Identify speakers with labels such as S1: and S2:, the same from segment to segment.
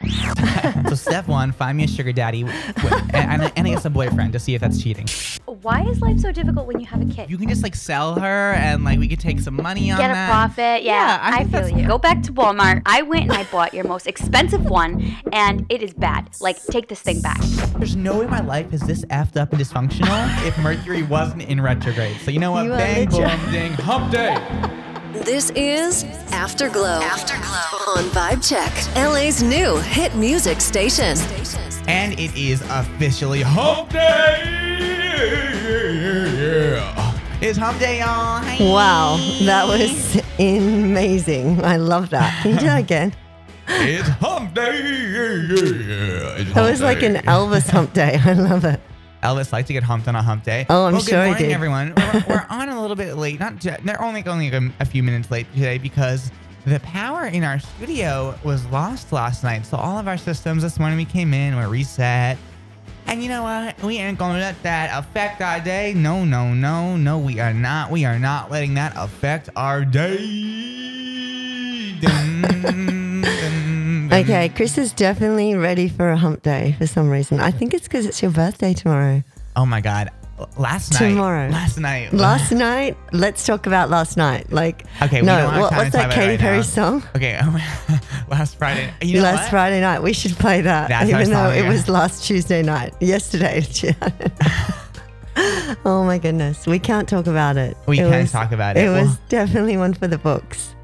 S1: Step one, find me a sugar daddy and, and, and I guess a boyfriend to see if that's cheating.
S2: Why is life so difficult when you have a kid?
S1: You can just like sell her and like we could take some money on
S2: Get a
S1: that.
S2: profit. Yeah,
S1: Yeah, I
S2: I,
S1: think that's-
S2: feel you. Go back to Walmart. I went and I bought your most expensive one, and it is bad. Like, take this thing back.
S1: There's no way my life is this effed up and dysfunctional if Mercury wasn't in retrograde. So you know what?
S3: You are
S1: Bang, boom,
S3: literal-
S1: ding, hump day.
S3: This is Afterglow. Afterglow on Vibe Check, LA's new hit music station.
S1: And it is officially hump day. It's hump day, y'all. Hi.
S4: Wow, that was amazing. I love that. Can you do that again?
S1: It's hump day. It's
S4: That
S1: hump
S4: was like an
S1: day.
S4: Elvis hump day. I love it.
S1: Elvis liked to get humped on a hump day.
S4: Oh, I'm
S1: well,
S4: sure
S1: good morning,
S4: he did.
S1: everyone. We're, we're on a little bit late. Not ju- they're only only a, a few minutes late today because the power in our studio was lost last night. So all of our systems this morning we came in, we're reset. And you know what? We ain't gonna let that affect our day. No, no, no, no. We are not. We are not letting that affect our day. Dun, dun, dun.
S4: Okay, Chris is definitely ready for a hump day for some reason. I think it's because it's your birthday tomorrow.
S1: Oh my God. Last night.
S4: Tomorrow.
S1: Last night.
S4: Last night, let's talk about last night. Like,
S1: Okay, we
S4: no,
S1: don't have
S4: what,
S1: time
S4: what's
S1: to talk
S4: that
S1: about it
S4: Katy
S1: right
S4: Perry
S1: now.
S4: song?
S1: Okay, last Friday. You know
S4: last
S1: what?
S4: Friday night, we should play that,
S1: That's our
S4: even though
S1: song,
S4: it
S1: yeah.
S4: was last Tuesday night, yesterday. oh my goodness, we can't talk about it.
S1: We
S4: it
S1: can talk about it.
S4: It was
S1: Well-
S4: definitely one for the books.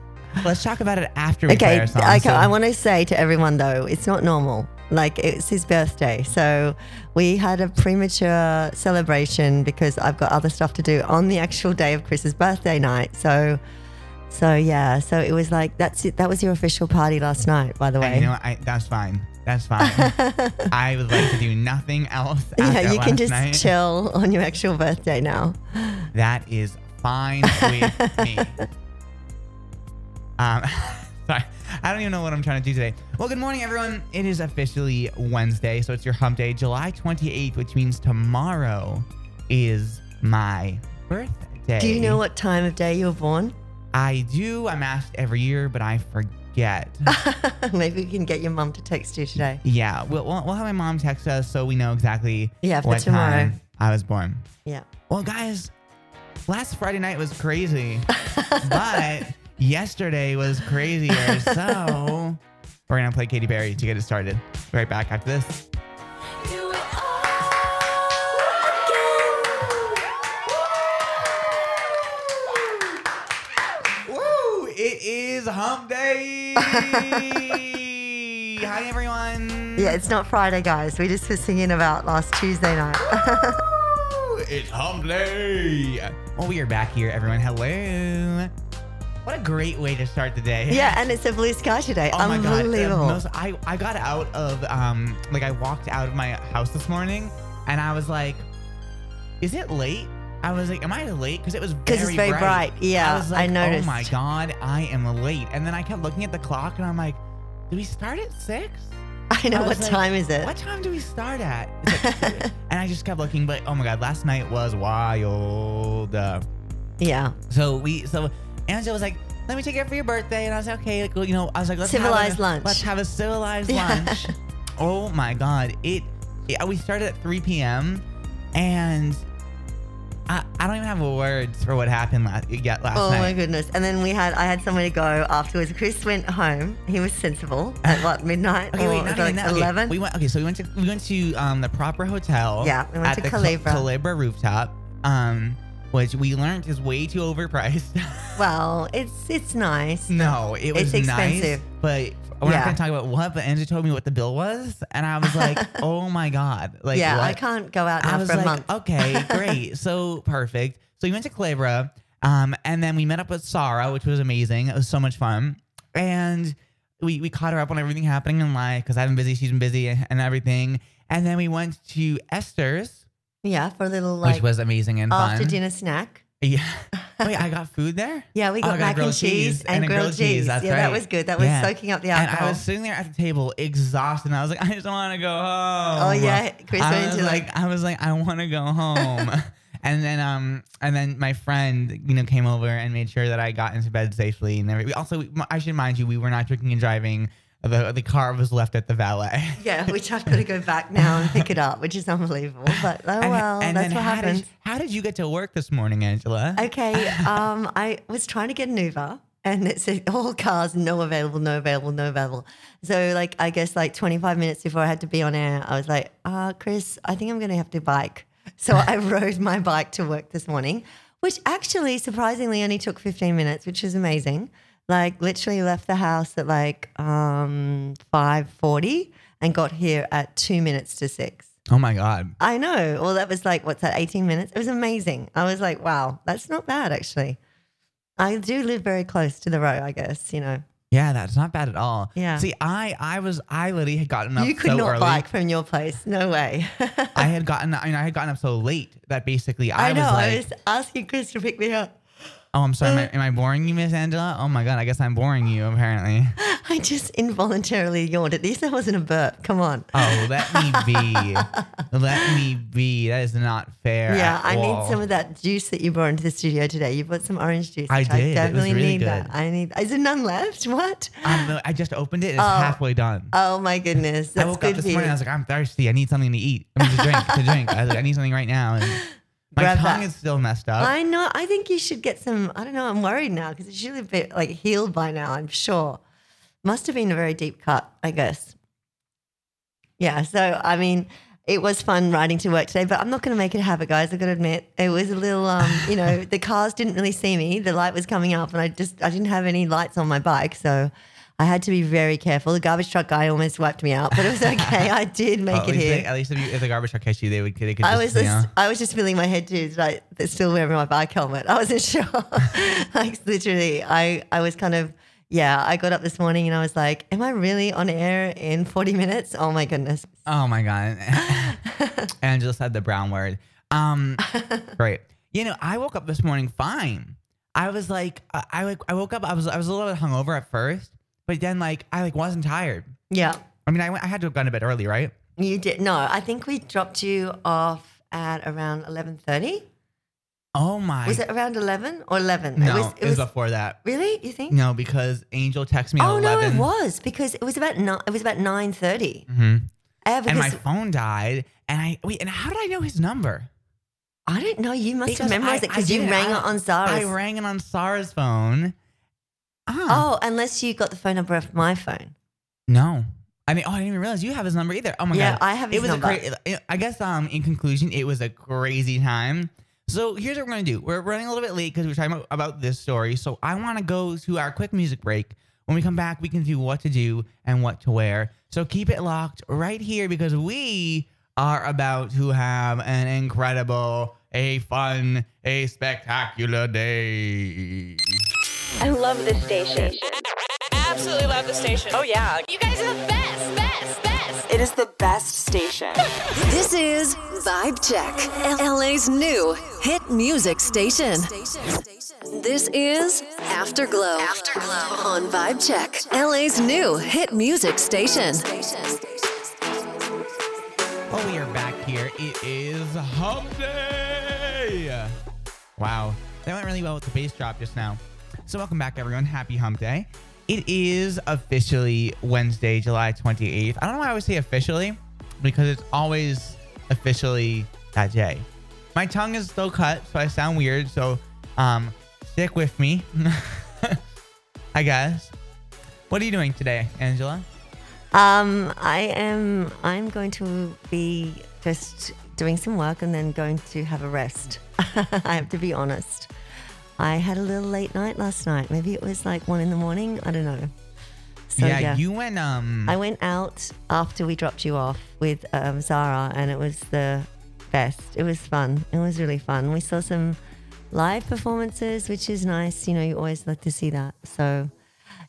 S1: Let's talk about it after we play
S4: Okay,
S1: our song.
S4: okay.
S1: so-
S4: I want to say to everyone though, it's not normal. Like it's his birthday, so we had a premature celebration because I've got other stuff to do on the actual day of Chris's birthday night. So, so yeah, so it was like that's it. That was your official party last night, by the
S1: Hey,
S4: way.
S1: you know what? I, that's fine. That's fine. I would like to do nothing else.
S4: yeah,
S1: after
S4: you can
S1: last
S4: just
S1: night.
S4: chill on your actual birthday now.
S1: That is fine with me. Um, sorry, I don't even know what I'm trying to do today. Well, good morning, everyone. It is officially Wednesday, so it's your hump day, July 28th, which means tomorrow is my birthday.
S4: Do you know what time of day you were born?
S1: I do. I'm asked every year, but I forget.
S4: Maybe we can get your mum to text you today.
S1: yeah, we'll, we'll, we'll have my mom text us so we know exactly
S4: Yeah, for
S1: what
S4: tomorrow.
S1: time I was born.
S4: Yeah.
S1: Well, guys, last Friday night was crazy, but yesterday was crazier. So we're gonna play Katy Perry to get it started. Be right back after this. Woo! It is Hump Day. Hi, everyone.
S4: Yeah, it's not Friday, guys. We just were singing about last Tuesday night.
S1: It's hump day. Well, we are back here, everyone. Hello. What a great way to start the day.
S4: yeah, and it's a blue sky today.
S1: Oh my god. the
S4: Unbelievable.
S1: most- I, I got out of um like I walked out of my house this morning and I was like, is it late? I was like, am I late? Because it was very
S4: it's very bright. Yeah,
S1: I was
S4: I
S1: like,
S4: noticed.
S1: Oh my god, I am late. And then I kept looking at the clock and I'm like, do we start at six?
S4: I know
S1: I
S4: what
S1: was like,
S4: time is it?
S1: What time do we start at? It's like, and I just kept looking, but oh my god, last night was wild. Uh,
S4: Yeah.
S1: so we, so Angela was like, "Let me take it for your birthday," and I was like, "Okay, like, well, you know," I was like, "Let's
S4: Civilized
S1: have a,
S4: lunch.
S1: Let's have a civilized
S4: Yeah.
S1: lunch." Oh my god, it, it- We started at 3 p.m. and I, I don't even have words for what happened last yet last
S4: Oh
S1: night.
S4: my goodness. And then we had I had somewhere to go afterwards. Chris went home. He was sensible at what midnight
S1: Okay,
S4: or
S1: wait,
S4: was
S1: not
S4: it
S1: even
S4: Oh, like
S1: that. Okay,
S4: eleven.
S1: we went. Okay, so we went to we went to um, the proper hotel.
S4: Yeah, we went
S1: at
S4: to
S1: the Ca-
S4: Calibra.
S1: Calibra rooftop. Um, which we learned is way too overpriced.
S4: well, it's it's nice.
S1: no, it was
S4: It's expensive.
S1: nice, but we're
S4: Yeah.
S1: not gonna talk about what. But Angela told me what the bill was, and I was like, oh my god, like
S4: yeah, I
S1: what?
S4: can't go out
S1: I
S4: now
S1: was
S4: for a
S1: like, "Oh."
S4: month.
S1: okay, great, so perfect. So we went to Calibra, um, and then we met up with Sarah, which was amazing. It was so much fun, and we we caught her up on everything happening in life because I've been busy, she's been busy, and everything. And then we went to Esther's,
S4: Yeah, for a little like
S1: which was amazing and fun.
S4: after dinner snack.
S1: Yeah. Wait, I got food there.
S4: Yeah, we
S1: Oh, I
S4: got mac
S1: grilled
S4: and cheese and
S1: a
S4: grilled cheese.
S1: That's
S4: Yeah,
S1: right.
S4: that was good. That was soaking up the
S1: And I
S4: alcohol.
S1: was sitting there at the table, exhausted. And I was like, I just want to go home.
S4: Oh, yeah, Chris
S1: I
S4: went
S1: was
S4: into
S1: like,
S4: like-
S1: I was like, I want to go home. and then, um, and then my friend, you know, came over and made sure that I got into bed safely. And everything. We also, we, I should mind you, we were not drinking and driving. the, the car was left at the valet.
S4: Yeah, which I've got to go back now and pick it up, which is unbelievable. But oh
S1: And-
S4: well,
S1: and
S4: that's
S1: then
S4: what
S1: how
S4: happens.
S1: Did, how did you get to work this morning, Angela?
S4: Okay, um, I was trying to get an Uber, and it said all cars no available, no available, no available. So like I guess like 25 minutes before I had to be on air, I was like, uh, Chris, I think I'm going to have to bike. So I rode my bike to work this morning, which actually surprisingly only took 15 minutes, which is amazing. Like literally left the house at like um, 5:40 and got here at two minutes to six.
S1: oh my God.
S4: I know. Well, that was like, what's that, 18 minutes? It was amazing. I was like, wow, that's not bad, actually. I do live very close to the road, I guess, you know.
S1: Yeah, that's not bad at all.
S4: Yeah.
S1: See, I I was I literally had gotten up
S4: you could
S1: so
S4: not
S1: early.
S4: bike from your place. No way.
S1: I had gotten I mean I had gotten up so late that basically I,
S4: I, know.
S1: was like,
S4: I was Mm. asking Chris to pick me up.
S1: oh I'm sorry, am I, am I boring you, Miss Angela? Oh my God, I guess I'm boring you apparently.
S4: I just involuntarily yawned. At least that wasn't a burp. Come on.
S1: Oh, let me be, let me be. That is not fair.
S4: yeah,
S1: at
S4: I
S1: all.
S4: need some of that juice that you brought into the studio today. You brought some orange juice.
S1: I
S4: which
S1: did. It was
S4: I definitely
S1: really
S4: need that.
S1: good.
S4: I need. Is there none left? What?
S1: Um, no, I just opened it. It's
S4: Oh.
S1: halfway done.
S4: Oh my goodness, that's
S1: I woke
S4: good
S1: up this
S4: for you.
S1: morning. I was like, I'm thirsty. I need something to eat. I mean, to drink. to drink. I was like, I need something right now. And my
S4: Grab
S1: tongue
S4: that.
S1: is still messed up.
S4: I know. I think you should get some. I don't know. I'm worried now because it's usually a bit like healed by now. I'm sure. Must have been a very deep cut, I guess. Yeah. So I mean, it was fun riding to work today, but I'm not going to make it a habit, guys. I've got to admit, it was a little. Um, you know, the cars didn't really see me. The light was coming up, and I just I didn't have any lights on my bike, so. I had to be very careful. The garbage truck guy almost wiped me out, but it was okay. I did make
S1: Well, at
S4: it
S1: least
S4: here.
S1: They, at least if, you, if the garbage truck catch you, they would. They could just,
S4: I was
S1: you
S4: just,
S1: know.
S4: I was just feeling my head too. Did I th- still wear my bike helmet? I wasn't sure. like literally, I, I was kind of, yeah. I got up this morning and I was like, am I really on air in 40 minutes? Oh my goodness.
S1: Oh my god. Angela said the brown word. Um, great. You know, I woke up this morning fine. I was like, I, I like, I woke up. I was, I was a little bit hungover at first, but then like, I like wasn't tired.
S4: Yeah,
S1: I mean, I went, I had to have gone to bed early, right?
S4: you did. No, I think we dropped you off at around 11:30.
S1: Oh my.
S4: Was it around 11 or 11?
S1: no,
S4: it was. It was
S1: before that.
S4: really? You think?
S1: No, because Angel texted me. at
S4: oh no,
S1: 11.
S4: it was because it was about nine. It was about 9:30.
S1: Mhm.
S4: Uh,
S1: and my
S4: because-
S1: phone died. And I wait. And how did I know his number?
S4: I don't know. You must have
S1: Because
S4: memorized
S1: I-
S4: it because
S1: I
S4: you
S1: did it.
S4: rang
S1: I-
S4: it on Zara's.
S1: I rang it on Sarah's phone. Ah,
S4: Oh, unless you got the phone number off my phone.
S1: no. I mean, oh, I didn't even realize you have his number either. Oh my
S4: Yeah,
S1: god,
S4: I have his
S1: it was
S4: number.
S1: A cra- I guess, um, in conclusion, it was a crazy time. So here's what we're gonna do. We're running a little bit late because we're talking about, about this story. So I want to go to our quick music break. When we come back, we can do what to do and what to wear. So keep it locked right here because we are about to have an incredible, a fun, a spectacular day.
S5: I love this station.
S6: Absolutely love the station. Oh, yeah.
S5: You guys are the best, best, best.
S6: It is the best station.
S3: This is Vibe Check, LA's new hit music station. This is Afterglow, Afterglow on Vibe Check, LA's new hit music station.
S1: Oh, we are back here. It is Hump Day. Wow, that went really well with the bass drop just now. So, welcome back, everyone. Happy Hump Day. It is officially Wednesday, July 28th. I don't know why I always say officially, because it's always officially that day. My tongue is still cut, so I sound weird. So, um, stick with me, I guess. What are you doing today, Angela?
S4: Um, I am. I'm going to be just doing some work and then going to have a rest. I have to be honest. I had a little late night last night. Maybe it was like one in the morning. I don't know. So yeah,
S1: you went. Um,
S4: I went out after we dropped you off with um, Zara, and it was the best. It was fun. It was really fun. We saw some live performances, which is nice. You know, you always like to see that. So,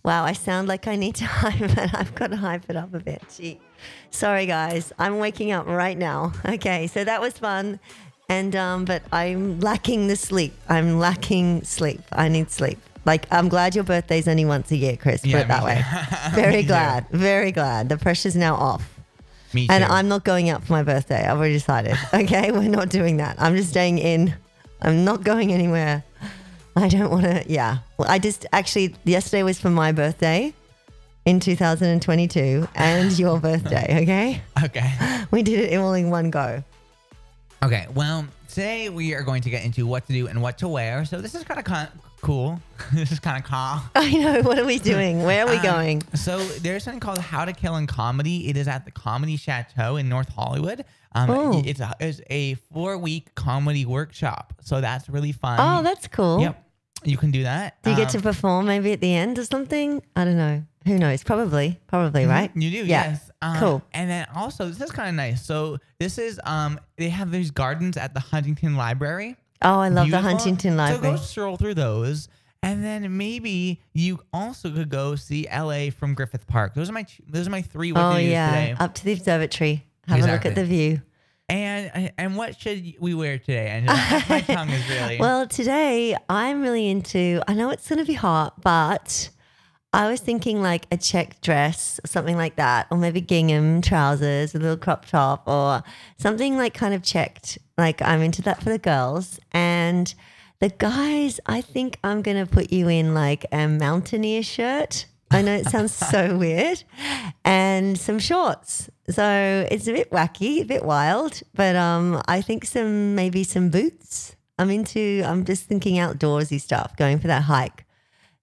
S4: wow, I sound like I need to hype, and I've got to hype it up a bit. Gee. Sorry, guys. I'm waking up right now. Okay, so that was fun. And um, but I'm lacking the sleep. I'm lacking sleep. I need sleep. Like I'm glad your birthday's only once a year, Chris.
S1: Yeah,
S4: put it that
S1: me
S4: way.
S1: too. Me
S4: Very
S1: too.
S4: glad. Very glad. The pressure's now off.
S1: me
S4: And
S1: too.
S4: I'm not going out for my birthday. I've already decided. Okay, we're not doing that. I'm just staying in. I'm not going anywhere. I don't want to. Yeah. Well, I just actually yesterday was for my birthday, in 2022 and your birthday, okay?
S1: Okay.
S4: We did it all in one go.
S1: Okay. Well, today we are going to get into what to do and what to wear. So this is kind of con- cool. this is kind of cool.
S4: I know. Oh, What are we doing? Where are we
S1: Um,
S4: going?
S1: So there's something called How to Kill in Comedy. It is at the Comedy Chateau in North Hollywood. Um,
S4: Oh.
S1: it's a, it's a four week comedy workshop. So that's really fun.
S4: Oh, that's cool.
S1: um, Yep. You can do that.
S4: Do you get to
S1: Um,
S4: perform maybe at the end or something? I don't know. Who knows? Probably. Probably, right?
S1: Mm-hmm. You do,
S4: Yeah.
S1: yes. Um,
S4: Cool.
S1: And then also, this is kind of nice. So this is um, they have these gardens at the Huntington Library.
S4: Oh, I love the
S1: Beautiful.
S4: Huntington Library.
S1: So go stroll through those, and then maybe you also could go see LA from Griffith Park. Those are my ch- those are my three what
S4: oh,
S1: to do's
S4: yeah.
S1: today.
S4: Up to the observatory. Have a look
S1: Exactly.
S4: at the view.
S1: and and what should we wear today? Angela? That's my tongue is really
S4: Well, today I'm really into, I know it's going to be hot, but I was thinking like a check dress or something like that, or maybe gingham trousers, a little crop top, or something like kind of checked. Like I'm into that for the girls. And the guys, I think I'm going to put you in like a mountaineer shirt. I know it sounds so weird, and some shorts. So it's a bit wacky, a bit wild, but um, I think some maybe some boots. I'm into. I'm just thinking outdoorsy stuff, going for that hike.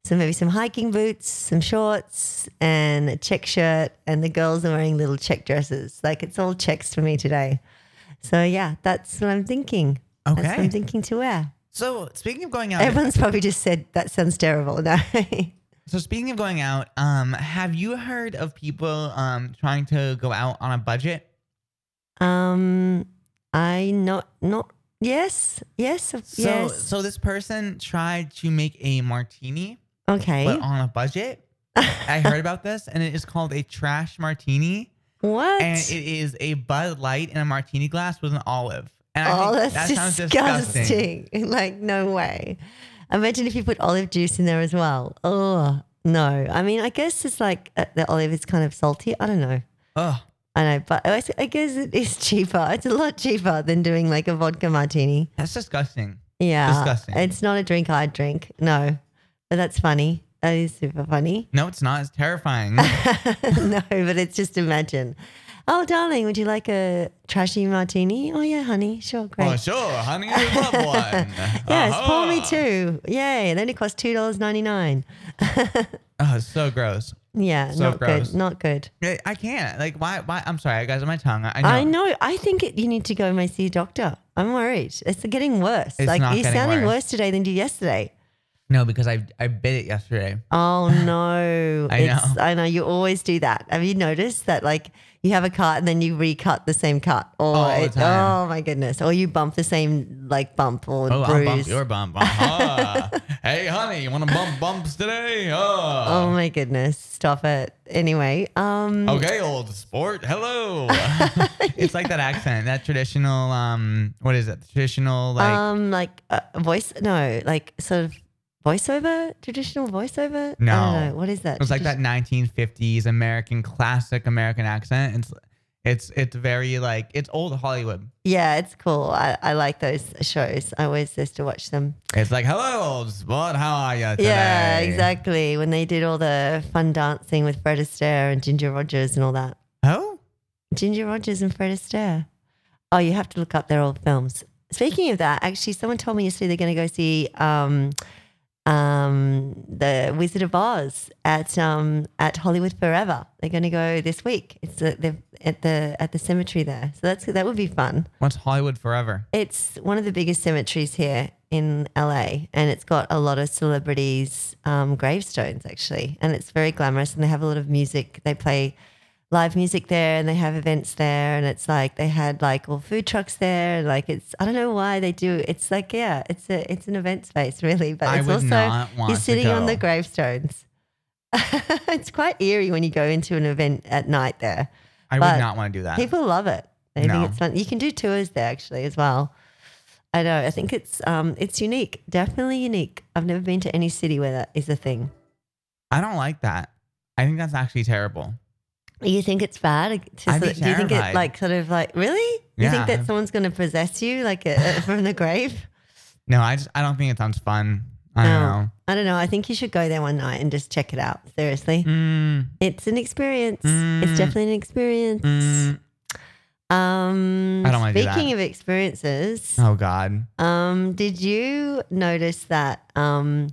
S4: So maybe some hiking boots, some shorts, and a check shirt. And the girls are wearing little check dresses. Like it's all checks for me today. So yeah, that's what I'm thinking. That's what
S1: Okay.
S4: I'm thinking to wear.
S1: so speaking of going out,
S4: Everyone's probably just said that sounds terrible. No.
S1: so speaking of going out, um, have you heard of people um trying to go out on a budget?
S4: um, I not not yes yes of-
S1: So
S4: yes.
S1: so this person tried to make a martini
S4: Okay.
S1: but on a budget. I heard about this and it is called a trash martini.
S4: what?
S1: And it is a Bud Light in a martini glass with an olive. And I
S4: oh,
S1: think
S4: that's
S1: that sounds
S4: disgusting. Like, no way. Imagine if you put olive juice in there as well. Oh, no. I mean, I guess it's like uh, the olive is kind of salty. I don't know.
S1: Ugh.
S4: I know, but I s- I guess it is cheaper. It's a lot cheaper than doing like a vodka martini.
S1: That's disgusting.
S4: Yeah.
S1: Disgusting.
S4: It's not a drink I'd drink. No. But that's funny. That is super funny.
S1: No, it's not. It's terrifying.
S4: no, but it's just imagine. Oh, darling, would you like a trashy martini? Oh, yeah, honey. Sure, great.
S1: oh, sure, honey, I love one. Uh-huh. Ah.
S4: Yes, pour me
S1: Aha.
S4: two. Yay. It only cost two dollars ninety nine.
S1: Oh, it's so gross.
S4: Yeah,
S1: So
S4: not
S1: gross.
S4: good. Not good.
S1: I I can't. Like, why? Why? I'm sorry, guys. On my tongue. I know.
S4: I know. I think it, you need to go and see a doctor. I'm worried. It's getting worse.
S1: It's
S4: like
S1: not
S4: you're
S1: getting
S4: sounding
S1: worse.
S4: worse. today than you did yesterday.
S1: No, because I I bit it yesterday.
S4: Oh no.
S1: I
S4: It's,
S1: know.
S4: I know you always do that. Have you noticed that like you have a cut and then you recut the same cut? Or
S1: All the
S4: it,
S1: time.
S4: oh my goodness. Or you bump the same like bump or
S1: Oh, I'll bump
S4: bruise.
S1: your bump. Aha. hey, honey, you want to bump bumps today?
S4: oh
S1: Oh.
S4: my goodness. Stop it. Anyway, um
S1: okay, old sport. Hello. it's like that accent, that traditional. Um, what is it? Traditional like.
S4: um like uh, voice no like sort of voiceover traditional voiceover
S1: No.
S4: I don't know. uh, what is that
S1: It's like that 1950s American classic American accent. It's it's it's very like it's old Hollywood.
S4: yeah it's cool I, I like those shows I always used to watch them
S1: It's like hello old spot, how are you today?
S4: yeah exactly when they did all the fun dancing with Fred Astaire and Ginger Rogers and all that
S1: Oh,
S4: Ginger Rogers and Fred Astaire oh you have to look up their old films speaking of that actually someone told me yesterday they're going to go see um um, the Wizard of Oz at um, at Hollywood Forever. They're going to go this week. It's at the, at the at the cemetery there, so that's that would be fun.
S1: what's Hollywood forever?
S4: It's one of the biggest cemeteries here in LA, and it's got a lot of celebrities' um, gravestones actually, and it's very glamorous. And they have a lot of music. They play live music there, and they have events there, and it's like they had like all food trucks there. and, Like it's I don't know why they do. It's like yeah, it's a it's an event space really, but
S1: I
S4: it's
S1: would
S4: also
S1: not want
S4: you're
S1: to
S4: sitting on the
S1: go.
S4: gravestones. it's quite eerie when you go into an event at night there.
S1: I would
S4: But
S1: not want to do that.
S4: People love it. They
S1: No.
S4: think it's fun. You can do tours there actually as well. I know. I think it's um it's unique. Definitely unique. I've never been to any city where that is a thing.
S1: I don't like that. I think that's actually terrible.
S4: You think it's bad? To
S1: I'd be
S4: sort- do you think
S1: terrified.
S4: it like sort of like really? You
S1: Yeah.
S4: think that someone's going to possess you like uh, from uh, the grave?
S1: No, I just I don't think it sounds fun. I don't know.
S4: I don't know. I think you should go there one night and just check it out. Seriously.
S1: Mm,
S4: It's an experience.
S1: Mm.
S4: It's definitely an experience.
S1: mm.
S4: Um,
S1: I don't wanna do
S4: Speaking
S1: that.
S4: of experiences,
S1: Oh God.
S4: um, did you notice that um,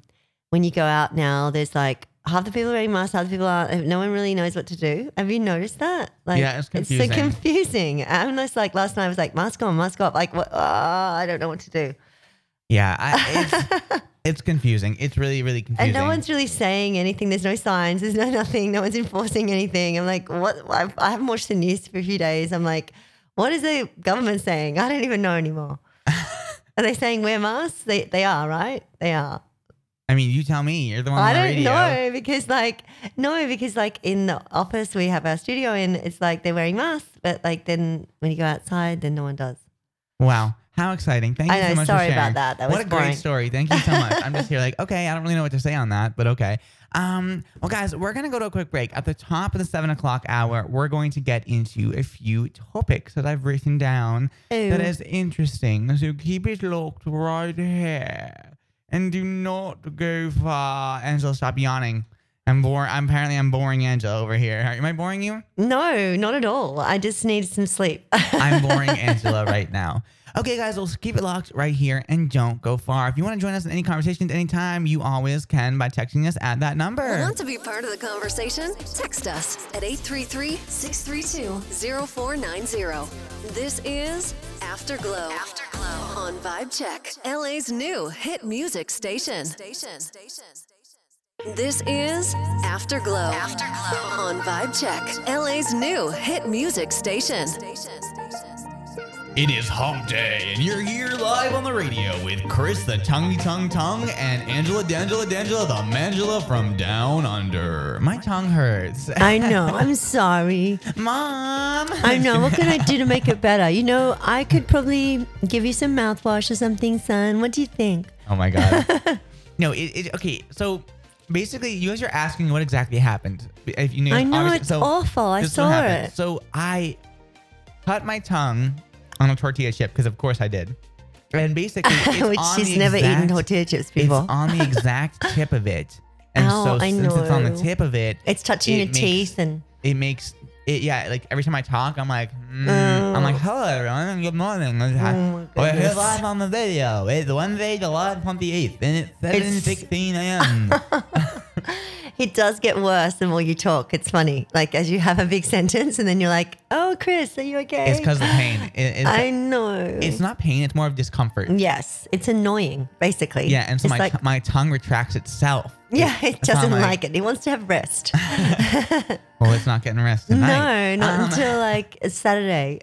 S4: when you go out now, there's like half the people are wearing masks, half the people aren't. No one really knows what to do. Have you noticed that? Like,
S1: Yeah, it's
S4: so
S1: confusing.
S4: confusing. I'm just like last night. I was like, mask on, mask off. Like, what? ah, I don't know what to do.
S1: Yeah, I, it's, it's confusing. It's really, really confusing.
S4: And no one's really saying anything. There's no signs. There's no nothing. No one's enforcing anything. I'm like, what? I've, I haven't watched the news for a few days. I'm like, what is the government saying? I don't even know anymore. are they saying wear masks? They they are right. They are.
S1: I mean, you tell me. You're the one.
S4: I
S1: on the
S4: don't
S1: radio.
S4: know because like no because like in the office we have our studio and it's like they're wearing masks, but like then when you go outside, then no one does.
S1: Wow. How exciting. Thank you
S4: I
S1: so
S4: know,
S1: much
S4: sorry
S1: for
S4: about
S1: sharing.
S4: that. That
S1: what
S4: was
S1: a
S4: boring.
S1: great story. Thank you so much. I'm just here like, okay, I don't really know what to say on that, but okay. Um, well, guys, we're going to go to a quick break. At the top of the seven o'clock hour, we're going to get into a few topics that I've written down that
S4: Ooh.
S1: is interesting. So keep it locked right here and do not go far. Angela, stop yawning. I'm bore. I'm apparently I'm boring Angela over here. Am I boring you?
S4: No, not at all. I just need some sleep.
S1: I'm boring Angela right now. Okay, guys, we'll keep it locked right here and don't go far. If you want to join us in any conversations anytime, you always can by texting us at that number.
S3: Want to be part of the conversation? Text us at 833-632-0490. This is Afterglow. Afterglow on Vibe Check, LA's new hit music station. This is Afterglow. Afterglow on Vibe Check, LA's new hit music station.
S1: It is hump day, and you're here live on the radio with Chris the Tonguey Tongue Tongue and Angela D'Angela D'Angela the Mangela from Down Under. My tongue hurts.
S4: I know. I'm sorry.
S1: Mom!
S4: I know. What can I do to make it better? You know, I could probably give you some mouthwash or something, son. What do you think?
S1: Oh my god. no, it, it okay. So basically, you guys are asking what exactly happened. If you knew,
S4: I know,
S1: obviously-
S4: it's awful. I
S1: this is what
S4: saw
S1: happened.
S4: it.
S1: So I cut my tongue on a tortilla chip because, of course, I did. And basically, it's
S4: Which
S1: on
S4: she's
S1: the
S4: never eaten
S1: exact-
S4: tortilla chips before.
S1: It's on the exact tip of it, and
S4: Ow,
S1: so
S4: I
S1: since it's on the
S4: know.
S1: tip of it,
S4: It's touching
S1: it
S4: your
S1: makes-
S4: teeth and
S1: It makes it yeah. Like every time I talk, I'm like, mm. I'm like, hello everyone, and good morning.
S4: Oh my
S1: We're here
S4: goodness.
S1: live on the video. It's Wednesday, July 28th, and it's seven
S4: It's-
S1: sixteen a.m.
S4: it does get worse the more you talk. It's funny. Like as you have a big sentence and then you're like, "Oh, Chris, are you okay?"
S1: it's because of pain. It- it's,
S4: I know.
S1: it's not pain. It's more of discomfort.
S4: yes, it's annoying, basically.
S1: Yeah, and so
S4: It's
S1: my
S4: like,
S1: my tongue retracts itself.
S4: yeah, it
S1: It's not
S4: doesn't like it. It wants to have rest.
S1: Well, it's not getting rest tonight.
S4: No, not
S1: Um,
S4: until like Saturday.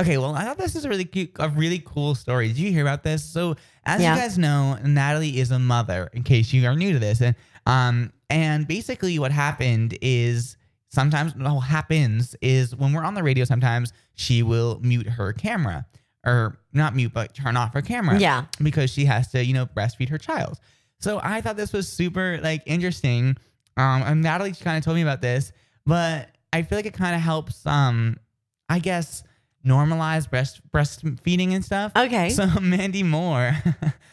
S1: Okay, well, I thought this is a really cute, a really cool story. Did you hear about this? So, as
S4: Yeah.
S1: you guys know, Natalie is a mother. In case you are new to this, and um, and basically, what happened is sometimes what happens is when we're on the radio, sometimes she will mute her camera, or not mute, but turn off her camera.
S4: Yeah.
S1: because she has to, you know, breastfeed her child. So I thought this was super like interesting. Um, and Natalie kind of told me about this, but I feel like it kind of helps. Um, I guess normalize breast breastfeeding and stuff.
S4: Okay.
S1: So Mandy Moore,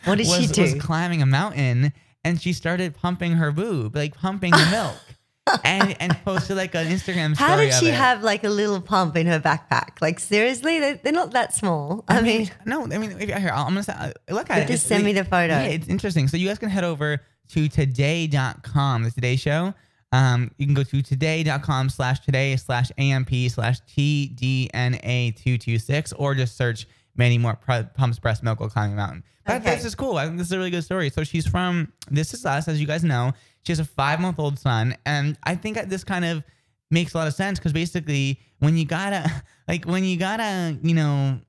S4: What did she
S1: was, was
S4: do?
S1: climbing a mountain and she started pumping her boob, like pumping the milk, and and posted like an Instagram story.
S4: How did
S1: of
S4: she
S1: it.
S4: have like a little pump in her backpack? Like seriously, they're, they're not that small. I, mean,
S1: No, I mean, if, here, I'll- I'm gonna say, uh, look at
S4: You
S1: it.
S4: just
S1: It's
S4: send me the photo.
S1: Yeah, it's interesting. So you guys can head over to today.com, the Today Show. Um, you can go to today.com slash today slash AMP slash TDNA226 or just search many more pr- pumps breast milk while climbing mountain. But
S4: Okay.
S1: this is cool. I think this is a really good story. So she's from This Is Us, as you guys know. She has a five month old son. And I think that this kind of makes a lot of sense because basically when you gotta, like, when you gotta, you know,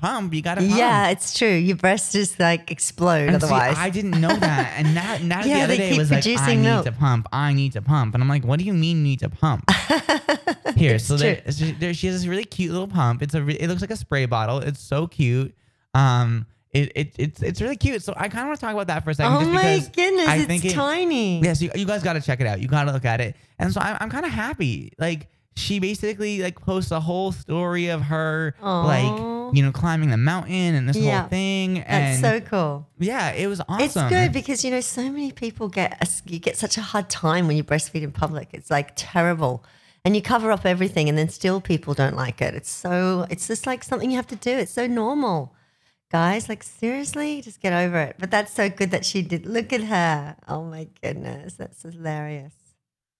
S1: pump, you gotta pump.
S4: yeah, it's true. Your breasts just like explode
S1: And see,
S4: otherwise.
S1: I didn't know that. And now, now
S4: Yeah,
S1: the other
S4: they
S1: day
S4: keep
S1: was like, I
S4: producing
S1: need
S4: milk.
S1: to pump. I need to pump. And I'm like, what do you mean you need to pump? Here, so there,
S4: true.
S1: she- there, she has this really cute little pump. It's a, re- it looks like a spray bottle. It's so cute. Um, it, it it's it's really cute. So I kind of want to talk about that for a second.
S4: oh
S1: just
S4: my
S1: because
S4: goodness,
S1: I
S4: it's
S1: think it-
S4: tiny.
S1: Yes, you, you guys got to check it out. You got to look at it. And so I'm, I'm kind of happy. Like she basically like posts a whole story of her
S4: Aw.
S1: like you know climbing the mountain and this
S4: Yeah.
S1: whole thing.
S4: That's
S1: And
S4: so cool.
S1: yeah, it was awesome.
S4: It's good because you know so many people get you get such a hard time when you breastfeed in public. It's like terrible, and you cover up everything, and then still people don't like it. It's so it's just like something you have to do. It's so normal, guys. Like seriously, just get over it. But that's so good that she did. Look at her. Oh my goodness, that's hilarious.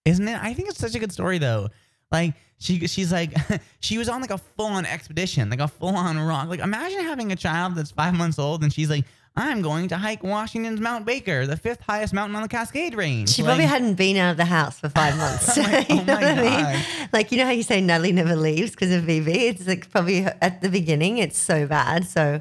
S1: isn't it? I think it's such a good story though. Like she, she's like, she was on like a full on expedition, like a full on rock. Like imagine having a child that's five months old and she's like, I'm going to hike Washington's Mount Baker, the fifth highest mountain on the Cascade Range.
S4: She
S1: Like,
S4: probably hadn't been out of the house for five months.
S1: Oh my-
S4: you
S1: oh
S4: know
S1: my
S4: what I mean?
S1: God.
S4: Like you know how you say Nelly never leaves because of Vivi. It's like probably her- at the beginning it's so bad. So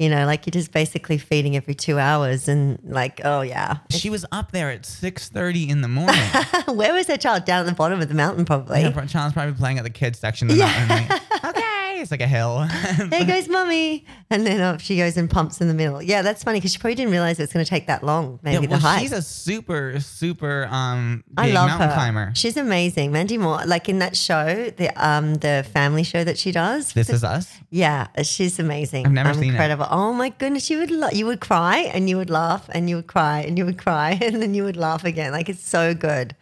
S4: you know, like you're just basically feeding every two hours, and like oh yeah,
S1: She was up there at six thirty in the morning.
S4: where was her child? Down at the bottom of the mountain, probably.
S1: Her child's probably playing at the kids section of the
S4: Yeah.
S1: mountain. Like, okay, it's like a hill.
S4: there goes mommy, and then up she goes and pumps in the middle. Yeah, that's funny because she probably didn't realize it was going to take that long. Maybe
S1: Yeah,
S4: the
S1: well,
S4: hike.
S1: she's a super, super um
S4: I
S1: big
S4: love
S1: mountain
S4: her.
S1: climber.
S4: She's amazing, Mandy Moore. Like in that show, the um the family show that she does.
S1: This is us.
S4: Yeah, she's amazing.
S1: I've never seen it.
S4: Incredible. Oh my goodness, you would lo- you would cry and you would laugh and you would cry and you would cry and then you would laugh again. Like it's so good.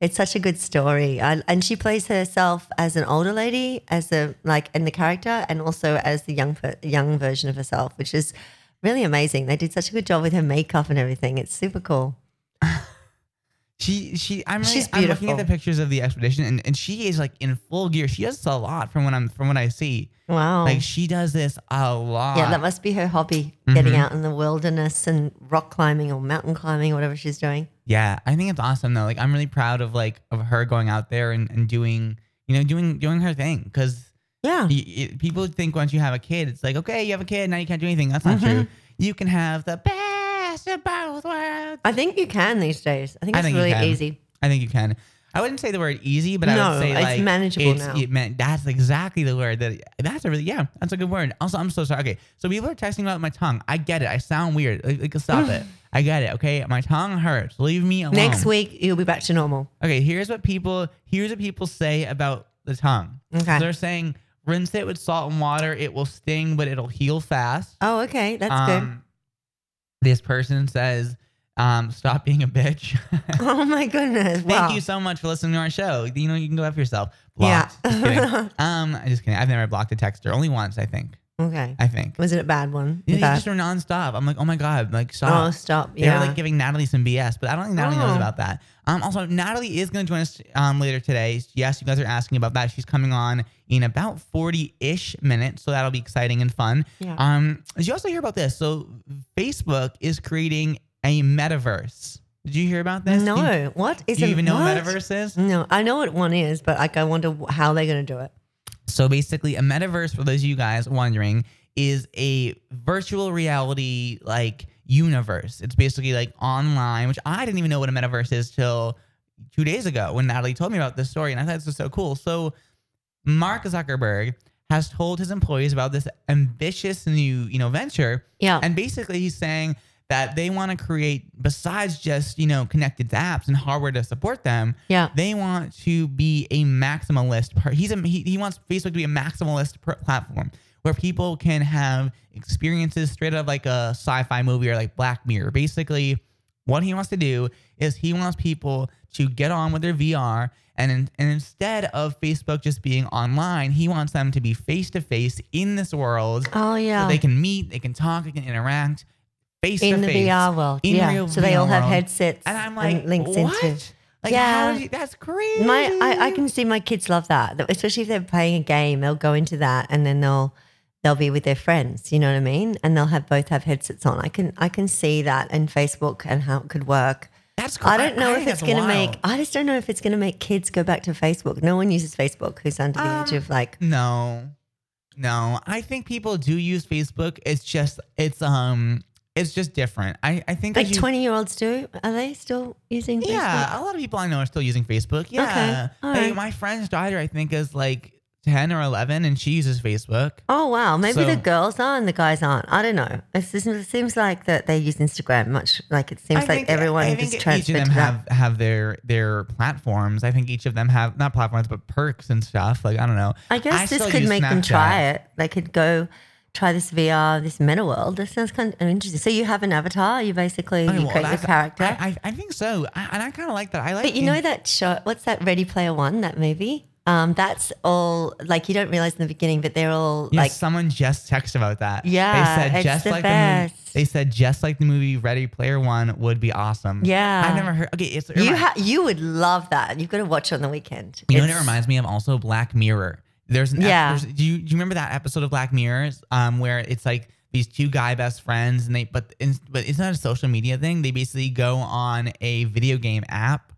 S4: It's such a good story. I, and she plays herself as an older lady, as a like in the character, and also as the young per- young version of herself, which is really amazing. They did such a good job with her makeup and everything. It's super cool.
S1: She she I'm really,
S4: She's
S1: I'm looking
S4: beautiful.
S1: at the pictures of the expedition and, and she is like in full gear. She does this a lot from what I'm from what I see.
S4: Wow.
S1: Like she does this a lot.
S4: yeah, that must be her hobby,
S1: Mm-hmm.
S4: getting out in the wilderness and rock climbing or mountain climbing, whatever she's doing.
S1: Yeah, I think it's awesome though. Like I'm really proud of like of her going out there and, and doing you know doing doing her thing because
S4: Yeah.
S1: people think once you have a kid it's like okay you have a kid now you can't do anything. That's not
S4: Mm-hmm.
S1: true. You can have the best of both worlds.
S4: I think you can these days. I think
S1: I
S4: it's
S1: think you
S4: really
S1: can.
S4: easy.
S1: I think you can. I wouldn't say the word easy, but I
S4: No,
S1: would say
S4: it's
S1: like
S4: manageable now.
S1: It meant that's exactly the word that. That's a really yeah. That's a good word. Also, I'm so sorry. Okay, so people are texting about my tongue. I get it. I sound weird. Like, like, stop it. I get it. Okay, my tongue hurts. Leave me alone.
S4: Next week you'll be back to normal.
S1: Okay, here's what people here's what people say about the tongue.
S4: Okay.
S1: they're saying rinse it with salt and water. It will sting, but it'll heal fast.
S4: Oh, okay, that's
S1: Um, good. This person says, um, "Stop being a bitch."
S4: good. Oh my goodness!
S1: Thank
S4: wow.
S1: you so much for listening to our show. You know, you can go after yourself.
S4: Yeah.
S1: Blocked. Just kidding. um, I'm just kidding. I've never blocked a texter. Only once, I think.
S4: Okay,
S1: I think.
S4: was it a bad one?
S1: You know,
S4: Bad.
S1: you just were nonstop. I'm like, oh my God, like,
S4: oh,
S1: stop.
S4: stop!
S1: they were
S4: Yeah,
S1: like giving Natalie some BS, but I don't think Natalie
S4: Oh.
S1: knows about that. Um, also, Natalie is going to join us um, later today. Yes, you guys are asking about that. She's coming on in about 40 ish minutes, so that'll be exciting and fun.
S4: Yeah.
S1: Um, did you also hear about this? So, Facebook is creating a metaverse. Did you hear about this? Do you,
S4: no. What is
S1: do you
S4: it?
S1: even know
S4: what?
S1: what metaverse is?
S4: No, I know what one is, but like I wonder wh- how they're going to do it.
S1: So basically, a metaverse, for those of you guys wondering, is a virtual reality like universe. It's basically like online, which I didn't even know what a metaverse is till two days ago when Natalie told me about this story, and I thought this was so cool. So Mark Zuckerberg has told his employees about this ambitious new, you know, venture.
S4: Yeah.
S1: And basically he's saying that they want to create, besides just, you know, connected to apps and hardware to support them,
S4: Yeah.
S1: they want to be a maximalist. Per- he's a, he, he wants Facebook to be a maximalist per- platform where people can have experiences straight out of like a sci-fi movie or like Black Mirror. Basically, what he wants to do is he wants people to get on with their VR and in- and instead of Facebook just being online, he wants them to be face to face in this world.
S4: Oh yeah,
S1: So they can meet, they can talk, they can interact face to
S4: in the
S1: face
S4: VR world. yeah, so they all have headsets
S1: and I'm like,
S4: links
S1: what?
S4: into.
S1: Like,
S4: Yeah.
S1: how is it- that's crazy.
S4: My, I, I can see my kids love that, Th- especially if they're playing a game. They'll go into that, and then they'll they'll be with their friends. You know what I mean? And they'll have both have headsets on. I can I can see that in Facebook and how it could work.
S1: that's cr-
S4: I don't know
S1: think
S4: if it's
S1: that's
S4: going to
S1: wild.
S4: make. I just don't know if it's going to make kids go back to Facebook. No one uses Facebook who's under the age
S1: Um,
S4: of like.
S1: No, no. I think people do use Facebook. It's just, it's um, it's just different. I I think
S4: Like
S1: as you-
S4: twenty year olds do. Are they still using? Facebook?
S1: Yeah, a lot of people I know are still using Facebook. Yeah,
S4: all
S1: They-
S4: right.
S1: my friend's daughter I think is like ten or eleven, and she uses Facebook.
S4: Oh wow, maybe the
S1: So-
S4: girls are and the guys aren't. I don't know. It seems, it seems like that they use Instagram much. Like it seems
S1: I
S4: like
S1: think-
S4: everyone
S1: I
S4: just
S1: think each
S4: transferred
S1: of them
S4: to that.
S1: have have their their platforms. I think each of them have not platforms but perks and stuff. Like I don't know.
S4: I guess this
S1: still
S4: could
S1: use
S4: make them
S1: Snapchat.
S4: try it. They could go try this VR, this meta world. That sounds kind of interesting. So you have an avatar. You basically
S1: Okay,
S4: you
S1: Oh, well,
S4: create your
S1: that's-
S4: character.
S1: I, I, I think so, I, and I kind of like that. I like.
S4: but you
S1: in-
S4: know that show? What's that? Ready Player One? That movie? Um, that's all. Like you don't realize in the beginning, but they're all
S1: Yes,
S4: like
S1: someone just texted about that.
S4: Yeah,
S1: they said
S4: it's
S1: just
S4: the
S1: like the movie.
S4: best.
S1: They said just like the movie Ready Player One would be awesome.
S4: Yeah.
S1: I've never heard. Okay, it's
S4: you.
S1: remi-
S4: Ha- you would love that. You've got to watch it on the weekend.
S1: You know what it
S4: It's-
S1: reminds me of? Also, Black Mirror. There's an ep-
S4: Yeah.
S1: there's- do you do you remember that episode of Black Mirror um, where it's like these two guy best friends and they but in, but it's not a social media thing. They basically go on a video game app,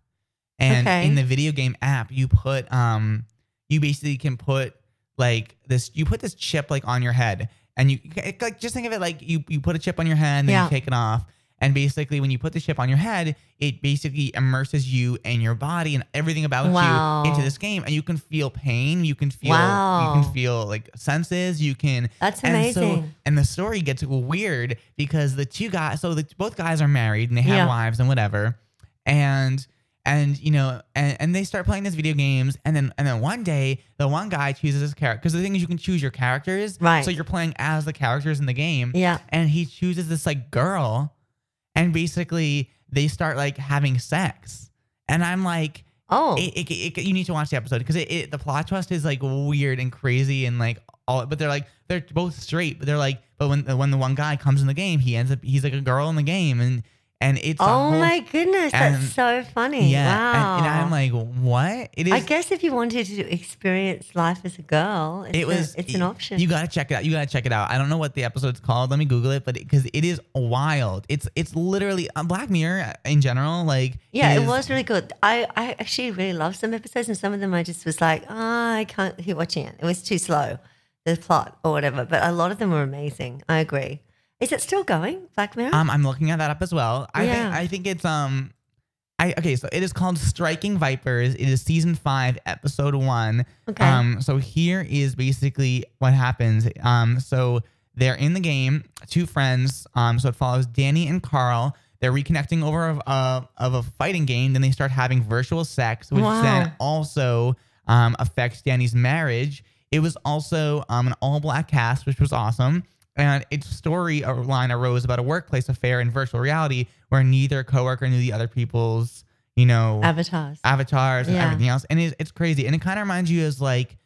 S1: and
S4: Okay.
S1: in the video game app you put um you basically can put like this you put this chip like on your head and you like just think of it like you you put a chip on your head and then
S4: Yeah.
S1: you take it off. And basically, when you put the chip on your head, it basically immerses you and your body and everything about
S4: Wow.
S1: you into this game, and you can feel pain. You can feel. You
S4: Wow.
S1: can feel like senses. You can.
S4: That's
S1: and so-
S4: amazing.
S1: and the story gets weird because the two guys, so the both guys are married and they have
S4: Yeah.
S1: wives and whatever, and and you know and, and they start playing these video games and then and then one day the one guy chooses his character because the thing is you can choose your characters
S4: Right.
S1: so you're playing as the characters in the game
S4: Yeah.
S1: and he chooses this like girl and basically they start like having sex and i'm like
S4: Oh,
S1: it, it, it, you need to watch the episode because it, it, the plot twist is like weird and crazy and like all but they're like they're both straight but they're like but when when the one guy comes in the game he ends up he's like a girl in the game and and it's a
S4: oh
S1: whole-
S4: my goodness,
S1: and-
S4: that's so funny.
S1: yeah
S4: wow.
S1: and, and i'm like what it is
S4: I guess if you wanted to experience life as a girl, it's
S1: it was e
S4: a, it's an option.
S1: You gotta check it out. You gotta check it out. I don't know what the episode's called. Let me Google it, but because it is wild. It's it's literally uh, Black Mirror in general. Like
S4: yeah,
S1: is-
S4: it was really good. I, I actually really loved some episodes, and some of them I just was like, ah, I can't keep watching it. It was too slow, the plot or whatever. But a lot of them were amazing. I agree. Is it still going, Black Mirror?
S1: Um, I'm looking at that up as well. I
S4: Yeah.
S1: think I think it's um, I okay. So it is called Striking Vipers. It is season five, episode one.
S4: Okay.
S1: Um, so here is basically what happens. Um, so they're in the game, two friends. Um, so it follows Danny and Carl. They're reconnecting over of a, of a fighting game. Then they start having virtual sex, which
S4: Wow.
S1: then also um, affects Danny's marriage. It was also um, an all black cast, which was awesome. And its story or line arose about a workplace affair in virtual reality where neither coworker knew the other people's, you know,
S4: Avatars.
S1: avatars and
S4: Yeah.
S1: everything else. And it's, it's crazy. And it kind of reminds you as like,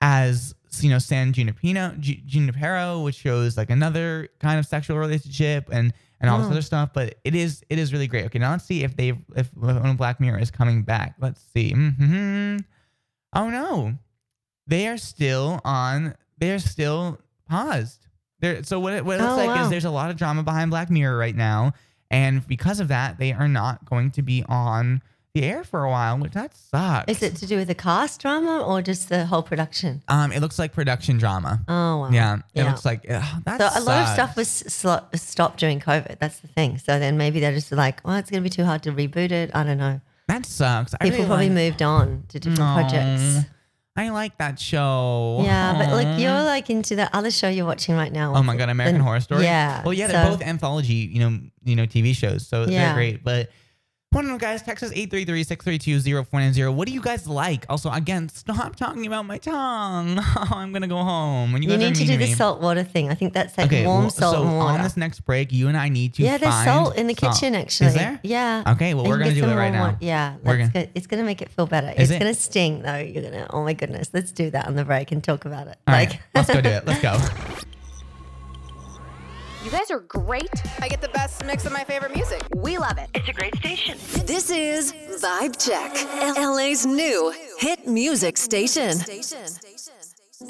S1: as you know, San Junipino, Ju- Junipero, which shows like another kind of sexual relationship and and all this
S4: Oh.
S1: other stuff. But it is it is really great. Okay, now let's see if they if when Black Mirror is coming back. Let's see. hmm Oh no, they are still on. They are still paused. There. So what it, what it looks
S4: Oh,
S1: like
S4: wow.
S1: is there's a lot of drama behind Black Mirror right now, and because of that, they are not going to be on the air for a while, which that sucks.
S4: Is it to do with the cast drama or just the whole production?
S1: Um, it looks like production drama.
S4: Oh wow.
S1: yeah, it
S4: Yeah.
S1: looks like ugh, that.
S4: So a lot of
S1: sucks.
S4: stuff was slo- stopped during COVID. That's the thing. So then maybe they're just like, oh, it's going to be too hard to reboot it. I don't know.
S1: that sucks. I
S4: People
S1: really
S4: probably
S1: like,
S4: moved on to different
S1: Aw,
S4: projects.
S1: I like that show.
S4: Yeah, but
S1: Aw.
S4: like you're like into that other show you're watching right now.
S1: Oh my god, American
S4: The-
S1: Horror Story.
S4: Yeah.
S1: Well, yeah,
S4: so-
S1: they're both anthology, you know, you know, TV shows, so they're
S4: Yeah.
S1: great. But one of them, guys, Texas 833-632-0490. What do you guys like? Also, again, stop talking about my tongue. I'm gonna go home. And you,
S4: You
S1: guys are
S4: need to
S1: mean
S4: do the
S1: me.
S4: salt water thing. I think that's like
S1: okay,
S4: warm
S1: well,
S4: salt
S1: so
S4: and water.
S1: on this next break, you and I need to
S4: yeah, there's
S1: find
S4: salt in the
S1: salt.
S4: kitchen actually.
S1: Is there?
S4: Yeah.
S1: Okay, well,
S4: And
S1: we're
S4: you
S1: gonna
S4: get
S1: do it
S4: some
S1: right
S4: warm wa-
S1: now.
S4: Yeah,
S1: We're
S4: that's
S1: gonna-
S4: good. It's gonna make it feel better.
S1: Is
S4: it's
S1: it?
S4: gonna sting though. You're gonna. Oh my goodness. Let's do that on the break and talk about it.
S1: All
S4: like,
S1: right, let's go do it. Let's go.
S2: You guys are great.
S6: I get the best mix of my favorite music.
S2: We love it.
S3: This is Vibe Check, LA's new hit music station.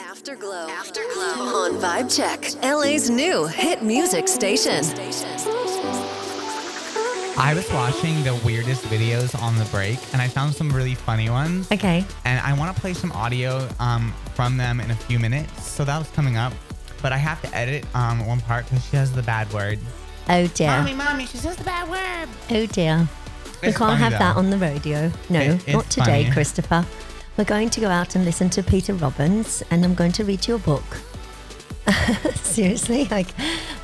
S3: Afterglow. Afterglow on Vibe Check, LA's new hit music station.
S1: I was watching the weirdest videos on the break, and I found some really funny ones.
S4: okay.
S1: and I want to play some audio um, from them in a few minutes. So that was coming up, but I have to edit um, one part because she has the bad word.
S4: Oh dear.
S1: mommy, she says the bad word.
S4: Oh dear. we
S1: It's
S4: can't
S1: funny,
S4: have that
S1: though.
S4: on the radio. No,
S1: It- it's
S4: not today,
S1: funny.
S4: Christopher. We're going to go out and listen to Peter Robbins, and I'm going to read you a book. Seriously, like,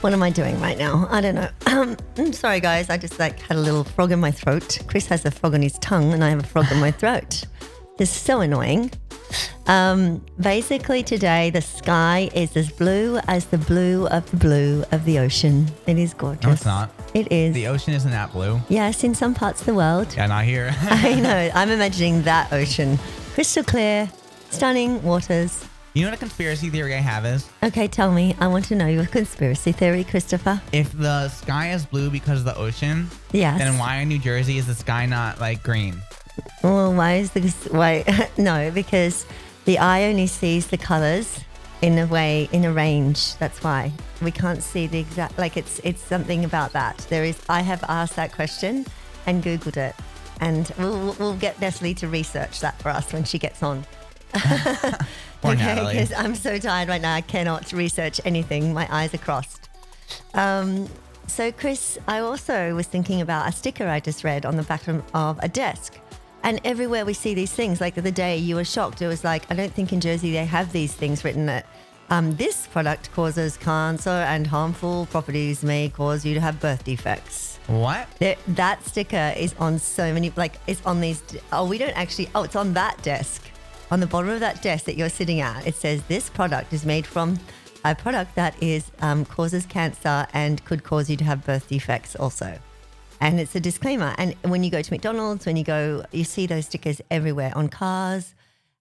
S4: what am I doing right now? I don't know. Um, I'm sorry, guys. I just like had a little frog in my throat. Chris has a frog on his tongue, and I have a frog in my throat. It's so annoying. Um, basically, today the sky is as blue as the blue of the blue of the ocean. It is gorgeous.
S1: No, it's not.
S4: It is.
S1: The ocean isn't that blue.
S4: yes, in some parts of the world.
S1: Yeah, not here.
S4: I know. I'm imagining that ocean, crystal clear, stunning waters.
S1: you know what a conspiracy theory I have is?
S4: Okay, tell me. I want to know your conspiracy theory, Christopher.
S1: If the sky is blue because of the ocean,
S4: Yes.
S1: then why in New Jersey is the sky not like green?
S4: Well, why is the why? no, because the eye only sees the colors in a way in a range. That's why we can't see the exact. Like it's it's something about that. There is. I have asked that question and googled it, and we'll we'll- we'll get Nestle to research that for us when she gets on.
S1: Or Natalie.
S4: because I'm so tired right now. I cannot research anything. My eyes are crossed. Um, so, Chris, I also was thinking about a sticker I just read on the back of of a desk. And everywhere we see these things, like the other day, you were shocked. It was like, I don't think in Jersey they have these things written that um, this product causes cancer and harmful properties may cause you to have birth defects.
S1: What?
S4: That, that sticker is on so many, like, it's on these. Oh, we don't actually. Oh, it's on that desk. On the bottom of that desk that you're sitting at, it says this product is made from a product that is um, causes cancer and could cause you to have birth defects also. And it's a disclaimer. And when you go to McDonald's, when you go, you see those stickers everywhere on cars.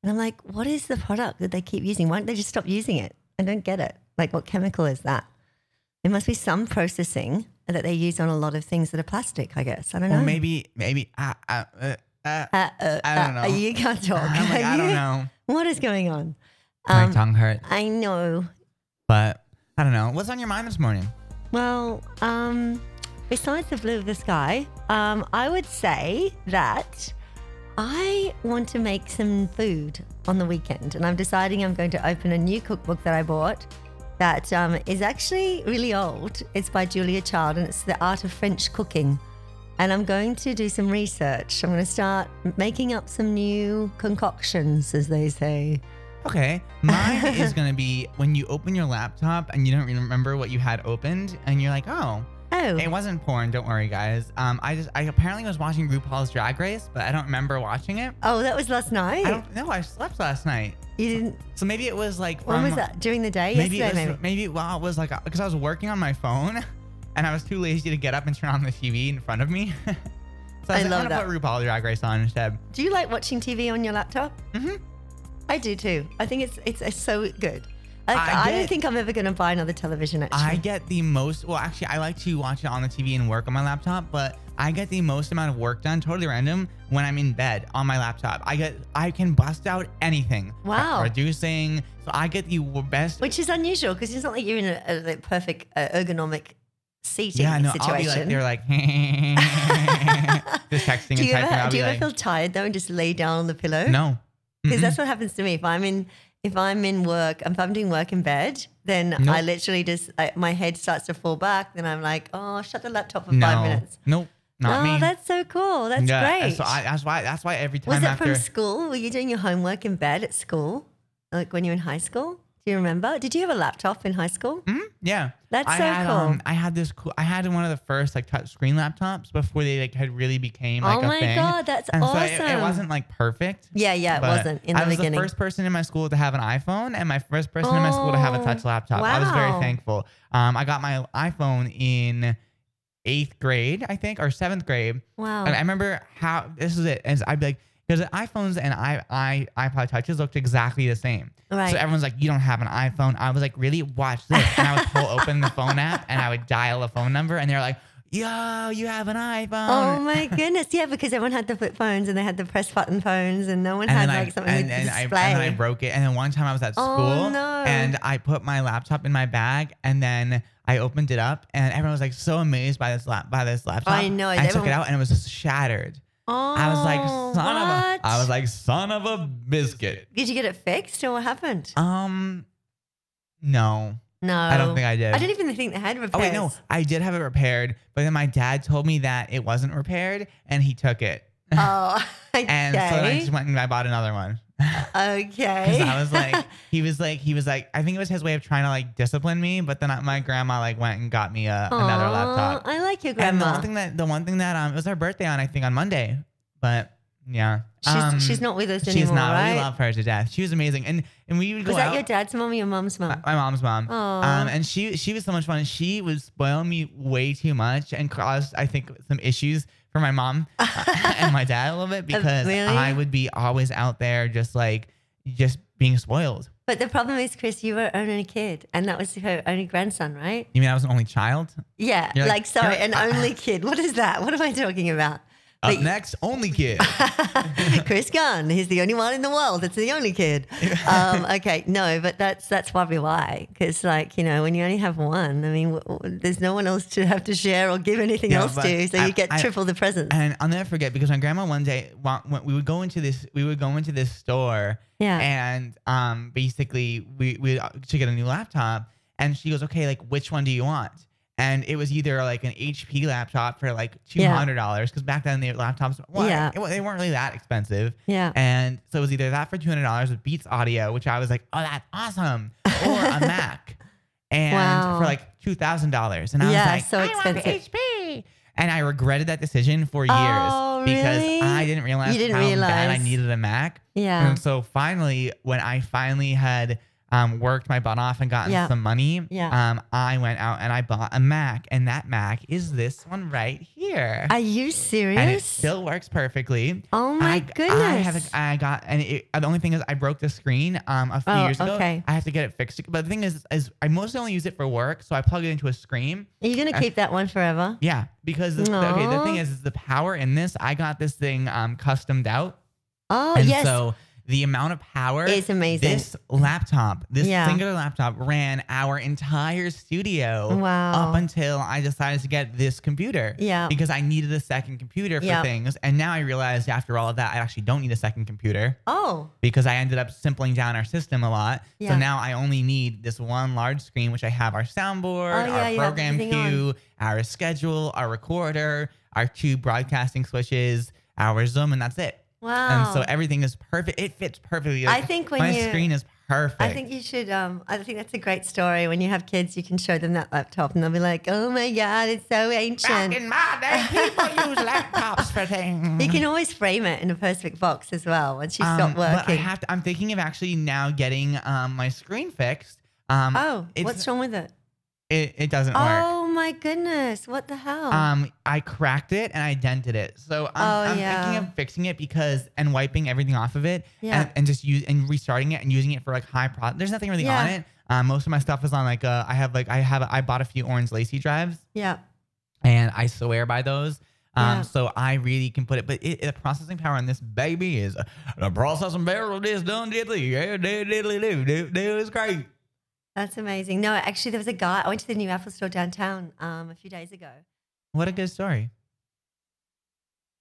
S4: And I'm like, what is the product that they keep using? Why don't they just stop using it? I don't get it. Like, what chemical is that? There must be some processing that they use on a lot of things that are plastic, I guess. I don't know.
S1: Or maybe, maybe, uh, uh, uh, uh,
S4: Uh, uh,
S1: I don't
S4: uh,
S1: know.
S4: You can't talk.
S1: I'm like, I don't know.
S4: What is going on? Um,
S1: My tongue hurt,
S4: I know.
S1: but I don't know. What's on your mind this morning?
S4: Well, um, besides the blue of the sky, um, I would say that I want to make some food on the weekend, and I'm deciding I'm going to open a new cookbook that I bought that um, is actually really old. It's by Julia Child, and it's the art of French cooking. And I'm going to do some research. I'm going to start making up some new concoctions, as they say.
S1: Okay, mine is gonna be when you open your laptop and you don't even remember what you had opened, and you're like, oh,
S4: Oh,
S1: it wasn't porn. Don't worry, guys. Um, I just, I apparently was watching RuPaul's Drag Race, but I don't remember watching it.
S4: oh, that was last night.
S1: I don't know. I slept last night,
S4: you didn't.
S1: so maybe it was like from
S4: When was that? During the day?
S1: um, maybe
S4: Yesterday,
S1: it was,
S4: maybe.
S1: maybe well, it was like because I was working on my phone, and I was too lazy to get up and turn on the TV in front of me. so I, was like,
S4: I love
S1: I'm
S4: that.
S1: gonna put RuPaul's Drag Race on instead.
S4: Do you like watching TV on your laptop? Mm-hmm. I do too. I think it's it's, it's so good. Like,
S1: I
S4: I, don't
S1: get-
S4: think I'm ever going to buy another television. Actually,
S1: I get the most. Well, actually, I like to watch it on the TV and work on my laptop, but I get the most amount of work done, totally random, when I'm in bed on my laptop. I get, I can bust out anything.
S4: Wow.
S1: Reducing, so I get the w- best.
S4: which is unusual because it's not like you're in a, a like, perfect uh, ergonomic seating
S1: yeah, no, I'll be like,
S4: situation.
S1: they're like, just texting
S4: do
S1: and
S4: you
S1: typing. I'll
S4: ever do
S1: be
S4: you ever
S1: like,
S4: feel tired though and just lay down on the pillow?
S1: no.
S4: because that's what happens to me if I'm in if I'm in work if I'm doing work in bed then
S1: Nope.
S4: I literally just I, my head starts to fall back. Then I'm like, oh, shut the laptop for
S1: no.
S4: five minutes.
S1: Nope. Not
S4: oh,
S1: me.
S4: that's so cool. That's
S1: yeah,
S4: great.
S1: So I, that's why. That's why every time
S4: Was it
S1: after.
S4: from school? Were you doing your homework in bed at school? Like when you were in high school? Do you remember? Did you have a laptop in high school?
S1: Mhm, Yeah.
S4: That's
S1: I
S4: so
S1: had, um,
S4: cool.
S1: I had this cool. I had one of the first like touch screen laptops before they like had really became
S4: Oh
S1: like a
S4: my
S1: thing.
S4: God, that's
S1: and So it- it,
S4: awesome.
S1: wasn't like perfect.
S4: Yeah, yeah, it
S1: but
S4: wasn't in
S1: I
S4: the
S1: was
S4: beginning.
S1: the first person in my school to have an iPhone, and my first person in my school to have a
S4: Oh,
S1: touch laptop. I was very
S4: wow.
S1: thankful. Um, I got my iPhone in eighth grade, I think, or seventh grade.
S4: Wow.
S1: And I remember how this is it. As I'd be like, because iPhones and I, I iPod touches looked exactly the same.
S4: Right.
S1: So everyone's like, "You don't have an iPhone." I was like, "Really? Watch this!" And I would pull open the phone app and I would dial a phone number, and they're like, "Yo, you have an iPhone."
S4: Oh my goodness. Yeah, because everyone had the flip phones and they had the press button phones and no one
S1: and
S4: had
S1: then,
S4: like
S1: I,
S4: something
S1: and,
S4: with
S1: and I, and
S4: display.
S1: then I broke it. And then one time I was at
S4: Oh,
S1: school
S4: no.
S1: and I put my laptop in my bag and then I opened it up and everyone was like so amazed by this lap by this laptop.
S4: I know,
S1: I took
S4: everyone-
S1: it out and it was just shattered.
S4: oh,
S1: I was like, son
S4: what?
S1: of a I was like, son of a biscuit.
S4: Did you get it fixed or what happened?
S1: Um no.
S4: No.
S1: I don't think I did.
S4: I don't even think they had repairs.
S1: Oh wait, no, I did have it repaired, but then my dad told me that it wasn't repaired and he took it.
S4: Oh, okay.
S1: And so then I just went and I bought another one.
S4: Okay.
S1: Because I was like, he was like, he was like, I think it was his way of trying to like discipline me. But then I, my grandma like went and got me a, another
S4: Aw,
S1: laptop.
S4: I like your
S1: and the
S4: grandma.
S1: one thing that the one thing that um, it was her birthday on I think on Monday, but yeah,
S4: she's,
S1: Um,
S4: she's not with us
S1: She's
S4: anymore,
S1: not.
S4: right?
S1: We love her to death. She was amazing, and and we would go
S4: was that
S1: out.
S4: your dad's mom or your mom's mom?
S1: My, my mom's mom.
S4: Aw.
S1: Um, and she she was so much fun. She would spoil me way too much and caused I think some issues for my mom uh, and my dad a little bit because
S4: really?
S1: I would be always out there just like just being spoiled.
S4: but the problem is, Chris, you were only a kid, and that was her only grandson, right?
S1: You mean I was an only child?
S4: Yeah.
S1: You're
S4: like,
S1: like,
S4: sorry,
S1: "Can
S4: an
S1: I-
S4: only kid. What is that? What am I talking about?
S1: Up next, only kid.
S4: Chris Gunn, he's the only one in the world. It's the only kid. Um, okay, no, but that's that's probably why. Because like you know, when you only have one, I mean, w- w- there's no one else to have to share or give anything
S1: Yeah,
S4: else
S1: but
S4: to, so
S1: I-
S4: you get
S1: I-
S4: triple the presents.
S1: And I'll never forget because my grandma one day wa- when we would go into this we would go into this store
S4: Yeah.
S1: and um basically we we uh, to get a new laptop and she goes okay like which one do you want and it was either like an HP laptop for like two
S4: Yeah.
S1: hundred dollars because back then the laptops well,
S4: Yeah.
S1: it wa- they weren't really that expensive
S4: Yeah.
S1: and so it was either that for two hundred dollars with Beats Audio which I was like oh that's awesome or a Mac and
S4: Wow.
S1: for like two thousand dollars and I
S4: Yeah,
S1: was
S4: so
S1: like I want the
S4: expensive.
S1: HP. And I regretted that decision for years
S4: Oh,
S1: because
S4: really?
S1: I didn't realize
S4: You didn't
S1: how bad I
S4: realize.
S1: needed a Mac.
S4: Yeah.
S1: And so finally, when I finally had um, worked my butt off and gotten
S4: Yeah.
S1: some money,
S4: Yeah.
S1: um, I went out and I bought a Mac, and that Mac is this one right here.
S4: Are you serious?
S1: and it still works perfecly.
S4: Oh my
S1: I, I, have
S4: goodness.
S1: a, I got, and it, the only thing is, I broke the screen um a few
S4: Oh,
S1: years ago.
S4: okay.
S1: I have to get it fixed. But the thing is, is I mostly only use it for work, so I plug it into a screen,
S4: Are you gonna
S1: I-
S4: keep that one forever?
S1: yeah, because the, the- okay, the
S4: Aw.
S1: thing is, is the power in this. I got this thing um customed out,
S4: Oh
S1: and
S4: yes.
S1: so the amount of power
S4: It's amazing.
S1: This laptop, this
S4: Yeah.
S1: singular laptop, ran our entire studio.
S4: Wow.
S1: Up until I decided to get this computer.
S4: Yeah.
S1: Because I needed a second computer for
S4: Yeah.
S1: things, and now I realized after all of that, I actually don't need a second computer
S4: oh.
S1: because I ended up simpling down our system a lot.
S4: Yeah.
S1: So now I only need this one large screen, which I have our soundboard,
S4: Oh, yeah, you
S1: our
S4: have
S1: program
S4: everything on.
S1: queue, our schedule, our recorder, our two broadcasting switches, our Zoom, and that's it.
S4: Wow.
S1: And so everything is perfect. It fits perfectly.
S4: I think when
S1: my
S4: you-
S1: screen is perfect.
S4: I think you should. Um, I think that's a great story. When you have kids, you can show them that laptop, and they'll be like, "Oh my god, it's so ancient."
S1: back in my day, people use laptops for things.
S4: You can always frame it in a perfect box as well once you stop
S1: Um,
S4: working.
S1: But I have to, I'm thinking of actually now getting um, my screen fixed. Um,
S4: oh,
S1: it's-
S4: what's wrong with it?
S1: It, it doesn't work.
S4: Oh my goodness, what the hell?
S1: Um, I cracked it and I dented it. So I'm,
S4: Oh,
S1: I'm
S4: yeah.
S1: thinking of fixing it because and wiping everything off of it
S4: Yeah.
S1: and, and just use and restarting it and using it for like high pro. There's nothing really
S4: Yeah.
S1: on it. Um, most of my stuff is on like uh, I have like I have I bought a few orange lacy drives
S4: yeah.
S1: and I swear by those. Um,
S4: Yeah.
S1: so I really can put it, but it, the processing power on this baby is the processing power of this done diddly, yeah, diddly, diddly, do, do, do, it's great.
S4: That's amazing. No, actually, there was a guy. I went to the new Apple store downtown um, a few days ago.
S1: What a good story.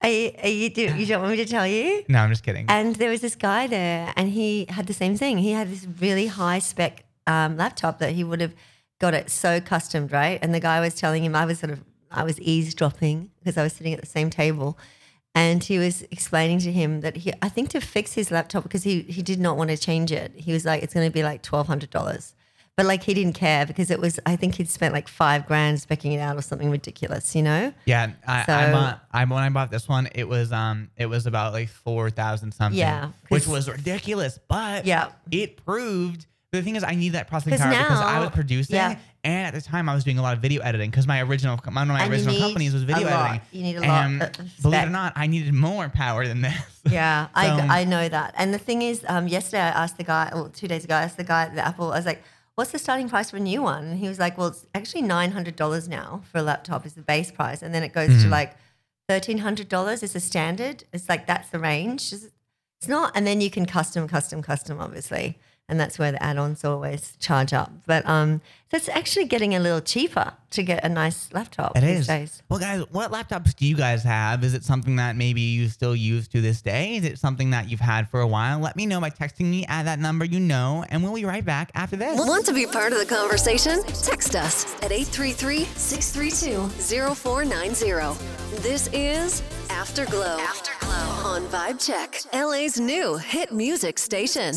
S4: Are you, are you, do, you don't want me to tell you?
S1: No, I'm just kidding.
S4: And there was this guy there, and he had the same thing. He had this really high spec um, laptop that he would have got it so customed, right? And the guy was telling him, I was sort of, I was eavesdropping because I was sitting at the same table. And he was explaining to him that he, I think to fix his laptop, because he, he did not want to change it, he was like, it's going to be like $1,200. But like he didn't care because it was, I think he'd spent like five grand specking it out or something ridiculous, you know?
S1: Yeah, I, I
S4: So-
S1: bought. I when I bought this one, it was um, it was about like four thousand something.
S4: Yeah, 'cause-
S1: which was ridiculous, but
S4: Yeah.
S1: it proved. The thing is, I need that processing
S4: 'Cause
S1: power because I
S4: now-
S1: was producing,
S4: yeah.
S1: and at the time I was doing a lot of video editing because my original one of my
S4: And you
S1: original
S4: need
S1: companies was
S4: a
S1: video
S4: lot.
S1: editing.
S4: You need a lot
S1: And
S4: of
S1: believe it
S4: spec.
S1: or not, I needed more power than this.
S4: Yeah, I,
S1: So- um,
S4: I know that. And the thing is, um, yesterday I asked the guy, well, two days ago, I asked the guy at the Apple, I was like, what's the starting price for a new one? And he was like, well, it's actually $900 now for a laptop is the base price. And then it goes
S1: Mm-hmm.
S4: to like $1,300 is the standard. It's like, that's the range. Is it- It's not. And then you can custom, custom, custom, obviously. And that's where the add-ons always charge up. But um, so it's actually getting a little cheaper to get a nice laptop
S1: It
S4: these
S1: is.
S4: days.
S1: Well, guys, what laptops do you guys have? Is it something that maybe you still use to this day? Is it something that you've had for a while? Let me know by texting me at that number you know, and we'll be right back after this.
S3: Want to be part of the conversation? Text us at 833 632 0490. This is Afterglow. Afterglow on Vibe Check, LA's new hit music station.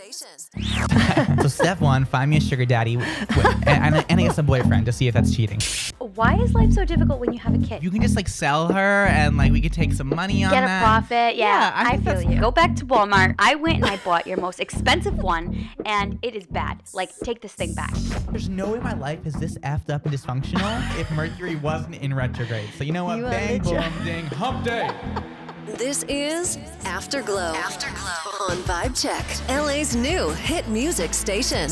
S1: so step one, find me a sugar daddy, w- w- and, and, and I guess a boyfriend to see if that's cheating.
S2: Why is life so difficult when you have a kid?
S1: You can just like sell her, and like we could take some money on
S2: Get a
S1: that.
S2: profit. Yeah,
S1: Yeah, I
S2: I,
S1: think that's-
S2: feel you. Go back to Walmart. I went and I bought your most expensive one, and it is bad. Like, take this thing back.
S7: Oh,
S1: There's no way my life is this effed up and dysfunctional if Mercury wasn't in retrograde. So you know what?
S4: You are
S1: Bang, boom,
S4: literal-
S1: ding, hump day.
S3: This is Afterglow. Afterglow on Vibe Check, LA's new hit music station.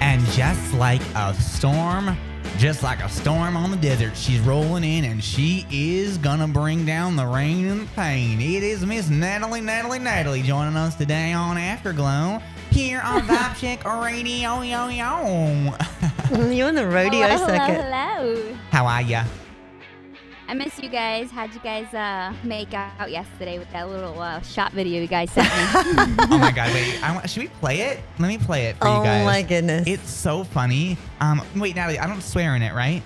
S1: And just like a storm, just like a storm on the desert, she's rolling in and she is gonna bring down the rain and the pain. It is Miss Natalie, Natalie, Natalie joining us today on Afterglow here on Vibe Check Radio. Yo, yo.
S4: You're on the rodeo
S7: hello,
S4: circuit.
S7: Hello, hello.
S1: How are ya?
S7: I miss you guys. How'd you guys uh, make out yesterday with that little uh, shot video you guys sent me?
S1: oh my god, wait. I want, should we play it? Let me play it for
S4: Oh
S1: you guys.
S4: my goodness.
S1: It's so funny. Um, wait, Natalie, I don't swear in it, right?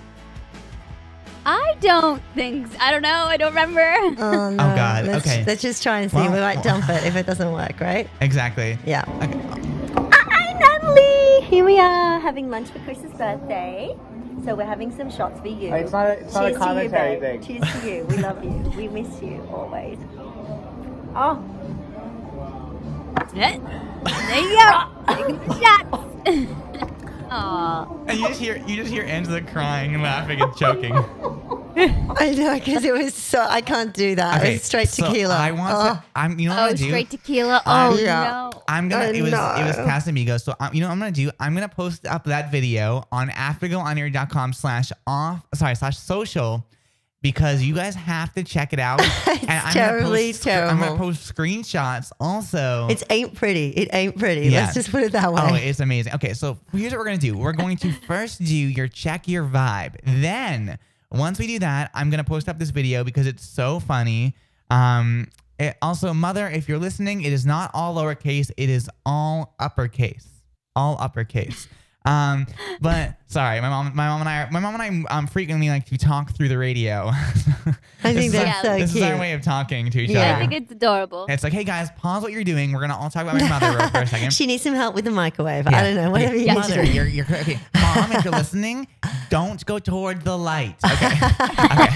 S7: I don't think. I don't know. I don't remember.
S4: oh, no.
S1: God,
S4: Let's,
S1: okay.
S4: Let's just try and see.
S1: Well-
S4: we might dump it if it doesn't work, right?
S1: Exactly.
S4: Yeah.
S1: Okay.
S7: Hi, Natalie. Here we are having lunch for Chris's birthday. So we're having some shots for you.
S8: It's not a, it's not a
S7: Cheers to you,
S8: commentary
S7: babe.
S8: thing.
S7: Cheers to you. We love you. We miss you always. Oh. Eh, There you go. Taking the shots. Aw.
S1: And you just hear you just hear Angela crying and laughing and choking.
S4: I know because it was so. I can't do that.
S1: Okay,
S4: it's straight
S1: so
S4: tequila.
S1: I want
S4: Oh,
S1: to. I'm. You know what I'm
S7: Oh,
S1: gonna do?
S7: straight tequila.
S1: I'm-
S7: Oh,
S4: Yeah.
S7: no.
S1: I'm gonna.
S4: I
S1: It was. It was
S4: know.
S1: Casamigos. So um, you know what I'm gonna do? I'm gonna post up that video on aftergoonair.com slash off. Sorry slash social. Because you guys have to check it out. it's and I'm
S4: terribly
S1: gonna post, I'm gonna
S4: terrible.
S1: post screenshots also.
S4: It's ain't pretty. It ain't pretty.
S1: Yeah.
S4: Let's just put it that way.
S1: Oh, it's amazing. Okay, so here's what we're gonna do. We're going to first do your check your vibe. Then once we do that, I'm gonna post up this video because it's so funny. Um, it- also, mother, if you're listening, it is not all lowercase. It is all uppercase. All uppercase. Um, but sorry, my mom, my mom and I, are, my mom and I, um, frequently like to talk through the radio.
S4: I
S1: This
S4: think
S1: is
S4: that's
S1: our-
S4: so
S1: This
S4: cute.
S1: is our way of talking to each
S4: Yeah.
S1: other.
S7: I think it's adorable.
S1: it's like, hey guys, pause what you're doing. We're gonna all talk about my mother real for a second.
S4: she needs some help with the microwave.
S1: Yeah.
S4: I don't know. Whatever
S1: Okay,
S4: you need
S1: Mother,
S4: to do.
S1: you're, you're okay. Mom, if you're listening, don't go toward the light. Okay. okay.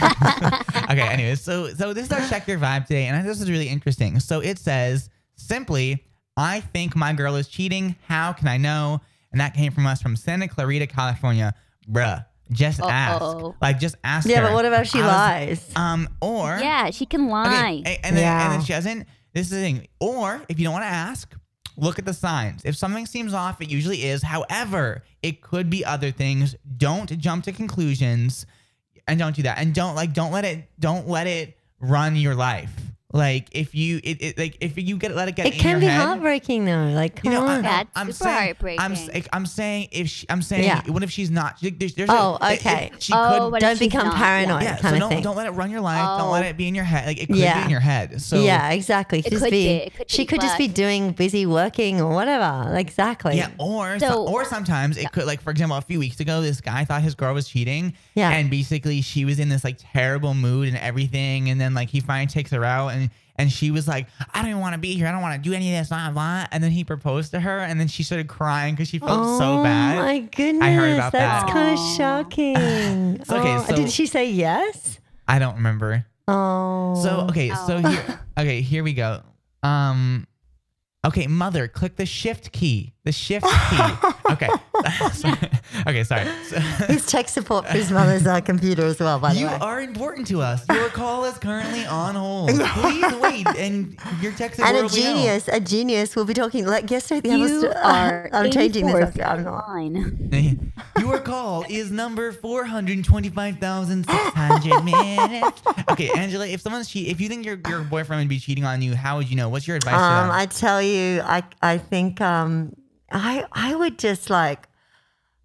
S1: okay. Anyways, so so this is our check your vibe today, and I think this is really interesting. So it says simply, I think my girl is cheating. How can I know? And that came from us from Santa Clarita, California. Bruh, just
S7: Uh-oh.
S1: ask. Like, just ask.
S4: Yeah,
S1: her.
S4: but what about if she
S1: I was-
S4: lies?
S1: Um, or
S7: Yeah, she can lie.
S1: Okay, a- and, then, and
S4: Yeah.
S1: then she doesn't. This is the thing. Or if you don't want to ask, look at the signs. If something seems off, it usually is. However, it could be other things. Don't jump to conclusions, and don't do that. And don't like don't let it don't let it run your life. Like if you it, it like if you get let it get
S4: It
S1: in
S4: can
S1: your
S4: be
S1: head,
S4: heartbreaking though. Like, come
S1: I-
S4: on.
S7: Yeah. That's
S1: I'm
S7: super
S1: saying, I'm,
S7: heartbreaking.
S1: s- I'm saying if she, I'm saying
S4: Yeah.
S1: what if she's not? There's, there's
S4: Oh,
S1: a, if
S4: okay.
S1: She
S7: Oh,
S1: could
S7: what if
S4: Don't
S7: she's
S4: become
S7: not?
S4: paranoid
S1: yeah,
S4: kind
S1: so
S4: of
S1: don't
S4: thing.
S1: don't let it run your life. Don't
S7: Oh.
S1: let it be in your head. Like it could be
S4: Yeah.
S1: in your head. So
S4: yeah, exactly. She just
S7: could
S4: be,
S7: be- it could
S4: she
S7: be
S4: could just be
S7: worse.
S4: doing busy working or whatever. Like, Exactly.
S1: Yeah, or so,
S7: So-
S1: or sometimes it could like for example a few weeks ago this guy thought his girl was cheating.
S4: Yeah.
S1: And basically she was in this like terrible mood and everything, and then like he finally takes her out and and she was like, I don't even want to be here. I don't want to do any of this. Blah blah. And then he proposed to her, and then she started crying because she felt so bad.
S4: Oh my goodness.
S1: about
S4: That's
S1: that.
S4: kind of shocking.
S1: So, okay,
S4: Oh,
S1: so-
S4: did she say yes?
S1: I don't remember.
S4: Oh.
S1: So okay, so here, okay, here we go. Um, okay, mother, click the shift key. The shift key. Okay. okay, sorry. So-
S4: His tech support for his mother's uh, computer as well, by the
S1: You
S4: way.
S1: are important to us. Your call is currently on hold. Please wait, and your text is
S4: and
S1: where
S4: a
S1: we know.
S4: genius, a genius. We'll be talking like yesterday. the
S7: you
S4: other st-
S7: are.
S4: I'm changing this.
S7: 84th
S4: up. I'm not.
S7: online.
S1: Your call is number four hundred twenty-five thousand six hundred minutes. Okay, Angela, if someone's cheat, if you think your, your boyfriend would be cheating on you, how would you know? What's your advice?
S4: Um,
S1: to them?
S4: I tell you, I I think um, I I would just like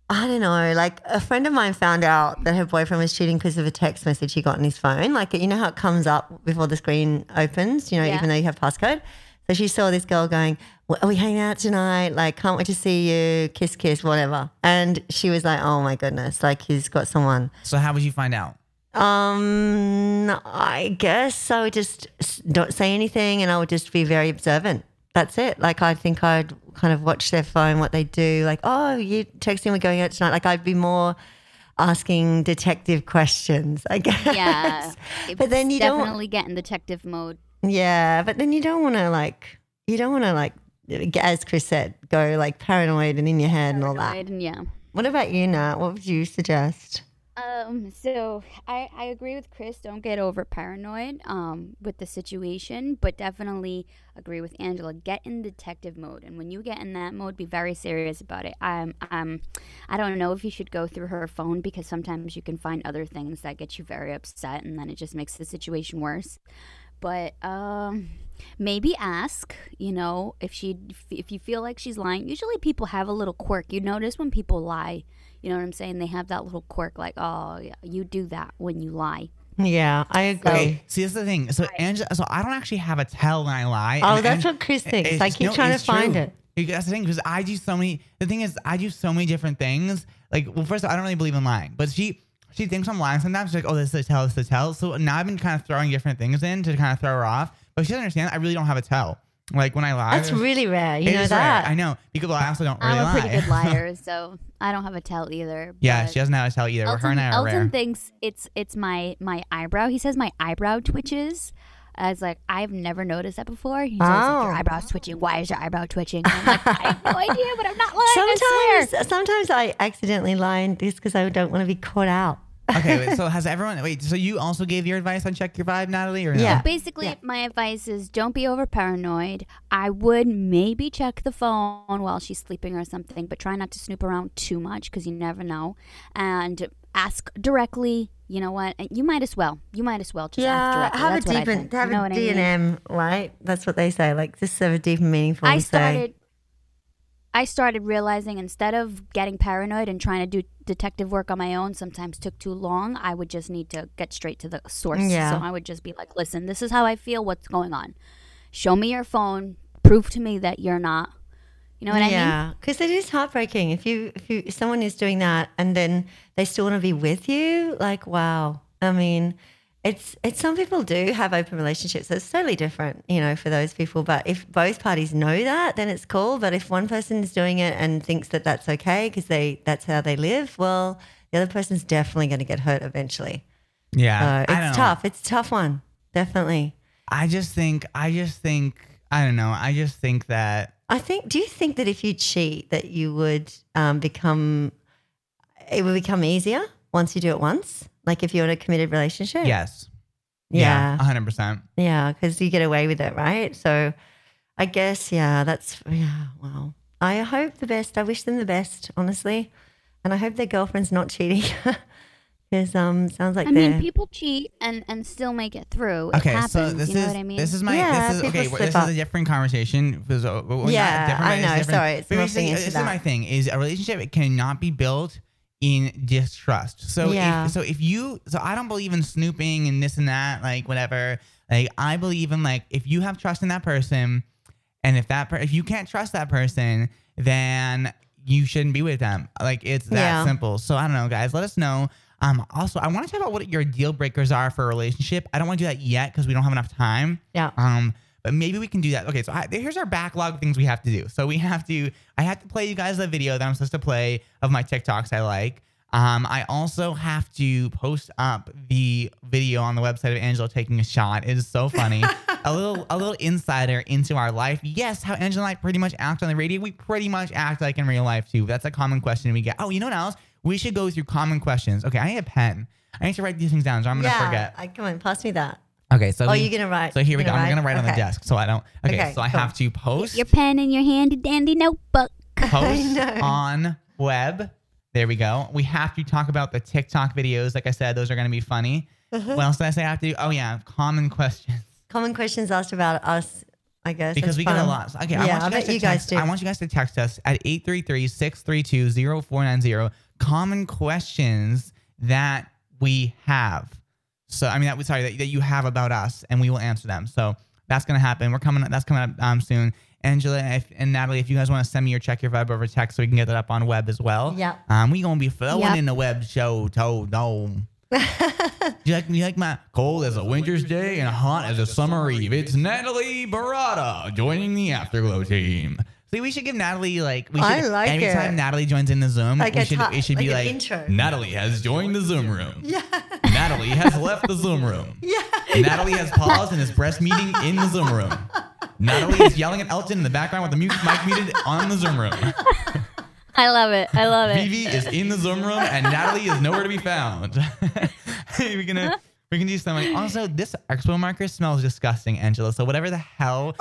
S4: I don't know. Like a friend of mine found out that her boyfriend was cheating because of a text message he got on his phone. Like you know how it comes up before the screen opens. You know,
S7: Yeah.
S4: even though you have passcode. So she saw this girl going, "W- "Are we hanging out tonight? Like, can't wait to see you. Kiss, kiss, whatever." And she was like, "Oh my goodness! Like he's got someone."
S1: so how would you find out?
S4: Um, I guess I would just s- don't say anything, and I would just be very observant. That's it. Like I think I'd kind of watch their phone, what they do. Like, oh, you texting? We're going out tonight. Like I'd be more asking detective questions. I guess.
S7: Yeah.
S4: but then
S7: It's
S4: you don't.
S7: definitely get in detective mode.
S4: Yeah, but then you don't want to like you don't want to like as Chris said, go like paranoid and in your head and all that.
S7: Right? And yeah.
S4: What about you, Nat? What would you suggest?
S7: Um, so I, I agree with Chris. Don't get over paranoid um, with the situation, but definitely agree with Angela. Get in detective mode, and when you get in that mode, be very serious about it. Um, um, I don't know if you should go through her phone because sometimes you can find other things that get you very upset, and then it just makes the situation worse. But um, maybe ask, you know, if she if you feel like she's lying. Usually, people have a little quirk. You notice when people lie. You know what I'm saying? They have that little quirk, like, oh, yeah, you do that when you lie.
S4: Yeah, I agree.
S1: Okay, See, this is the thing. So Angela, so I don't actually have a tell when I lie.
S4: Oh,
S1: and
S4: that's
S1: Ange-
S4: what Chris thinks.
S1: it's
S4: I
S1: just-
S4: keep trying to
S1: it's
S4: find it.
S1: You- That's the thing because I do so many. The thing is, I do so many different things. Like, well, first of all, I don't really believe in lying, but she she thinks I'm lying sometimes. She's like, oh, this is a tell, this is a tell. So now I've been kind of throwing different things in to kind of throw her off, but she doesn't understand. I really don't have a tell. Like when I lie,
S4: That's really rare. You
S1: it
S4: know
S1: is rare.
S4: that.
S1: I know because well, I also don't really
S7: I'm a
S1: lie.
S7: pretty good liar, so I don't have a tell either.
S1: yeah,
S7: but
S1: she doesn't have a tell either.
S7: Elton,
S1: her and I are
S7: Elton
S1: rare.
S7: thinks it's it's my my eyebrow. He says my eyebrow twitches. I was like, I've never noticed that before. He's always like, your
S4: Oh.
S7: eyebrow's twitching. Why is your eyebrow twitching? And I'm like, I have no idea, but I'm not lying. I swear.
S4: Sometimes, sometimes I accidentally lie in this because I don't want to be caught out.
S1: okay, wait, so has everyone? Wait, so you also gave your advice on check your vibe, Natalie, or no?
S4: Yeah.
S7: Basically, my advice is don't be over paranoid. I would maybe check the phone while she's sleeping or something, but try not to snoop around too much because you never know. And ask directly. You know what? You might as well. You might as well just ask directly.
S4: have
S7: That's
S4: a
S7: what I
S4: deep, and
S7: think. You
S4: have
S7: know
S4: a
S7: what I
S4: D
S7: mean?
S4: and M, right? That's what they say. Like just have a deep and meaningful.
S7: I
S4: say.
S7: started. I started realizing instead of getting paranoid and trying to do detective work on my own, sometimes took too long. I would just need to get straight to the source.
S4: Yeah.
S7: So I would just be like, "Listen, this is how I feel. What's going on? Show me your phone. Prove to me that you're not." You know what I mean?
S4: yeah, because it is heartbreaking if you if you if someone is doing that and then they still want to be with you. Like wow, I mean, it's it's some people do have open relationships. It's totally different, you know, for those people. But if both parties know that, then it's cool. But if one person is doing it and thinks that that's okay because they that's how they live, well, the other person's definitely going to get hurt eventually.
S1: yeah.
S4: Uh,
S1: I don't
S4: it's
S1: know.
S4: tough. It's a tough one, definitely.
S1: I just think, I just think, I don't know. I just think that
S4: I think. Do you think that if you cheat, that you would um, become it would become easier once you do it once? Like if you're in a committed relationship.
S1: yes,
S4: Yeah.
S1: hundred percent.
S4: Yeah, because you get away with it, right? So, I guess yeah, that's yeah. Wow. I hope the best. I wish them the best, honestly, and I hope their girlfriend's not cheating. Because um, sounds like
S7: I
S4: they're
S7: mean, people cheat and and still make it through. it
S1: eh. Okay,
S7: happens.
S1: so this
S7: you know
S1: is
S7: what I mean?
S1: this is my
S4: Yeah,
S1: this is
S4: people
S1: okay.
S4: slip
S1: This
S4: up.
S1: is a different conversation. This is a- well, not
S4: Yeah,
S1: different,
S4: I
S1: but it's
S4: know,
S1: different.
S4: sorry, it's
S1: But
S4: morphing
S1: basically,
S4: into
S1: this
S4: that.
S1: is my thing: is a relationship cannot be built in distrust. So
S4: Yeah.
S1: if, so if you so I don't believe in snooping and this and that, like whatever. Like I believe in like if you have trust in that person, and if that per- if you can't trust that person, then you shouldn't be with them. Like it's that
S4: Yeah.
S1: simple. So I don't know, guys. Let us know. Um, also, I want to talk about what your deal breakers are for a relationship. I don't want to do that yet because we don't have enough time.
S4: Yeah.
S1: Um, but maybe we can do that. Okay, so I, here's our backlog of things we have to do. So we have to. I have to play you guys the video that I'm supposed to play of my TikToks I like. Um, I also have to post up the video on the website of Angela taking a shot. It is so funny. a little, a little insider into our life. Yes, how Angela and I pretty much act on the radio. We pretty much act like in real life too. That's a common question we get. Oh, you know what else? We should go through common questions. Okay, I need a pen. I need to write these things down, so I'm gonna
S4: yeah.
S1: forget.
S4: I, come on, pass me that.
S1: Okay, so
S4: Oh,
S1: we-
S4: you're gonna write-
S1: So here we go.
S4: gonna
S1: I'm gonna
S4: write?
S1: write on the
S4: Okay.
S1: desk, so I don't. Okay,
S4: Okay,
S1: so I
S4: cool.
S1: have to post
S7: your pen and your handy dandy notebook.
S1: post
S4: know.
S1: on web. There we go. We have to talk about the TikTok videos. Like I said, those are gonna be funny.
S4: Mm-hmm.
S1: What else did I say? I have to do. Oh yeah, common questions
S4: Common questions asked about us. I guess
S1: because
S4: That's
S1: we
S4: fun.
S1: get a lot. Okay, I
S4: Yeah,
S1: want you
S4: I
S1: guys
S4: bet
S1: to
S4: you guys
S1: text,
S4: do.
S1: I want you guys to text us at 833-632-0490. Common questions that we have. So I mean that we sorry that, that you have about us and we will answer them. So that's gonna happen. We're coming that's coming up um, soon. Angela if, and Natalie, if you guys want to send me your check your vibe over text so we can get that up on web as well.
S4: Yeah.
S1: Um we gonna be flowing
S7: Yeah.
S1: in the web show, toe dome. you like you like my cold as a winter's day and hot as a summer eve. It's Natalie Barada joining the Afterglow team. See, we should give Natalie like we should
S4: I like
S1: anytime
S4: it.
S1: Natalie joins in the Zoom,
S4: Like
S1: we
S4: a
S1: should
S4: top-
S1: it should be
S4: like
S1: like
S4: an intro.
S1: Natalie has joined the Zoom room. Yeah. Natalie has left the Zoom room. Yeah. Natalie has paused and is breast meeting in the Zoom room. Natalie is yelling at Elton in the background with the mu- mic muted on the Zoom room.
S7: I love it. I love it.
S1: Vivi is in the Zoom room and Natalie is nowhere to be found. we're gonna we can do something. Also, this expo marker smells disgusting, Angela. So whatever the hell,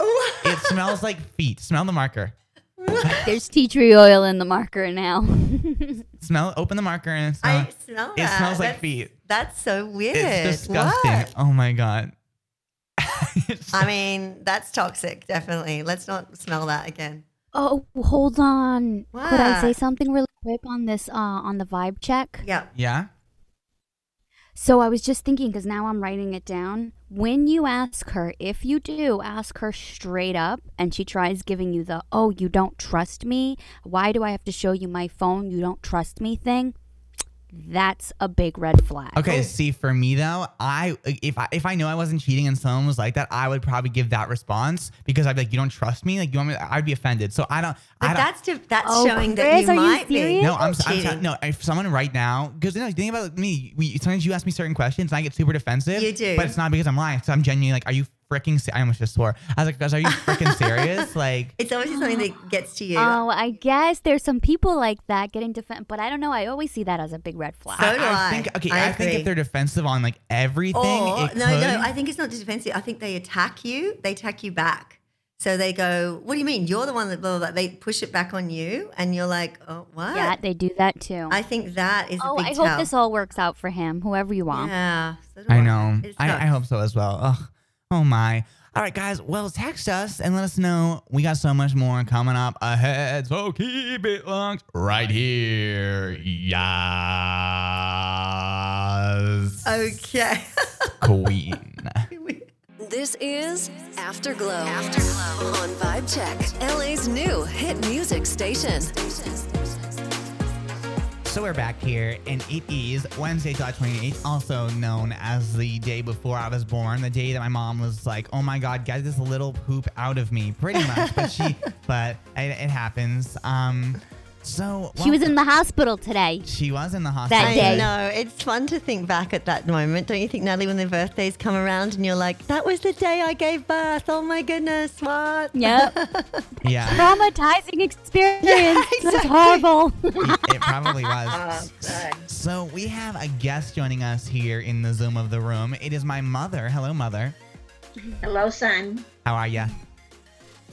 S1: it smells like feet. Smell the marker.
S7: There's tea tree oil in the marker now.
S1: Smell. Open the marker and smell.
S4: I smell
S1: it
S4: that.
S1: smells like
S4: That's-
S1: feet.
S4: That's so weird.
S1: It's disgusting.
S4: What?
S1: Oh my god.
S4: I mean, that's toxic, definitely. Let's not smell that again.
S7: oh, hold on. Could I say
S4: What?
S7: something really quick on this uh, on the vibe check?
S4: Yeah.
S1: yeah.
S7: So I was just thinking because now I'm writing it down. When you ask her, if you do, ask her straight up and she tries giving you the, oh, you don't trust me. Why do I have to show you my phone? You don't trust me thing. That's a big red flag.
S1: Okay.
S4: Oh,
S1: See, for me though, I if I if I knew I wasn't cheating and someone was like that, I would probably give that response because I'd be like, you don't trust me. Like you want me? I'd be offended. So I don't. I
S4: But
S1: don't,
S4: that's to, that's
S7: Oh,
S4: showing that
S7: Chris,
S4: you
S7: are you
S4: might be.
S7: serious?
S1: No, I'm, I'm
S4: cheating.
S1: sorry. No, if someone right now, because you know, the thing about me, we, sometimes you ask me certain questions and I get super defensive.
S4: You do.
S1: But it's not because I'm lying. So I'm genuinely like, are you freaking se-" I almost just swore. I was like, guys, are you freaking serious? Like,
S4: It's obviously something that gets to you.
S7: Oh, I guess there's some people like that getting defensive, but I don't know. I always see that as a big red flag.
S4: So do I.
S1: think, okay, I,
S4: I
S1: think
S4: agree.
S1: if they're defensive on like everything,
S4: or,
S1: it
S4: no,
S1: could.
S4: no, I think it's not defensive. I think they attack you. They attack you back. So they go, "What do you mean? You're the one that blah blah." blah. They push it back on you, and you're like, "Oh, what?"
S7: yeah, they do that too.
S4: I think that is.
S7: oh,
S4: a big
S7: I
S4: tell.
S7: hope this all works out for him, whoever you are.
S4: Yeah, so do
S1: I know.
S4: It
S1: I,
S4: sucks.
S1: I hope so as well. Ugh. Oh my. All right, guys. Well, text us and let us know. We got so much more coming up ahead. So keep it locked right here. Yes.
S4: Okay.
S1: Queen.
S3: This is Afterglow. Afterglow on Vibe Check, LA's new hit music station.
S1: so we're back here, and it is Wednesday, July 28th, also known as the day before I was born, the day that my mom was like, "Oh my God, get this little poop out of me," pretty much. But she, but it, it happens. Um, so
S7: She was in the hospital today.
S1: She was in the hospital.
S7: That
S4: I
S7: day.
S4: know. It's fun to think back at that moment, don't you think, Natalie? When the birthdays come around, and you're like, "That was the day I gave birth. Oh my goodness, what?"
S7: Yep.
S1: Yeah,
S7: Traumatizing experience. It was
S4: exactly.
S7: horrible.
S1: it probably was. So we have a guest joining us here in the Zoom of the room. It is my mother. Hello, mother.
S8: Hello, son.
S1: How are you?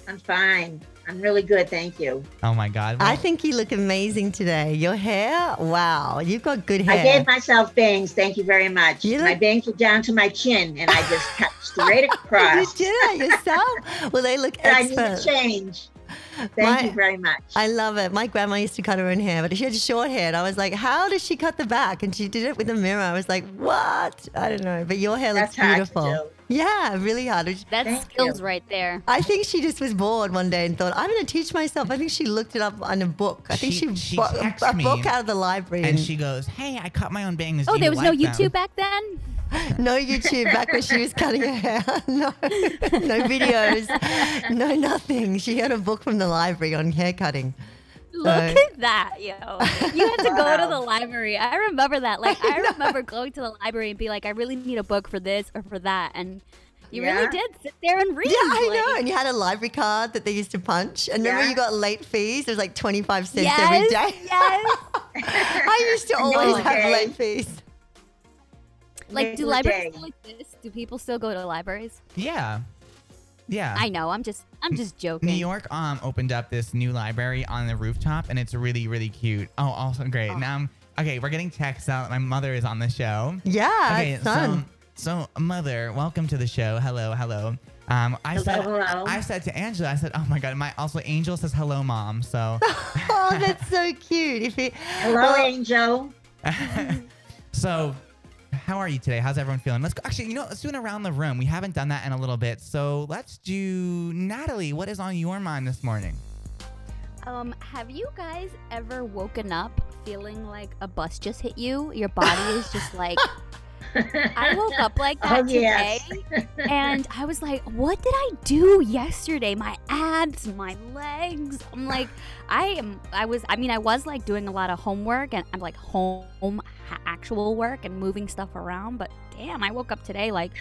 S8: I'm fine. I'm really good, thank you.
S1: Oh my God.
S4: I think you look amazing today. Your hair, wow, you've got good hair.
S8: I gave myself bangs. Thank you very much.
S4: You
S8: My
S4: look-
S8: bangs were down to my chin, and I just cut straight
S4: you
S8: across.
S4: did that yourself. Well, they look
S8: And I need a
S4: excellent.
S8: change. Thank
S4: My-
S8: you very much.
S4: I love it. My grandma used to cut her own hair, but she had short hair. And I was like, how does she cut the back? And she did it with a mirror. I was like, what? I don't know. But your hair
S8: That's
S4: looks
S8: hard to
S4: beautiful. Yeah, really hard. Which-
S7: That's
S8: Thank
S7: skills
S8: you.
S7: right there.
S4: I think she just was bored one day and thought, I'm going to teach myself. I think she looked it up on a book. I think
S1: She-
S4: she,
S1: she
S4: bought
S1: texted
S4: a
S1: me
S4: book out of the library.
S1: and she goes, "Hey, I cut my own bangs."
S7: Oh,
S1: Do
S7: there
S1: you
S7: was no
S1: like them?"
S7: YouTube back then?
S4: No YouTube back when she was cutting her hair. No, no videos. No nothing. She had a book from the library on hair cutting.
S7: Look at that, yo. You had to go to
S8: Wow.
S7: the library. I remember that. Like, I remember going to the library and be like, I really need a book for this or for that. And you really
S8: Yeah.
S7: did sit there and read.
S4: Yeah, I
S7: like-
S4: know. And you had a library card that they used to punch. And remember,
S8: Yeah.
S4: you got late fees. It was like 25 cents
S7: Yes, Oh,
S4: every day.
S7: yes.
S4: I used to always
S8: Nice
S4: have
S8: day.
S4: late fees.
S7: Like, do
S8: Little
S7: libraries
S8: day.
S7: still exist? Do people still go to libraries?
S1: Yeah, yeah.
S7: I know. I'm just, I'm just joking.
S1: New York um opened up this new library on the rooftop, and it's really really cute. Oh, also great. Now I'm okay. We're getting texts out. My mother is on the show.
S4: Yeah,
S1: Okay,
S4: it's fun.
S1: so so mother, welcome to the show. Hello, hello. Um, I
S8: Hello,
S1: said
S8: hello.
S1: I said to Angela, I said, oh my god, my also Angel says hello, mom. So
S4: oh, that's so cute. If it,
S8: Hello,
S4: well,
S8: Angel.
S1: so how are you today? How's everyone feeling? Let's go. Actually, you know, let's do an around the room. We haven't done that in a little bit, so let's do Natalie. What is on your mind this morning?
S7: Um, have you guys ever woken up feeling like a bus just hit you? Your body is just like I woke up like that
S8: Oh,
S7: today,
S8: yes.
S7: and I was like, "What did I do yesterday? My abs, my legs." I'm like, I am. I was. I mean, I was like doing a lot of homework, and I'm like home ha- actual work and moving stuff around. But damn, I woke up today like.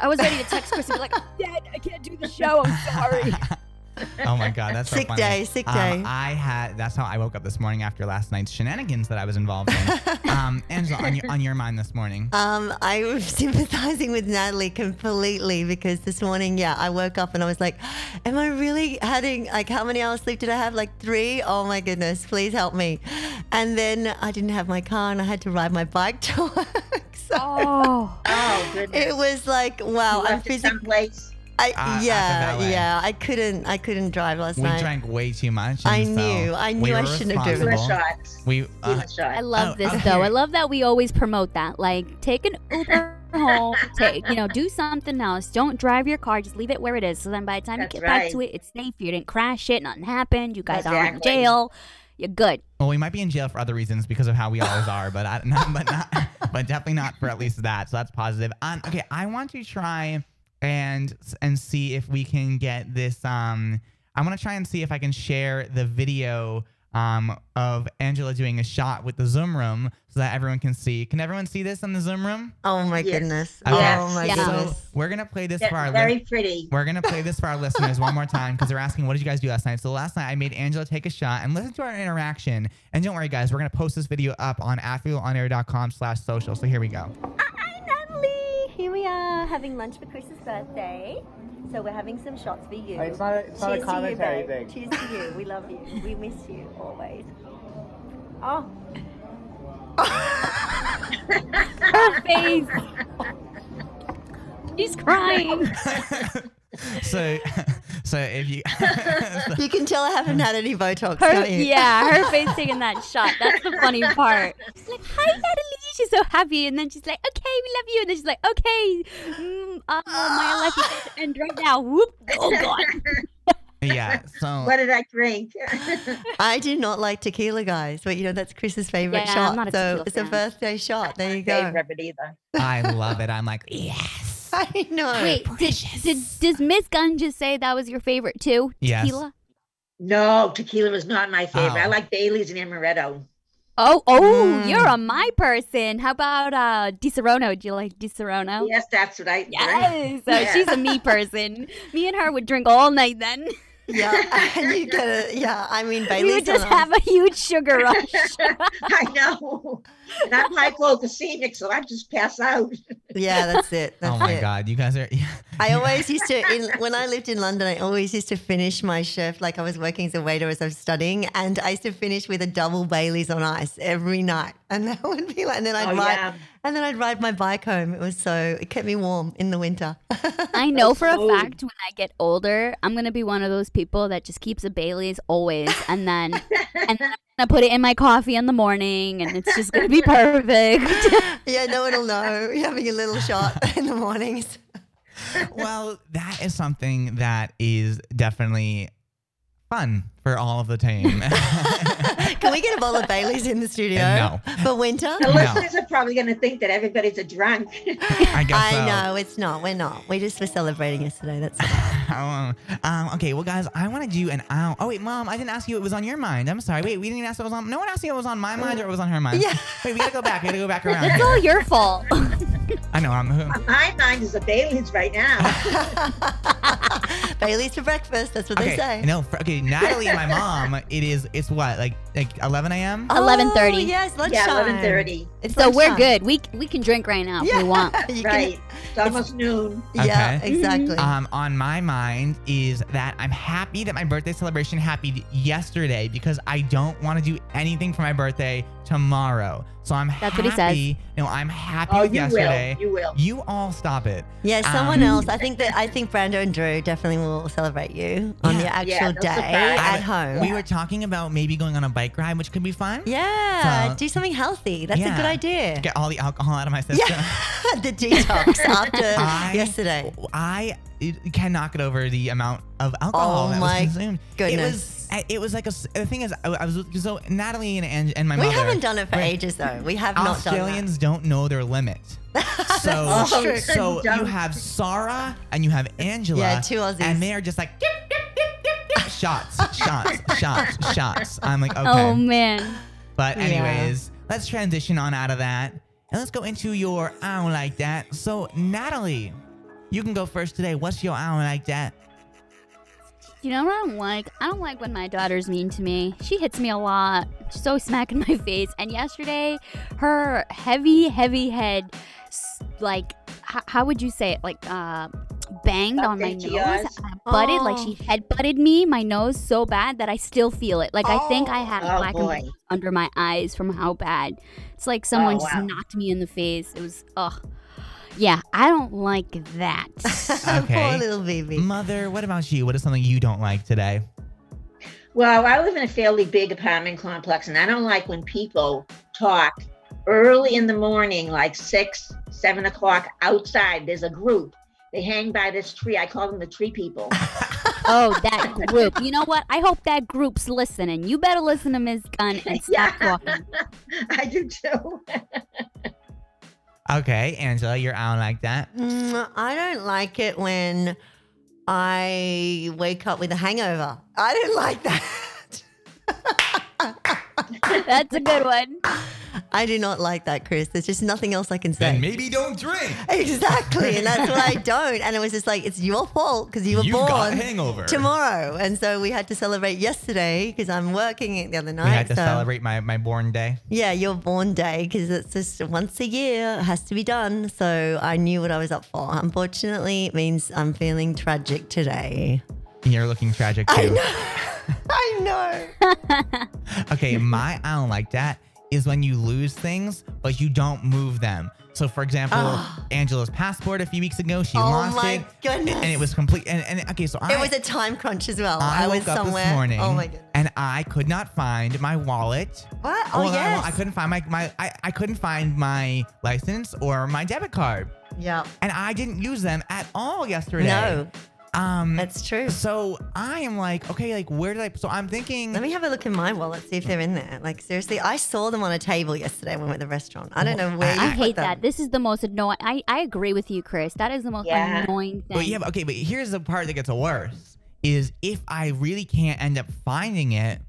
S7: I was ready to text Chris and be like, I'm dead. I can't do the show. I'm sorry.
S1: oh my god, that's so
S4: sick
S1: funny.
S4: day, sick
S1: Um,
S4: day.
S1: I had that's how I woke up this morning after last night's shenanigans that I was involved in. um, Angela, on your on your mind this morning.
S4: Um, I'm sympathizing with Natalie completely because this morning, yeah, I woke up and I was like, Am I really having like how many hours sleep did I have? Like three? Oh my goodness, please help me. And then I didn't have my car and I had to ride my bike to work. So
S7: Oh,
S8: Oh goodness.
S4: it was like, wow,
S8: You
S4: I'm
S8: left it
S4: physically.
S8: someplace. Ah,
S4: I,
S1: uh, at the
S4: yeah,
S1: valet.
S4: yeah, I couldn't, I couldn't drive last
S1: we
S4: night.
S1: drank way too much.
S4: I
S1: and so
S4: knew, I
S1: we
S4: knew I
S1: were
S4: shouldn't have driven.
S8: Tequila
S1: responsible.
S8: shots.
S1: We uh,
S8: Tequila shot.
S7: I love
S1: Oh,
S7: this
S1: okay.
S7: though. I love that we always promote that. Like, take an Uber home. Take, you know, do something else. Don't drive your car. Just leave it where it is. So then, by the time
S8: That's
S7: you get back to
S8: right.
S7: it, it's safe. You didn't crash it. Nothing happened. You guys aren't in
S8: Exactly.
S7: jail. You're good.
S1: well, we might be in jail for other reasons because of how we always are, but I not, but not, but definitely not for at least that. So that's positive. Um, okay, I want to try and and see if we can get this. Um, I want to try and see if I can share the video um of Angela doing a shot with the Zoom room so that everyone can see. Can everyone see this in the Zoom room?
S4: oh my
S8: Yes.
S4: goodness!
S1: Okay.
S4: Oh my
S7: Yeah.
S1: So
S4: goodness!
S1: we're gonna play this
S8: That's
S1: for our
S8: very
S1: lis-
S8: pretty.
S1: we're gonna play this for our listeners one more time because they're asking, "What did you guys do last night?" So last night I made Angela take a shot and listen to our interaction. And don't worry, guys, we're gonna post this video up on atfuelonair.com/social. So here we go.
S9: Hi, Natalie. Here we are having lunch for Chris's birthday. So we're having some shots for you.
S10: It's not a, it's not a
S9: Cheers to
S10: commentary
S9: you, babe.
S10: thing.
S9: Cheers to you. We love you. We miss you always. Oh,
S7: Her face. She's crying.
S1: so, so if you,
S4: You can tell I haven't had any Botox,
S7: Her,
S4: don't you?
S7: yeah, her face taking that shot. That's the funny part. She's like, "Hi, Natalie." She's so happy, and then she's like, "Okay, we love you," and then she's like, "Okay, mm, uh, my life is about to end right now." Whoop! Oh God.
S1: yeah. So
S8: What did I drink?
S4: I do not like tequila, guys, but you know that's Chris's favorite
S7: Yeah, I'm
S4: shot.
S7: not a
S4: so
S7: tequila
S4: it's a
S7: fan.
S4: birthday shot. There you go.
S8: Favorite either.
S1: I love it. I'm like, yes.
S4: I know.
S7: Wait, did, did, does Miss Gunn just say that was your favorite too?
S1: Yes.
S7: Tequila.
S8: No, tequila was not my favorite. I
S1: Oh.
S8: like Bailey's and amaretto.
S7: Oh, oh,
S4: Mm.
S7: you're a my person. How about uh, Di Serono? Do you like Di Serono?
S8: Yes, that's what I drink.
S7: Yes. Oh,
S8: Yeah.
S7: she's a me person. me and her would drink all night then.
S4: Yeah, and you get it. Yeah, I mean
S7: we
S4: Bailey's.
S7: would just
S4: on
S7: have a huge sugar rush.
S8: I know. And I'm hypoglycemic, so I just pass out.
S4: Yeah, that's it. That's
S1: oh my
S4: it.
S1: God, you guys are.
S4: I always used to, in, when I lived in London, I always used to finish my shift like I was working as a waiter as I was studying, and I used to finish with a double Bailey's on ice every night, and that would be like, and then I'd
S8: oh,
S4: ride,
S8: yeah.
S4: and then I'd ride my bike home. It was so it kept me warm in the winter.
S7: I know for a
S4: Oh.
S8: smooth.
S7: fact when I get older, I'm gonna be one of those people that just keeps a Bailey's always, and then and then I'm gonna put it in my coffee in the morning, and it's just gonna be perfect.
S4: yeah, no one will know. You're having a little shot in the mornings.
S1: well, that is something that is definitely fun for all of the team.
S4: Can we get a bottle of Bailey's in the studio
S1: No.
S4: for winter?
S8: The
S1: No.
S8: listeners are probably going to think that everybody's a drunk.
S1: I guess
S4: I
S1: so.
S4: know it's not. We're not. We just were celebrating yesterday. That's all.
S1: um, um, okay, well, guys, I want to do an hour. Oh, wait, mom, I didn't ask you it was on your mind. I'm sorry. Wait, we didn't ask it was on. No one asked you it was on my mind or it was on her mind.
S4: Yeah.
S1: Wait, we gotta go back. We gotta go back around.
S7: it's
S1: here.
S7: all your fault.
S1: I know. I'm.
S8: my mind is a Bailey's right now.
S4: Bailey's for breakfast. That's what they
S1: Okay.
S4: say.
S1: No. For, okay, Natalie and my mom. It is. It's what like like 11 a.m.
S4: Oh,
S7: 11:30.
S4: yes, lunchtime.
S8: yeah, 11.30.
S4: It's
S7: so we're
S4: lunchtime.
S7: good. We c- we can drink right now if
S4: Yeah.
S7: we want.
S4: You can-
S8: Right. It's almost noon.
S4: Yeah,
S1: Okay.
S4: exactly.
S1: Um, on my mind is that I'm happy that my birthday celebration happened yesterday because I don't want to do anything for my birthday tomorrow. So I'm
S7: That's
S1: happy.
S7: what he says.
S1: No, I'm happy
S8: Oh,
S1: with
S8: you
S1: yesterday.
S8: will. You will.
S1: You all stop it.
S4: yeah, someone
S1: um,
S4: else. I think that I think Brando and Drew definitely will celebrate you on
S1: Yeah.
S4: your actual
S8: Yeah, they'll
S4: day
S8: surprise.
S4: at
S1: I-
S4: home.
S1: We were talking about maybe going on a bike ride, which could be fun.
S4: yeah,
S1: So-
S4: do something healthy. That's
S1: Yeah.
S4: a good idea.
S1: Get all the alcohol out of my system.
S4: Yeah, the detox after
S1: I-
S4: yesterday.
S1: I it cannot get over the amount of alcohol
S4: Oh
S1: that
S4: my
S1: was consumed. It
S4: goodness.
S1: was, I- it was like a, s- the thing is, I, I was, so Natalie and, and, and my
S4: we
S1: mother.
S4: haven't done it for
S1: we're-
S4: ages though. We have not done that.
S1: Australians don't know their limit. So,
S4: Oh, true.
S1: so
S8: Dumb.
S1: you have Sarah and you have Angela.
S4: Yeah, two Aussies.
S1: And they are just like dip, dip, dip, dip, dip. shots, shots, shots, shots. I'm like, okay.
S7: Oh man.
S1: but
S4: Yeah.
S1: anyways, let's transition on out of that and let's go into your I don't like that. So Natalie, you can go first today. What's your I don't like that?
S7: You know what I don't like? I don't like when my daughter's mean to me. She hits me a lot. She's always smacking my face. And yesterday, her heavy, heavy head, s- like, h- how would you say it? Like, uh, banged on my
S8: Bumped
S7: nose.
S8: into yours?
S7: I butted, like,
S8: Oh.
S7: she head butted me, my nose, so bad that I still feel it. Like, I think I had
S8: Oh,
S7: black and
S8: boy.
S7: blue under my eyes from how bad. It's like someone
S8: Oh,
S7: just
S8: wow.
S7: knocked me in the face. It was, ugh. Yeah, I don't like that.
S4: Poor
S1: Okay. Mm.
S4: little Vivi.
S1: Mother, what about you? What is something you don't like today?
S8: Well, I live in a fairly big apartment complex, and I don't like when people talk early in the morning, like six, seven o'clock outside. There's a group. They hang by this tree. I call them the tree people.
S7: Oh, that group. You know what? I hope that group's listening. You better listen to Ms. Gunn and stop
S8: Yeah.
S7: talking.
S8: I do too.
S1: Okay, Angela, your I don't like that.
S4: Mm, I don't like it when I wake up with a hangover. I don't like that.
S7: That's a good one.
S4: I do not like that, Chris. There's just nothing else I can say.
S1: maybe don't drink.
S4: Exactly, and that's what I don't. And it was just like it's your fault because you were
S1: You've
S4: born
S1: got a hangover.
S4: tomorrow, and so we had to celebrate yesterday because I'm working it the other night.
S1: We had to
S4: so-
S1: celebrate my, my born day.
S4: Yeah, your born day because it's just once a year it has to be done. So I knew what I was up for. Unfortunately, it means I'm feeling tragic today.
S1: You're looking tragic too.
S4: I know.
S1: Okay, my I don't like that is when you lose things, but you don't move them. So, for example, Angela's passport a few weeks ago, she
S4: Ah. oh
S1: lost
S4: my
S1: it.
S4: goodness.
S1: And it was complete. And, and okay, so I,
S4: It was a time crunch as well.
S1: I
S4: I, was
S1: woke up
S4: somewhere.
S1: this morning
S4: Oh my goodness.
S1: and I could not find my wallet.
S4: What? Oh
S1: Well, not- well,
S4: yes.
S1: I couldn't find my, my I, I couldn't find my license or my debit card.
S4: yeah.
S1: And I didn't use them at all yesterday.
S4: No,
S1: Um
S4: that's true.
S1: so I am like, okay, like where did I so I'm thinking
S4: Let me have a look in my wallet, see if they're in there. Like seriously, I saw them on a table yesterday when we were at the restaurant. I don't know where you
S7: I
S4: put
S7: hate
S4: them.
S7: that. This is the most annoying. I, I agree with you, Chris. That is the most
S8: Yeah.
S7: annoying thing.
S1: But yeah, but- okay, but here's the part that gets worse is if I really can't end up finding it,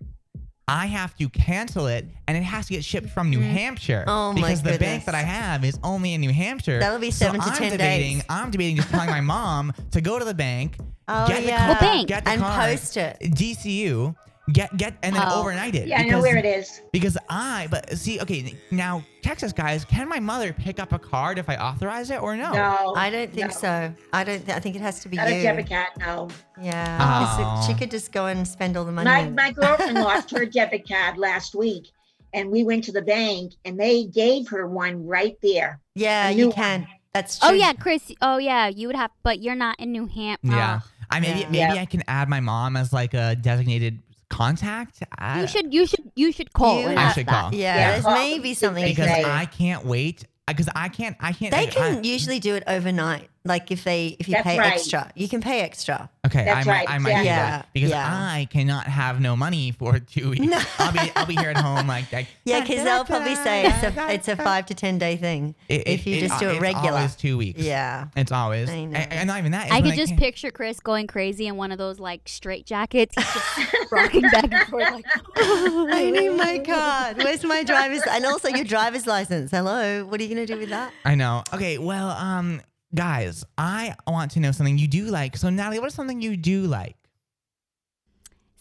S1: I have to cancel it and it has to get shipped from
S7: Mm-hmm.
S1: New Hampshire.
S4: Oh, my
S1: Because the bank
S4: goodness.
S1: that I have is only in New Hampshire.
S4: That'll be
S1: So
S4: seven to
S1: I'm
S4: 10
S1: debating,
S4: days.
S1: I'm debating just telling my mom to go to the bank,
S4: Oh,
S1: get the
S4: yeah.
S1: card,
S7: Well, bank.
S1: get the
S4: And
S1: card,
S4: post it.
S1: DCU, get get and then
S7: Oh.
S1: overnight it.
S8: Yeah, I know
S1: because-
S8: where it is.
S1: because I, but see, okay, now Texas guys, can my mother pick up a card if I authorize it or no?
S8: No,
S4: I don't think
S8: No.
S4: so. I don't. Th- I think it has to be
S8: Not
S4: you.
S8: a debit card. No,
S4: Yeah, 'cause
S1: Oh.
S4: she could just go and spend all the money.
S8: my
S4: on it.
S8: my girlfriend lost her debit card last week, and we went to the bank, and they gave her one right there.
S4: yeah,
S8: a
S4: you
S8: new
S4: can. That's true.
S7: Oh yeah, Chris. Oh yeah, you would have, but you're not in New uh, Hampshire.
S1: Yeah. I maybe
S4: Ah, Yeah.
S1: maybe I can add my mom as like a designated contact. I,
S7: You should you should you should call.
S4: You
S7: and
S1: I
S7: ask
S1: should
S7: that.
S1: call.
S4: Yeah,
S8: Yeah.
S4: there's
S8: Well,
S4: maybe something you
S1: because
S4: can
S8: they-
S4: do.
S1: I can't wait because I can't I can't.
S4: They
S1: like,
S4: can
S1: I,
S4: usually do it overnight. Like if they if you
S8: That's
S4: pay
S8: right.
S4: extra, you can pay extra.
S1: okay, I
S8: That's
S1: might
S8: right,
S1: I might do
S8: exactly.
S1: that because
S4: Yeah.
S1: I cannot have no money for two weeks.
S4: No.
S1: I'll be I'll be here at home like like
S4: Yeah, because they'll probably say it's a it's a five to ten day thing if you just do it
S1: uh, it's
S4: regular.
S1: always two weeks.
S4: Yeah.
S1: It's always.
S4: I know.
S1: And, and not even that. it's
S7: I
S1: when
S7: could just
S1: can't-
S7: picture Chris going crazy in one of those like straight jackets, He's just rocking back and forth like. "Oh,
S4: I need Oh my card. Where's my driver's and also your driver's license? Hello, what are you gonna do with that?
S1: I know. Okay, well, um, guys, I want to know something you do like. So Natalie, what is something you do like?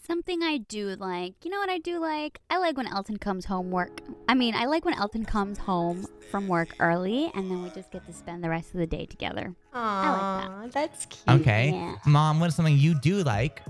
S7: Something I do like. You know what I do like? I like when Elton comes home work. I mean, I like when Elton comes home from work early and then we just get to spend the rest of the day together. I
S4: Aw, that's cute.
S8: Mm,
S1: Okay.
S7: Yeah.
S1: Mom, what is something you do like?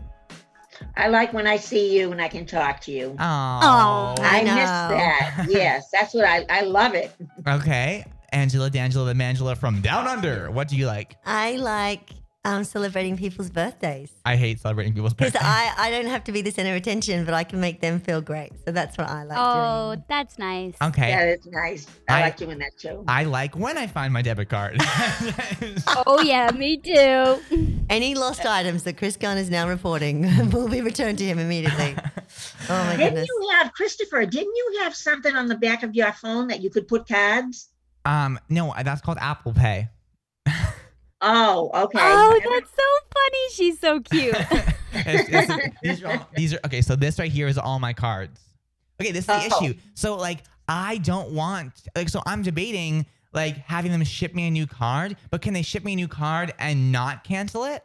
S8: I like when I see you and I can talk to you.
S1: Oh.
S8: I miss
S4: know. Oh,
S8: that. yes, that's what I I love it.
S1: Okay. Angela D'Angela the Mangela from Down Under. What do you like?
S4: I like um, celebrating people's birthdays.
S1: I hate celebrating people's
S4: Because
S1: birthdays.
S4: I, I don't have to be the center of attention, but I can make them feel great. So that's what I like
S7: Oh,
S4: doing.
S7: that's nice.
S1: okay.
S8: Yeah, it's nice. I,
S1: I-
S8: like doing that too.
S4: oh
S1: I like when I find my debit card.
S7: Oh yeah, me too.
S4: Any lost items that Chris Gunn is now reporting will be returned to him immediately. Oh my
S8: Didn't
S4: goodness.
S8: you have Christopher? Didn't you have something on the back of your phone that you could put cards?
S1: Um, no, that's called Apple Pay.
S8: Oh, okay.
S7: Oh, that's so funny. She's so cute.
S1: It's- it's- these, are all, these are okay. So this right here is all my cards. Okay, this is the
S8: Oh.
S1: issue. So like, I don't want like. So I'm debating like having them ship me a new card, but can they ship me a new card and not cancel it?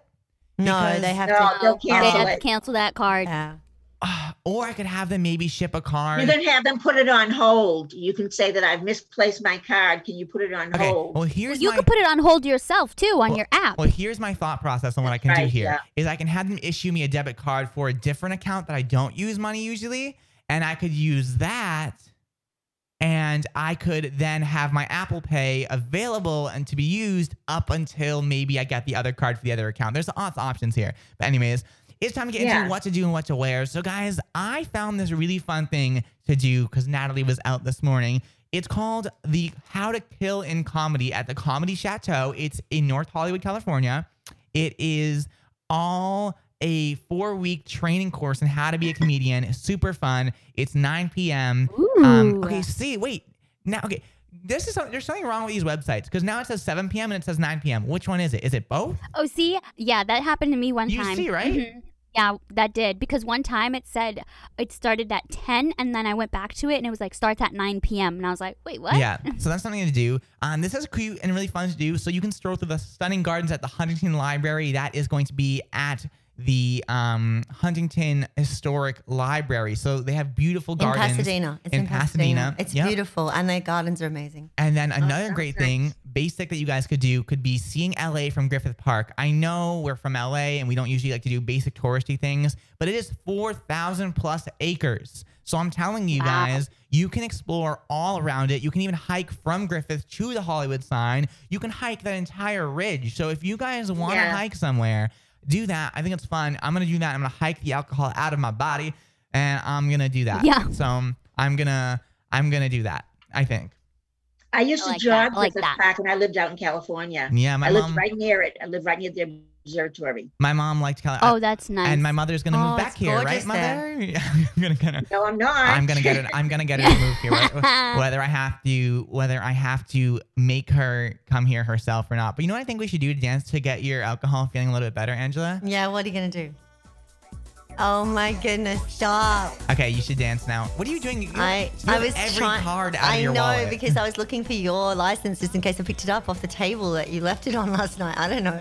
S4: No,
S1: Because-
S4: they have
S8: no,
S4: to.
S8: they'll
S7: They
S8: cancel
S7: have to
S8: it.
S7: cancel that card.
S4: Yeah.
S1: Ah, or I could have them maybe ship a
S8: You
S1: card.
S8: can have them put it on hold. You can say that I've misplaced my card. Can you put it on
S1: Okay.
S8: hold?
S1: Well,
S7: Well,
S1: here's
S7: you
S1: my.
S7: could put it on hold yourself too on
S1: Well-
S7: your app.
S1: well, here's my thought process on what I can do
S8: Right,
S1: here is
S8: yeah.
S1: I can have them issue me a debit card for a different account that I don't use money usually, and I could use that, and I could then have my Apple Pay available and to be used up until maybe I get the other card for the other account. There's lots of options here, but anyways, it's time to get
S8: Yeah.
S1: into what to do and what to wear. So guys, I found this really fun thing to do because Natalie was out this morning. It's called the How to Kill in Comedy at the Comedy Chateau. It's in North Hollywood, California. It is all a four week training course on how to be a comedian. Super fun. It's 9 p.m. Um,
S7: Ooh.
S1: okay, see, wait. Now, okay. This is some, there's something wrong with these websites because now it says 7 p.m. and it says 9 p.m. Which one is it? Is it both?
S7: Oh, see, yeah, that happened to me one
S1: You
S7: time.
S1: see, right?
S7: Mhm. Yeah, that did because one time it said it started at ten, and then I went back to it, and it was like starts at nine p.m. And I was like, wait, what?
S1: Yeah. So that's something to do. Um, this is cute and really fun to do. So you can stroll through the stunning gardens at the Huntington Library. That is going to be at the um, Huntington Historic Library. So they have beautiful
S4: In
S1: gardens.
S4: Pasadena. It's
S1: in
S4: in,
S1: Pasadena.
S4: Pasadena. It's
S1: Yep.
S4: beautiful, and their gardens are amazing.
S1: And then another
S8: sounds
S1: great
S8: nice.
S1: thing, basic that you guys could do, could be seeing LA from Griffith Park. I know we're from LA and we don't usually like to do basic touristy things, but it is 4,000 plus acres. So I'm telling you
S7: Wow.
S1: guys, you can explore all around it. You can even hike from Griffith to the Hollywood sign. You can hike that entire ridge. So if you guys want to
S8: Yeah.
S1: hike somewhere, do that. I think it's fun. I'm going to do that. I'm going to hike the alcohol out of my body and I'm going to do that.
S7: Yeah.
S1: So I'm going to I'm going to do that. I think.
S8: I used
S7: I
S8: to
S7: like that. I
S8: jog
S7: like
S8: with the
S7: that.
S8: park, and I lived out in California.
S1: Yeah, my
S8: I
S1: mom
S8: lived right near it. I lived right near the observatory.
S1: My mom liked Cali.
S7: Oh, that's nice.
S1: and my mother's gonna
S4: Oh,
S1: move back
S4: it's
S1: here, right,
S4: gorgeous
S1: mother?
S4: there.
S1: I'm gonna get her.
S8: No, I'm not.
S1: I'm gonna get it. I'm gonna get her to move here. wh- Whether I have to, whether I have to make her come here herself or not. But you know what I think we should do to dance to get your alcohol feeling a little bit better, Angela.
S4: Yeah. What are you gonna do? Oh my goodness! Stop.
S1: Okay, you should dance now. What are you doing? You
S4: I
S1: steal
S4: I was
S1: every
S4: trying.
S1: card out
S4: I
S1: of your
S4: know
S1: wallet.
S4: because I was looking for your license just in case I picked it up off the table that you left it on last night. I don't know.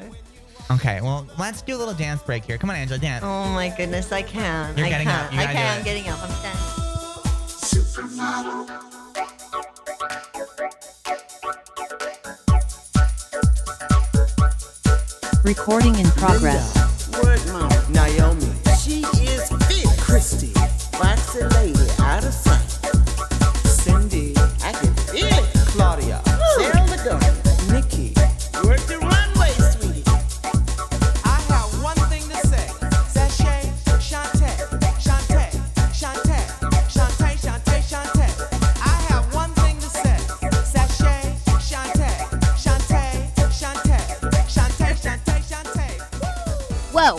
S1: okay, well, let's do a little dance break here. Come on, Angela, dance.
S4: Oh my goodness! I can't.
S1: You're
S4: I
S1: getting up.
S4: can't.
S1: You
S4: I
S1: gotta do it.
S4: can't. I'm getting up. I'm standing.
S10: Recording in progress.
S11: Naomi. She is fit. Christy. Foxy lady out of sight. Cindy. I can feel it. Claudia. Sarah Ladonna. Nikki. Work the runway, sweetie. I have one thing to say. Sachet, Shantae, Shantae, Shantae, Shantae, Shantae, Shantae. I have one thing to say. Sachet, Shantae, Shantae, Shantae, Shantae, Shantae, Shantae.
S7: Whoa! I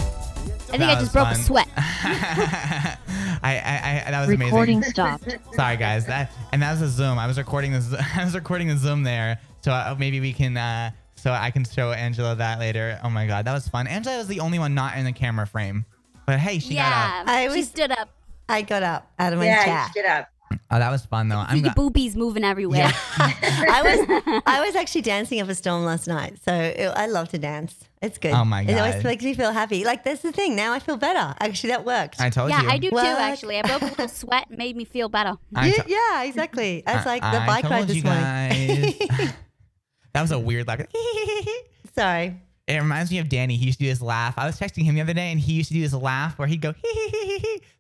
S7: think
S1: That
S7: I
S1: was
S7: just broke a
S1: fun.
S7: sweat.
S1: I, I, I, that was amazing.
S10: Recording stopped.
S1: Sorry guys, that and that was a Zoom. I was recording this. I was recording the Zoom there, so uh, maybe we can. Uh, so I can show Angela that later. Oh my god, that was fun. Angela was the only one not in the camera frame, but hey, she got
S7: yeah,
S1: up.
S4: I
S7: she
S4: was-
S7: stood up.
S4: I got up out of my
S8: yeah,
S4: chair.
S8: you get up.
S1: Oh, that was fun though. I'm
S7: See
S1: glad-
S7: your boobies moving everywhere.
S1: Yeah.
S4: I was I was actually dancing up a storm last night, so it, I love to dance. It's good.
S1: Oh my
S4: It
S1: God.
S4: always makes me feel happy. Like that's the thing. Now I feel better. Actually, that worked.
S1: I told
S7: Yeah,
S1: you.
S7: I do
S4: Work.
S7: too. Actually, I broke a little sweat, and made me feel better.
S1: I
S4: You-
S1: to-
S4: yeah, exactly. That's like the
S1: I
S4: bike ride
S1: told you
S4: this morning.
S1: guys. that was a weird laugh.
S4: Sorry.
S1: It reminds me of Danny. He used to do this laugh. I was texting him the other day, and he used to do this laugh where he'd go.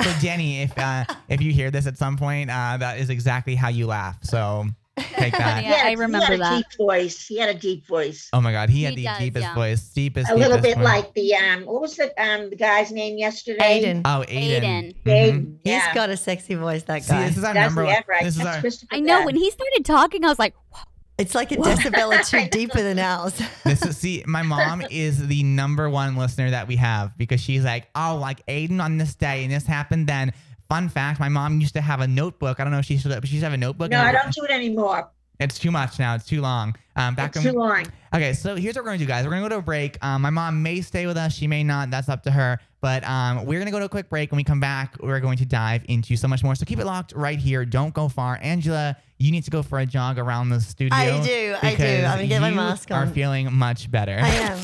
S1: so Danny, if uh, if you hear this at some point, uh, that is exactly how you laugh. So take that.
S7: Yeah, I remember
S8: he had a
S7: that.
S8: deep voice. He had a deep voice.
S1: Oh my God, he had
S7: He
S1: the
S7: does,
S1: deepest
S7: yeah.
S1: voice, deepest.
S8: a little
S1: deepest
S8: bit
S1: voice.
S8: like the um, what was the um the guy's name yesterday?
S4: Aiden.
S1: oh
S7: Aiden.
S1: Aiden. Mhm.
S8: Aiden. Yeah.
S4: He's got a sexy voice, that
S1: See,
S4: guy.
S1: this is our
S8: That's
S1: number.
S8: the
S1: One.
S8: right.
S1: This is
S8: That's
S1: our.
S8: Christopher
S7: I know
S8: Guest.
S7: when he started talking, I was like,
S4: It's like a decibel or two deeper than ours.
S1: This is, see, my mom is the number one listener that we have because she's like, oh, like Aiden on this day and this happened then. Fun fact, my mom used to have a notebook. I don't know if she still but she used to have a notebook.
S8: No,
S1: and
S8: I
S1: a-
S8: don't do it anymore.
S1: It's too much now. It's too long. Um, back
S8: It's
S1: when-
S8: too long.
S1: Okay, so here's what we're gonna do, guys. We're gonna go to a break. Um, my mom may stay with us. She may not. That's up to her. But um, we're gonna go to a quick break. When we come back, we're going to dive into so much more. So keep it locked right here. Don't go far, Angela. You need to go for a jog around the studio.
S4: I do, I do.
S1: because
S4: I'm gonna get my
S1: you
S4: mask
S1: Are
S4: on.
S1: feeling much better.
S4: I am.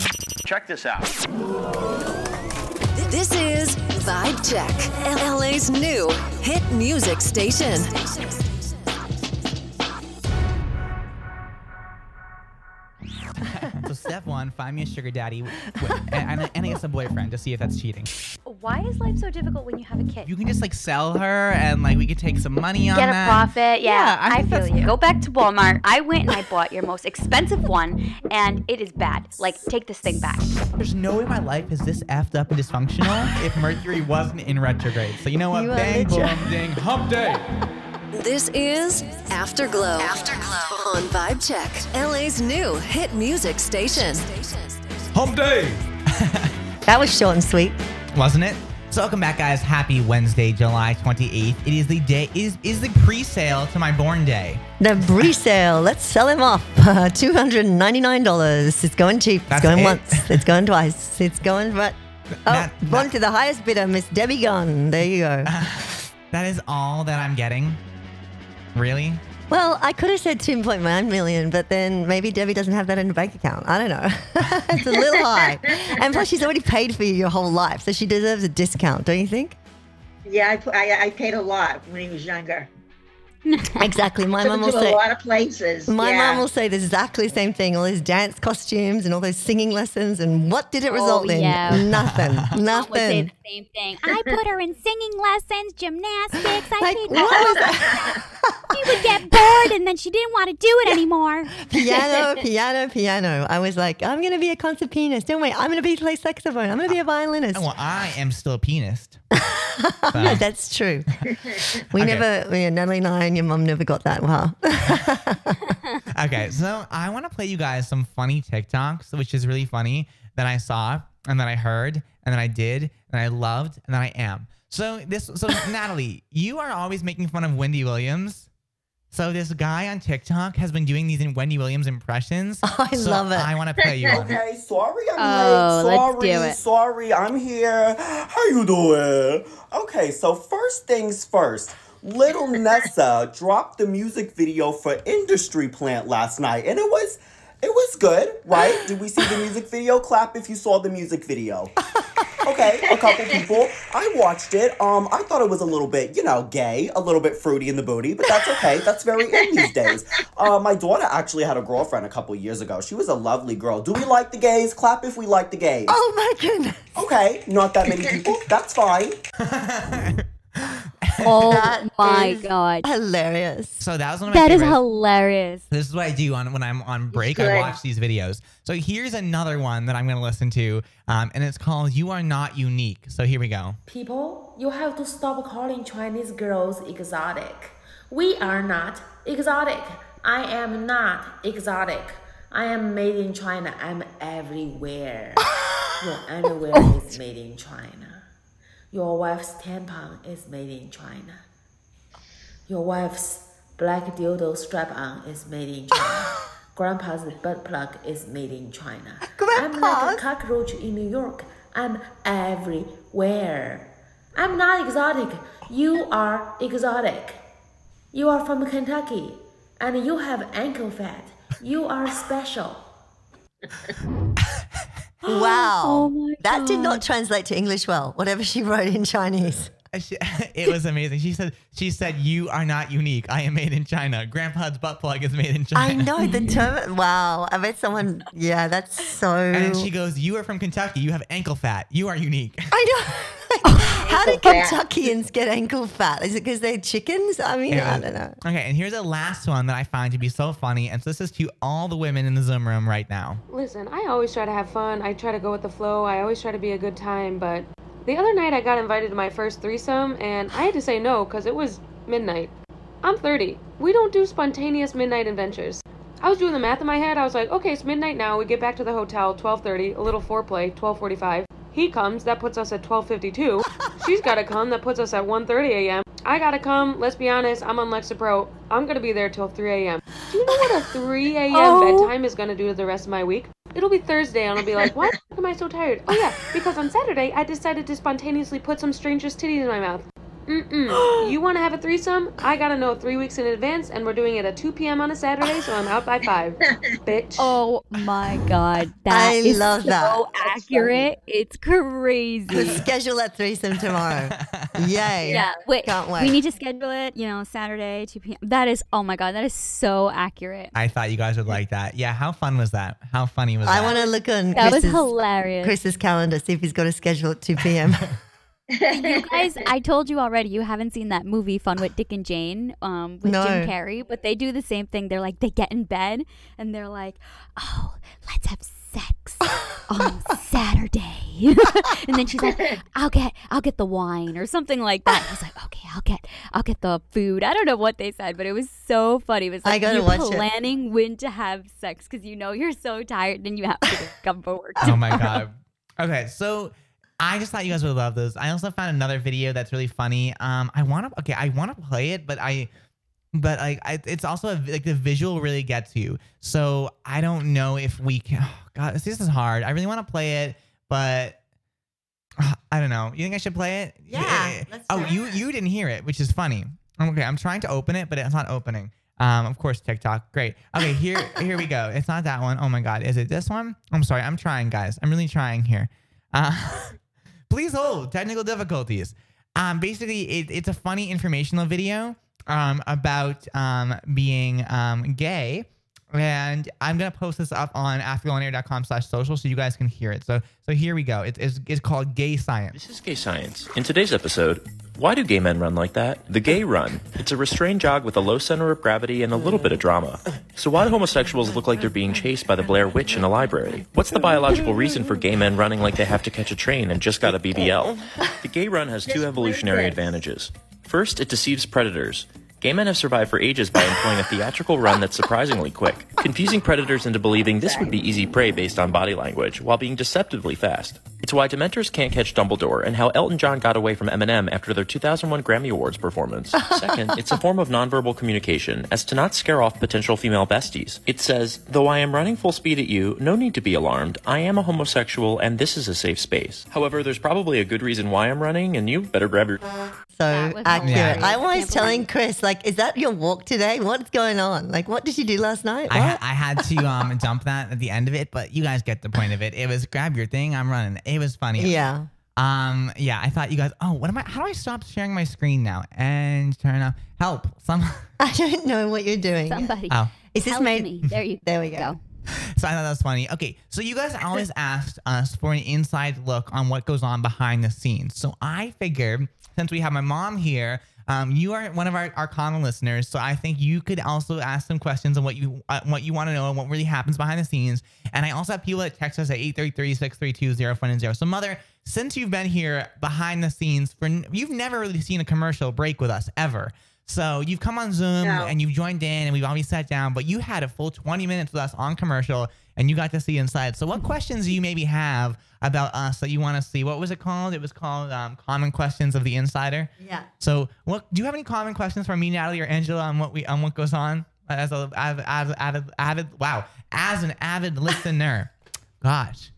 S12: Check this out.
S3: This is Vibe Check, LA's new hit music station.
S1: so step one, find me a sugar daddy, w- w- and, and, and I guess a boyfriend to see if that's cheating.
S2: Why is life so difficult when you have a kid?
S1: You can just like sell her, and like we could take some money on
S2: Get a
S1: that.
S2: profit. Yeah,
S1: I
S2: I,
S1: think that's-
S2: feel you. Go back to Walmart. I went and I bought your most expensive one, and it is bad. Like, take this thing back.
S1: There's no way my life is this effed up and dysfunctional if Mercury wasn't in retrograde. So you know what?
S3: You are
S1: Bang,
S3: literal-
S1: boom, ding, hump day.
S3: This is Afterglow. Afterglow on Vibe Check, LA's new hit music station.
S1: Hump day.
S4: that was short and sweet.
S1: Wasn't it? So welcome back, guys. Happy Wednesday, July 28th. It is the day is is the pre-sale to my born day.
S4: The Brie sale, let's sell him off. $299. It's going cheap. It's
S1: That's
S4: going
S1: it.
S4: once. It's going twice. It's going but oh, one to the highest bidder, Miss Debbie Gunn. There you go.
S1: That is all that I'm getting. Really?
S4: well, I could have said 2.9 million, but then maybe Debbie doesn't have that in her bank account. I don't know. it's a little high. And plus, she's already paid for you your whole life, so she deserves a discount, don't you think?
S8: Yeah, I, pu- I, I paid a lot when he was younger.
S4: Exactly. My
S8: Took
S4: mom
S8: him
S4: will
S8: to
S4: say.
S8: a lot of places.
S4: My
S8: yeah.
S4: mom will say the exactly same thing. All those dance costumes and all those singing lessons, and what did it result in?
S7: yeah.
S4: Nothing.
S7: Mom would say
S4: Nothing.
S7: the same thing. I put her in singing lessons, gymnastics. I paid for
S4: what
S7: all that. She would get bored, and then she didn't want to do it anymore.
S4: piano, piano, piano. I was like, I'm going to be a concertinist. Don't wait. I'm going to be play saxophone. I'm going to be a violinist.
S1: Oh, Well, I am still a pianist.
S4: No, that's true. We
S1: Okay.
S4: never, we, Natalie and I and your mom never got that. Wow.
S7: Oh,
S1: Okay, so I want to play you guys some funny TikToks, which is really funny that I saw and that I heard and that I did and I loved and that I am. So this, so Natalie, you are always making fun of Wendy Williams. So this guy on TikTok has been doing these Wendy Williams impressions. I
S4: Oh, love it.
S1: I want to play you one.
S11: Okay, sorry I'm
S7: Oh,
S11: late.
S7: let's
S11: Sorry,
S7: do it.
S11: sorry, I'm here. How you doing? Okay, so first things first. Little Nessa dropped the music video for Industry Plant last night, and it was it was good, right? Did we see the music video? Clap if you saw the music video. Okay, a couple people. I watched it. Um, I thought it was a little bit, you know, gay, a little bit fruity in the booty, but that's okay. That's very in these days. Uh, my daughter actually had a girlfriend a couple years ago. She was a lovely girl. Do we like the gays? Clap if we like the gays.
S4: Oh my goodness.
S11: Okay, not that many people. That's fine.
S7: Oh
S4: That
S7: my
S4: is
S7: god,
S4: hilarious!
S1: So that was one of my
S7: That is
S1: favorites.
S7: hilarious.
S1: This is what I do on when I'm on break. I
S7: good.
S1: watch these videos. So here's another one that I'm going to listen to, um, and it's called "You Are Not Unique." So here we go.
S13: People, you have to stop calling Chinese girls exotic. We are not exotic. I am not exotic. I am made in China. I'm everywhere. Your underwear is made in China. Your wife's tampon is made in China. Your wife's black dildo strap on is made in China. Grandpa's butt plug is made in China. I'm like a cockroach in New York. I'm everywhere. I'm not exotic. You are exotic. You are from Kentucky and you have ankle fat. You are special.
S4: Wow.
S7: Oh my
S4: that did not translate to English well, whatever she wrote in Chinese.
S1: It was amazing. She said, "She said you are not unique. I am made in China. Grandpa's butt plug is made in
S4: I
S1: China."
S4: know the term. Wow. I bet someone, yeah, that's so.
S1: And then she goes, "You are from Kentucky. You have ankle fat. You are unique."
S4: How did
S1: Ankle fat.
S4: Kentuckians get ankle fat? Is it because they're chickens? I mean, I
S1: Anyway.
S4: don't know.
S1: Okay, and here's the last one that I find to be so funny, and so this is to all the women in the Zoom room right now.
S14: Listen, I always try to have fun. I try to go with the flow. I always try to be a good time. But the other night, I got invited to my first threesome, and I had to say no because it was midnight. I'm 30. We don't do spontaneous midnight adventures. I was doing the math in my head. I was like, okay, it's midnight now. We get back to the hotel, 12:30, a little foreplay, 12:45. He comes, that puts us at 12:52. She's got to come, that puts us at 1:30 a.m. I got to come. Let's be honest, I'm on Lexapro. I'm going to be there till 3 a.m. Do you know what a 3 a.m.
S13: Oh.
S14: bedtime is going to do to the rest of my week? It'll be Thursday and I'll be like, why the f- am I so tired? Oh yeah, because on Saturday I decided to spontaneously put some stranger's titties in my mouth. Mm-mm. you want to have a threesome? I gotta know three weeks in advance, and we're doing it at 2 p.m. on a Saturday, so I'm out by five, bitch.
S7: Oh my god, that
S4: I
S7: is
S4: love
S7: so
S4: that.
S7: accurate. It's crazy.
S4: Schedule that threesome tomorrow. Yay.
S7: Yeah, wait.
S4: Can't wait.
S7: We need to schedule it. You know, Saturday, two p.m. That is, oh my god, that is so accurate.
S1: I thought you guys would like that. Yeah, how fun was that? How funny was that?
S4: I want to look on
S7: That was
S4: Chris's,
S7: hilarious.
S4: Chris's calendar, see if he's got a schedule at 2 p.m.
S7: you guys, I told you already. You haven't seen that movie, Fun with Dick and Jane, um, with
S4: No.
S7: Jim Carrey. But they do the same thing. They're like, they get in bed and they're like, oh, let's have sex on Saturday. and then she's like, I'll get, I'll get the wine or something like that. He's like, okay, I'll get, I'll get the food. I don't know what they said, but it was so funny. It was
S4: I
S7: like
S4: gotta
S7: you
S4: watch it.
S7: planning when to have sex because you know you're so tired and you have to come for work.
S1: Oh my god. Okay, so I just thought you guys would love those. I also found another video that's really funny. Um, I want to okay, I want to play it, but I, but like I, it's also a, like the visual really gets you. So I don't know if we can. Oh god, this this is hard. I really want to play it, but ah, I don't know. You think I should play it? Yeah. Oh, you you didn't hear it, which is funny. Okay, I'm trying to open it, but it's not opening. Um, of course, TikTok. Great. Okay, here here we go. It's not that one. Oh my god, is it this one? I'm sorry. I'm trying, guys. I'm really trying here. Uh, please hold. Technical difficulties. Um, basically, it, it's a funny informational video um, about um, being um, gay. And I'm gonna post this up on afterglowonair.com slash social so you guys can hear it. So so here we go. It's it's, it's called gay science.
S12: This is gay science. In today's episode, why do gay men run like that? The gay run. It's a restrained jog with a low center of gravity and a little bit of drama. So why do homosexuals look like they're being chased by the Blair Witch in a library? What's the biological reason for gay men running like they have to catch a train and just got a BBL? The gay run has two evolutionary advantages. First, it deceives predators. Gay men have survived for ages by employing a theatrical run that's surprisingly quick, confusing predators into believing this would be easy prey based on body language, while being deceptively fast. It's why Dementors can't catch Dumbledore and how Elton John got away from Eminem after their 2001 Grammy Awards performance. Second, it's a form of nonverbal communication as to not scare off potential female besties. It says, Though I am running full speed at you, no need to be alarmed. I am a homosexual and this is a safe space. However, there's probably a good reason why I'm running, and you better grab your.
S4: so accurate.
S12: hilarious.
S4: I'm always telling Chris, like, is that your walk today? What's going on? Like, what did you do last night?
S1: I,
S4: What?
S1: ha- I had to um dump that at the end of it, but you guys get the point of it. It was grab your thing, I'm running. It was funny.
S4: Yeah.
S1: Um. Yeah. I thought you guys. Oh, what am I? How do I stop sharing my screen now and turn off? Help! Some.
S4: I don't know what you're doing.
S7: Somebody.
S1: Oh.
S4: Is this
S7: help
S4: made?
S7: me. There you.
S4: There we go.
S1: So I thought that was funny. Okay. So you guys always asked us for an inside look on what goes on behind the scenes. So I figured since we have my mom here, um, you are one of our, our common listeners. So I think you could also ask some questions on what you uh, what you want to know and what really happens behind the scenes. And I also have people that text us at 833-632-0490. So mother, since you've been here behind the scenes for you've never really seen a commercial break with us ever. So you've come on Zoom
S8: No.
S1: and you've joined in and we've already sat down, but you had a full 20 minutes with us on commercial and you got to see inside. So
S7: Mm-hmm.
S1: what questions do you maybe have about us that you want to see? What was it called? It was called um, Common Questions of the Insider.
S4: Yeah.
S1: So what do you have any common questions for me, Natalie or Angela on what we on what goes on as a avid avid, avid, avid wow as an avid listener? Gosh,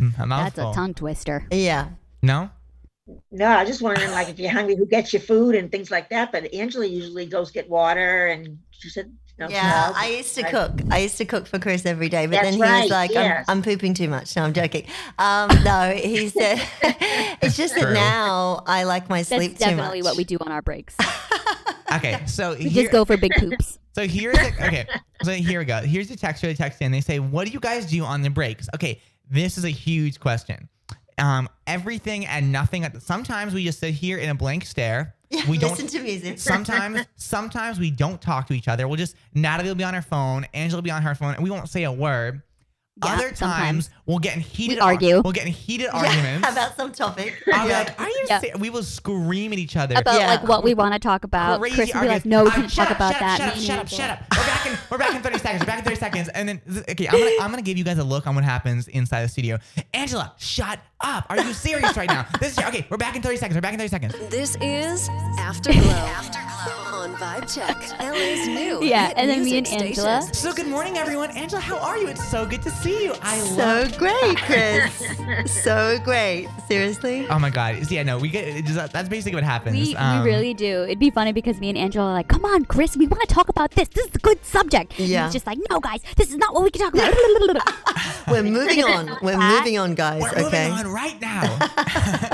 S1: Mm, a
S7: That's
S1: mouthful.
S7: a tongue twister.
S4: Yeah.
S1: No.
S8: No, I was just wondering, like, if you're hungry, who gets your food and things like that. But Angela usually goes get water, and she said, no,
S4: Yeah,
S8: smells.
S4: I used to cook. I used to cook for Chris every day, but then
S8: That's
S4: he was
S8: right,
S4: like,
S8: yes.
S4: I'm, "I'm pooping too much." No, I'm joking. Um, no, he said, "It's just that
S1: True.
S4: now I like my
S7: That's
S4: sleep too much."
S7: definitely what we do on our breaks.
S1: Okay, so
S7: We
S1: here-
S7: just go for big poops.
S1: So here's the, okay. So here we go. Here's the texture they text in. They say, "What do you guys do on the breaks?" Okay, this is a huge question. Um, everything and nothing. At the, sometimes we just sit here in a blank stare.
S4: Yeah,
S1: we
S4: listen to music.
S1: sometimes, sometimes we don't talk to each other. We'll just Natalie will be on her phone, Angela will be on her phone, and we won't say a word. Other times
S4: sometimes.
S1: we'll get in heated
S4: We argue.
S1: We'll get in heated
S4: Yeah,
S1: arguments.
S4: about some topic.
S1: I'll be
S4: Yeah.
S1: like, "Are you?"
S7: Yeah.
S1: se-" We will scream at each other
S7: About like what we want to talk about.
S1: Crazy
S7: Chris will be
S1: arguments.
S7: like, no, we
S1: Uh,
S7: can't
S1: shut
S7: talk
S1: up,
S7: about
S1: shut
S7: that.
S1: Up, shut up, shut up, shut up. We're back back in we're back in 30 seconds. We're back in 30 seconds. And then okay, I'm gonna I'm gonna give you guys a look on what happens inside the studio. Angela, shut up. Are you serious right now? This is okay, we're back in 30 seconds. We're back in 30 seconds.
S3: This is Afterglow. Afterglow on Vibe Check, LA's new.
S7: Yeah,
S3: hit
S7: and then me
S3: music
S7: and
S3: station.
S7: Angela.
S1: So good morning, everyone. Angela, how are you? It's so good to see you. I
S4: So
S1: love
S4: great, Chris. so great. Seriously?
S1: Oh my god. Yeah, no, we get it's- that's basically what happens.
S7: We,
S1: Um,
S7: we really do. It'd be funny because me and Angela are like, come on, Chris, we want to talk about this. This is a good subject. And
S4: Yeah.
S7: he's just like, no, guys, this is not what we can talk about.
S4: We're moving on. We're moving on, guys.
S1: We're moving
S4: okay.
S1: on right now.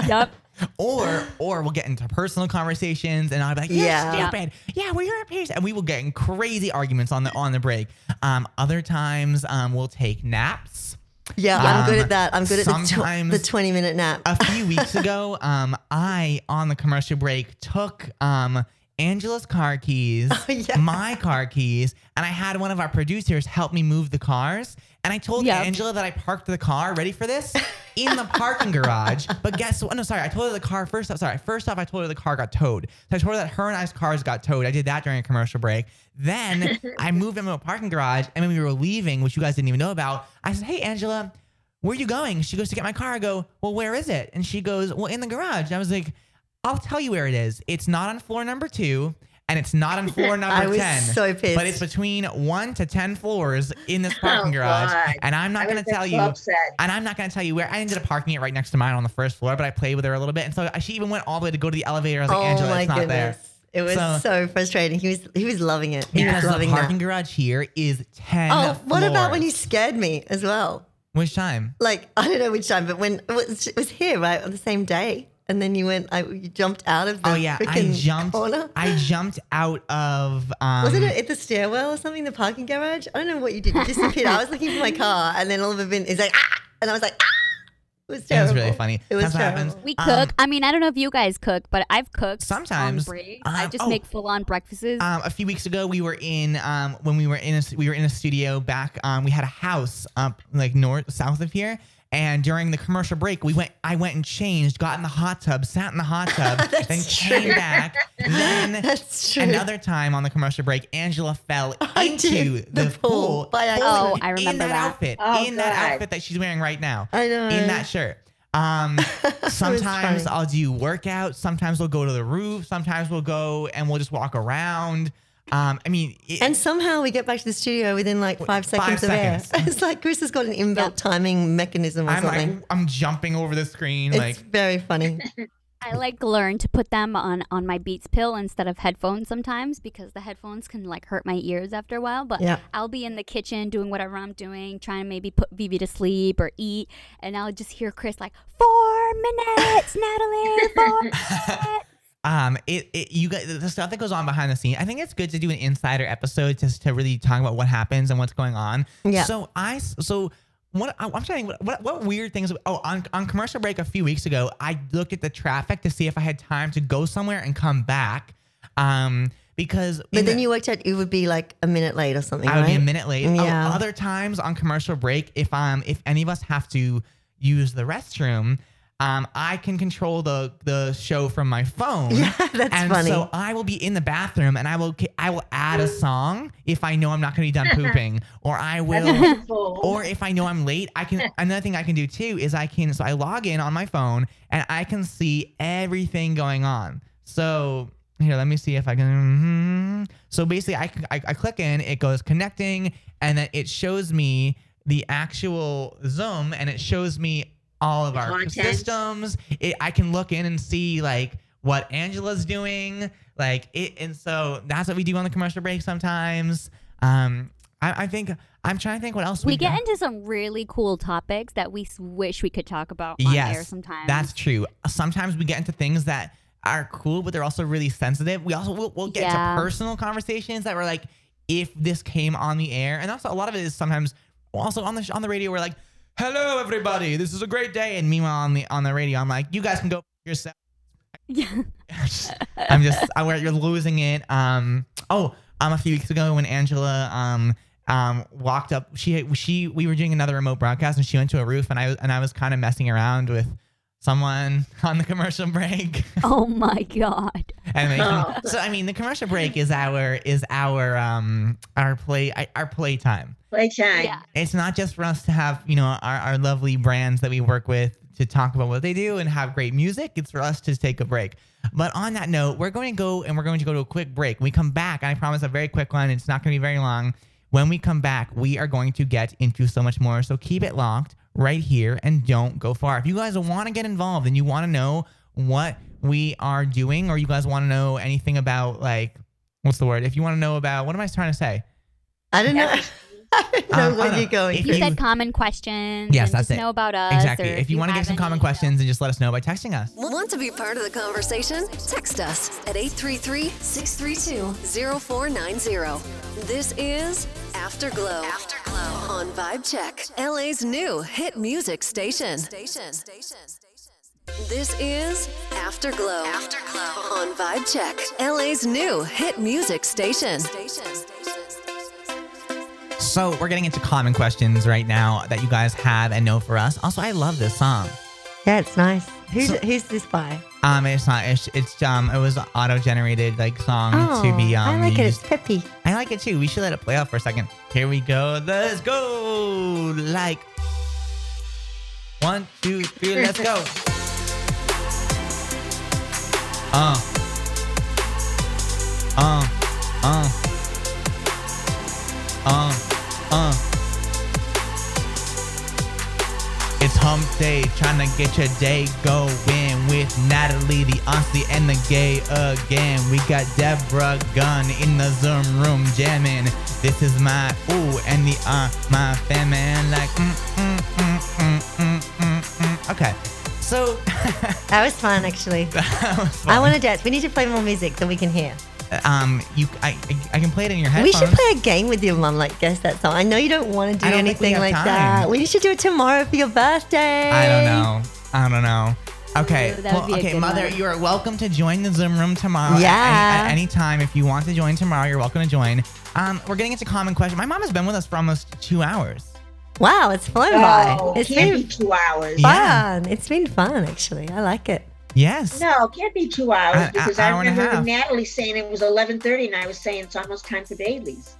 S7: yep.
S1: Or or we'll get into personal conversations and I'll be like, You're
S4: Yeah.
S1: stupid. Yeah, well you're a piece. And we will get in crazy arguments on the on the break. Um, other times um we'll take naps.
S4: Yeah, I'm good
S1: Um,
S4: at that. I'm good at the, tw-
S1: sometimes-
S4: the 20 minute nap.
S1: a few weeks ago, um, I on the commercial break took um Angela's car keys,
S4: Oh,
S1: my car keys, and I had one of our producers help me move the cars. And I told Angela that I parked the car ready for this in the parking garage. But guess what? No, sorry. I told her the car first off. Sorry. First off, I told her the car got towed. So I told her that her and I's cars got towed. I did that during a commercial break. Then I moved them to a parking garage. And when we were leaving, which you guys didn't even know about, I said, Hey, Angela, where are you going? She goes to get my car. I go, well, where is it? And she goes, well, in the garage. I was like, I'll tell you where it is. It's not on floor number two, and it's not on floor number
S4: I was
S1: ten.
S4: so pissed.
S1: But it's between one to ten floors in this parking
S8: Oh,
S1: garage,
S8: God.
S1: and I'm
S8: I
S1: not going
S8: would've
S1: to
S8: been
S1: tell
S8: so
S1: you.
S8: upset.
S1: And I'm not going to tell you where. I ended up parking it right next to mine on the first floor, but I played with her a little bit, and so she even went all the way to go to the elevator. I was like,
S4: oh
S1: Angela,
S4: my
S1: it's not
S4: goodness.
S1: there.
S4: It was so, frustrating. He was he was loving it. He
S1: because
S4: was
S1: the
S4: loving
S1: parking
S4: that.
S1: garage here is ten.
S4: Oh, what about when
S1: floors.
S4: you scared me as well?
S1: Which time?
S4: Like I don't know which time, but when it was, it was here right on the same day, and then you went, I, you jumped out of the
S1: Oh yeah, I
S4: freaking
S1: jumped.
S4: corner.
S1: I jumped out of. Um,
S4: Wasn't it at the stairwell or something, the parking garage? I don't know what you did. You disappeared. I was looking for my car, and then all of a sudden, it's like, ah! And I was like, ah! It was
S1: It was
S4: terrible.
S1: really funny.
S4: It was
S1: That's what happens.
S7: We
S1: Um,
S7: cook. I mean, I don't know if you guys cook, but I've cooked
S1: Sometimes.
S7: On break. I
S1: Um,
S7: just
S1: oh.
S7: make full on breakfasts.
S1: Um, a few weeks ago, we were in um, when we were in a, we were in a studio back. Um, we had a house up like north south of here, and during the commercial break, we went. I went and changed, got in the hot tub, sat in the hot tub, then came
S4: true.
S1: back. Then
S4: That's true.
S1: another time on the commercial break, Angela fell into the, pool.
S4: by
S1: fully
S4: accident. Oh, I
S1: in
S4: remember
S1: that,
S4: that.
S1: outfit.
S4: Oh,
S1: in that
S4: God.
S1: outfit that she's wearing right now.
S4: I know,
S1: In
S4: right?
S1: that shirt. Um, sometimes
S4: funny.
S1: I'll do workouts. Sometimes we'll go to the roof. Sometimes we'll go and we'll just walk around. Um, I mean, it,
S4: And somehow we get back to the studio within like five seconds of
S1: seconds.
S4: air. It's like Chris has got an inbuilt timing mechanism or
S1: I'm like,
S4: something.
S1: I'm jumping over the screen.
S4: it's
S1: like,
S4: very funny.
S7: I like learn to put them on on my Beats pill instead of headphones sometimes because the headphones can like hurt my ears after a while. But
S4: Yeah.
S7: I'll be in the kitchen doing whatever I'm doing, trying to maybe put Vivi to sleep or eat, and I'll just hear Chris like four minutes, Natalie. Four.
S1: Um, it, it you guys the stuff that goes on behind the scenes. I think it's good to do an insider episode just to really talk about what happens and what's going on.
S4: Yeah.
S1: So I so what I- I'm trying to think, what what weird things. Oh, on on commercial break a few weeks ago, I looked at the traffic to see if I had time to go somewhere and come back. Um, because in
S4: But
S1: the-
S4: then you worked out it would be like a minute late or something.
S1: I would be a
S4: right?
S1: minute late. O-
S4: Yeah.
S1: Other times on commercial break, if um if any of us have to use the restroom, um I can control the the show from my phone. Yeah,
S4: that's
S1: and
S4: funny.
S1: So I will be in the bathroom and I will ca- I will add a song if I know I'm not going to be done pooping, or I will,
S8: Beautiful.
S1: or if I know I'm late, I can. Another thing I can do too is I can so I log in on my phone and I can see everything going on. So here, let me see if I can. mhm. So basically, I, can- I I click in, it goes connecting, and then it shows me the actual Zoom, and it shows me all of our
S8: Content.
S1: systems. It, I can look in and see like what Angela's doing, like it, and so that's what we do on the commercial break sometimes. Um, I, I think I'm trying to think what else
S7: We
S1: we've
S7: get
S1: done.
S7: into some really cool topics that we s- wish we could talk about on air sometimes.
S1: That's true. Sometimes we get into things that are cool, but they're also really sensitive. We also we'll, we'll get
S7: Yeah.
S1: to personal conversations that were like, if this came on the air, and also a lot of it is sometimes also on the sh- on the radio. We're like, hello everybody, this is a great day, and meanwhile on the on the radio, I'm like, you guys can go f- yourself. I'm just I where you're losing it. Um oh, um a few weeks ago when Angela um um walked up she she we were doing another remote broadcast and she went to a roof and I and I was kind of messing around with someone on the commercial break.
S7: Oh my god.
S1: And they come- so I mean, the commercial break is our is our um our play our play time.
S8: Playtime.
S1: It's not just for us to have you know our, our lovely brands that we work with to talk about what they do and have great music. It's for us to take a break. But on that note, we're going to go and we're going to go to a quick break. When we come back, and I promise a very quick one. It's not going to be very long. When we come back, we are going to get into so much more. So keep it locked right here and don't go far. If you guys want to get involved and you want to know what we are doing, or you guys want to know anything about like what's the word? If you want to know about what am I trying to say?
S4: I don't know.
S1: No, where you going?
S7: He said common questions.
S1: Yes,
S7: and
S1: that's
S7: just
S1: it.
S7: Know about us.
S1: Exactly.
S7: or
S1: If you want to
S7: have
S1: give some
S7: any-
S1: common questions and just let us know by texting us.
S3: Want to be part of the conversation? Text us at 833 632 0490. This is Afterglow. Afterglow on Vibe Check, LA's new hit music station. This is Afterglow. Afterglow on Vibe Check, LA's new hit music station.
S1: So we're getting into common questions right now that you guys have and know for us. Also, I love this song.
S4: Yeah, it's nice. Who's, who's this by?
S1: Um, it's not. It's, it's um, it was auto-generated like song to be um.
S4: Oh, I like it. It's
S1: used.
S4: peppy.
S1: I like it too. We should let it play out for a second. Here we go. Let's go. Like one, two, three. Let's go. Uh. Uh. Uh. Uh. Uh. It's hump day, trying to get your day going with Natalie, the auntie, and the gay again. We got Deborah Gunn in the Zoom room jamming. This is my ooh, and the uh, my fan man, like mm, mm, mm, mm, mm, mm, mm. Okay, so
S4: that was fun, actually. I want to dance. We need to play more music that we can hear.
S1: um, you, I, I, I can play it in your
S4: We
S1: headphones.
S4: should play a game with your mum, like guess that song. I know you don't want to do
S1: I don't think we
S4: anything
S1: have
S4: like
S1: time.
S4: that. We should do it tomorrow for your birthday.
S1: I don't know. I don't know. Okay.
S4: Ooh, that would
S1: well,
S4: be a
S1: okay,
S4: good
S1: mother,
S4: one.
S1: you are welcome to join the Zoom room tomorrow. at any- At
S4: Yeah.
S1: any, time, if you want to join tomorrow, you're welcome to join. Um, we're getting into common question. My mom has been with us for almost two hours.
S4: Wow, it's flown
S8: Oh,
S4: by. It's
S8: can't
S4: been
S8: be two hours.
S4: fun. It's been fun, actually. I like it.
S1: Yes.
S8: No, it can't be two hours
S4: An-
S8: because
S4: an
S8: I
S4: hour and a
S8: remember
S4: half.
S8: Natalie saying it was eleven thirty, and I was saying it's almost time for Bailey's.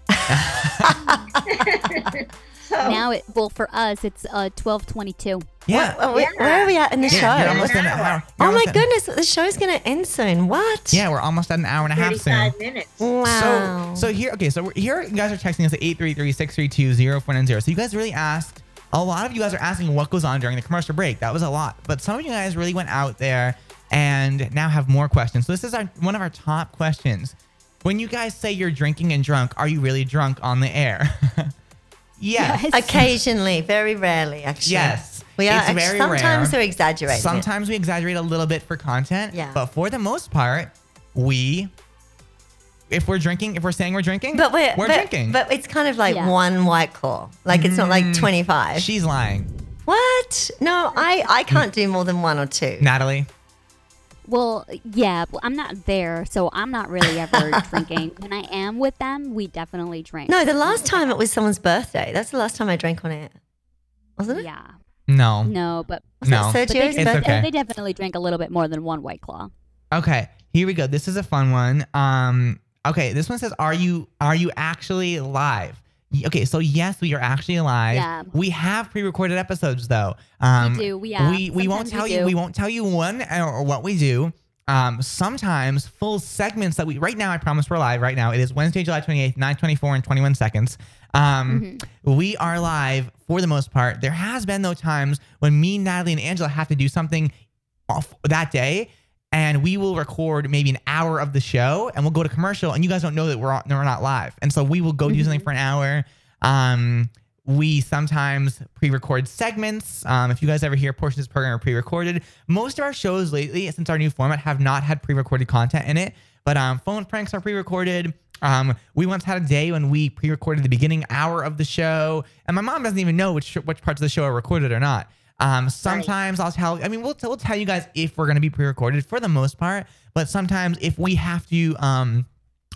S1: Oh.
S7: Now it well for us it's uh twelve twenty two.
S1: Yeah.
S4: Oh, wait, Where are we at in
S1: Yeah,
S4: the show?
S1: you're almost at an hour. You're
S4: Oh my
S1: almost at-
S4: goodness, the show's going to end soon. What?
S1: Yeah, we're almost at an hour and a half soon.
S8: minutes.
S4: Wow.
S1: So, so here, okay, so we're, here you guys are texting us at 833-632-0490. So you guys really asked, a lot of you guys are asking what goes on during the commercial break. That was a lot. But some of you guys really went out there and now have more questions. So this is our, one of our top questions. When you guys say you're drinking and drunk, are you really drunk on the air? yes.
S4: Occasionally, very rarely, actually.
S1: Yes.
S4: We are.
S1: It's
S4: act-
S1: very
S4: sometimes
S1: rare.
S4: we're exaggerating. it.
S1: Sometimes we exaggerate a little bit for content.
S4: Yeah.
S1: But for the most part, we if we're drinking, if we're saying we're drinking,
S4: But we're,
S1: we're
S4: but,
S1: drinking.
S4: But it's kind of like
S1: Yeah.
S4: one white claw. Like it's not like
S1: Mm.
S4: 25.
S1: She's lying.
S4: What? No, I, I can't do more than one or two.
S1: Natalie.
S7: Well, yeah, well, I'm not there, so I'm not really ever drinking. When I am with them, we definitely drink.
S4: No, the last time it was someone's birthday. That's the last time I drank on air. Wasn't it?
S7: Yeah.
S1: No.
S7: No, but
S1: No.
S7: but they,
S1: It's
S7: but
S1: okay.
S7: they definitely drink a little bit more than one white claw.
S1: Okay, here we go. This is a fun one. Um, okay, this one says, "Are you are you actually live?" Y- Okay, so yes, we are actually live.
S7: Yeah.
S1: We have pre-recorded episodes though. Um,
S7: do, we- yeah,
S1: We, we won't
S7: sometimes
S1: tell
S7: we
S1: you.
S7: do.
S1: We won't tell you when or, or what we do. Um, sometimes full segments that we right now. I promise we're live right now. It is Wednesday, July twenty eighth, nine twenty four and twenty one seconds. Um, we are live for the most part. There has been though times when me, Natalie, and Angela have to do something off that day and we will record maybe an hour of the show and we'll go to commercial and you guys don't know that we're, on, we're not live and so we will go do something for an hour um, we sometimes pre-record segments um, if you guys ever hear portions of this program are pre-recorded most of our shows lately since our new format have not had pre-recorded content in it but um, phone pranks are pre-recorded um, we once had a day when we pre-recorded the beginning hour of the show and my mom doesn't even know which which parts of the show are recorded or not um, sometimes I'll tell. I mean, we'll, we'll tell you guys if we're gonna be pre-recorded for the most part. But sometimes if we have to, um,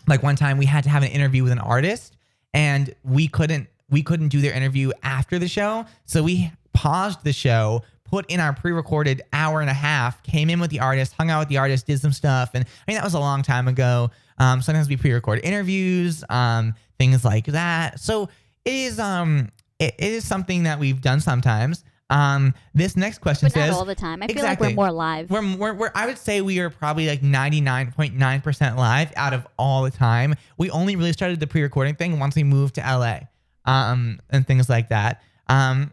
S1: like one time we had to have an interview with an artist, and we couldn't we couldn't do their interview after the show, so we paused the show, put in our pre-recorded hour and a half, came in with the artist, hung out with the artist, did some stuff, and I mean that was a long time ago. Um, sometimes we pre-record interviews, um, things like that. So it is um, it, it is something that we've done sometimes. Um, this next question
S7: But not
S1: says
S7: all the time. I feel like we're more live.
S1: We're, we're, we're I would say we are probably like ninety nine point nine percent live out of all the time. We only really started the pre-recording thing once we moved to LA, um, and things like that. Um,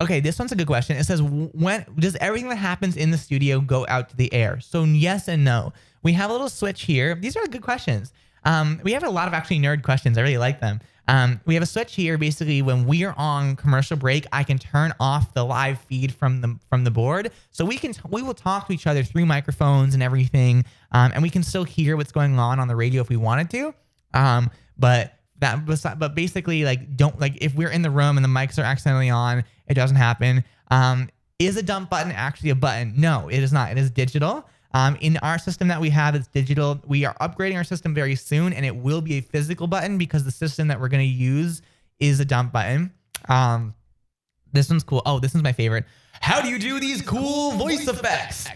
S1: Okay, this one's a good question. It says, when does everything that happens in the studio go out to the air? So yes and no. We have a little switch here. These are good questions. Um, we have a lot of actually nerd questions. I really like them. Um, we have a switch here. Basically, when we are on commercial break, I can turn off the live feed from the from the board, so we can we will talk to each other through microphones and everything, um, and we can still hear what's going on on the radio if we wanted to. Um, but that besi- but basically like don't like if we're in the room and the mics are accidentally on it doesn't happen um is a dump button actually a button no it is not it is digital um in our system that we have it's digital we are upgrading our system very soon and it will be a physical button because the system that we're going to use is a dump button um this one's cool oh this one's my favorite how do you do these cool voice effects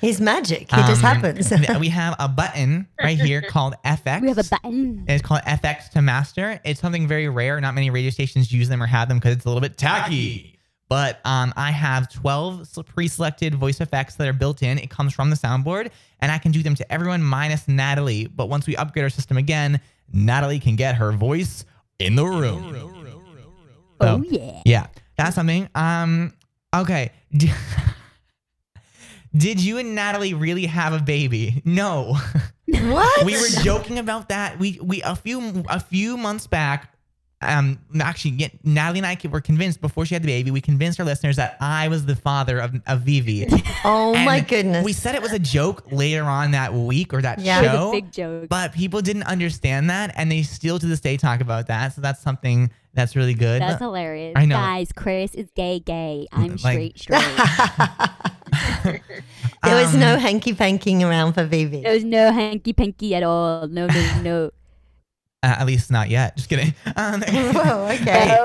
S4: He's magic. He just
S1: um,
S4: happens.
S1: th- we have a button right here called FX. We have a
S7: button.
S1: It's called FX to master. It's something very rare. Not many radio stations use them or have them because it's a little bit tacky. But um, I have 12 s- pre-selected voice effects that are built in. It comes from the soundboard, and I can do them to everyone minus Natalie. But once we upgrade our system again, Natalie can get her voice in the room.
S7: Oh yeah.
S1: Yeah, that's something. Um, okay. Did you and Natalie really have a baby? No.
S4: What?
S1: we were joking about that. We we a few a few months back. Um, actually, yeah, Natalie and I were convinced before she had the baby. We convinced our listeners that I was the father of, of Vivi.
S4: Oh my goodness.
S1: We said it was a joke later on that week or that
S4: Yeah. It was a
S1: show.
S4: big
S7: joke.
S1: But people didn't understand that, and they still to this day talk about that. So that's something that's really good.
S7: That's hilarious.
S1: I know.
S7: Guys, Chris is gay, gay. I'm
S1: Like-
S7: straight, straight.
S4: There was no
S1: Um,
S4: hanky panking around for Vivi.
S7: There's no hanky panky at all. No, no, no.
S1: Uh, at least not yet. Just kidding. Um,
S4: Whoa, okay.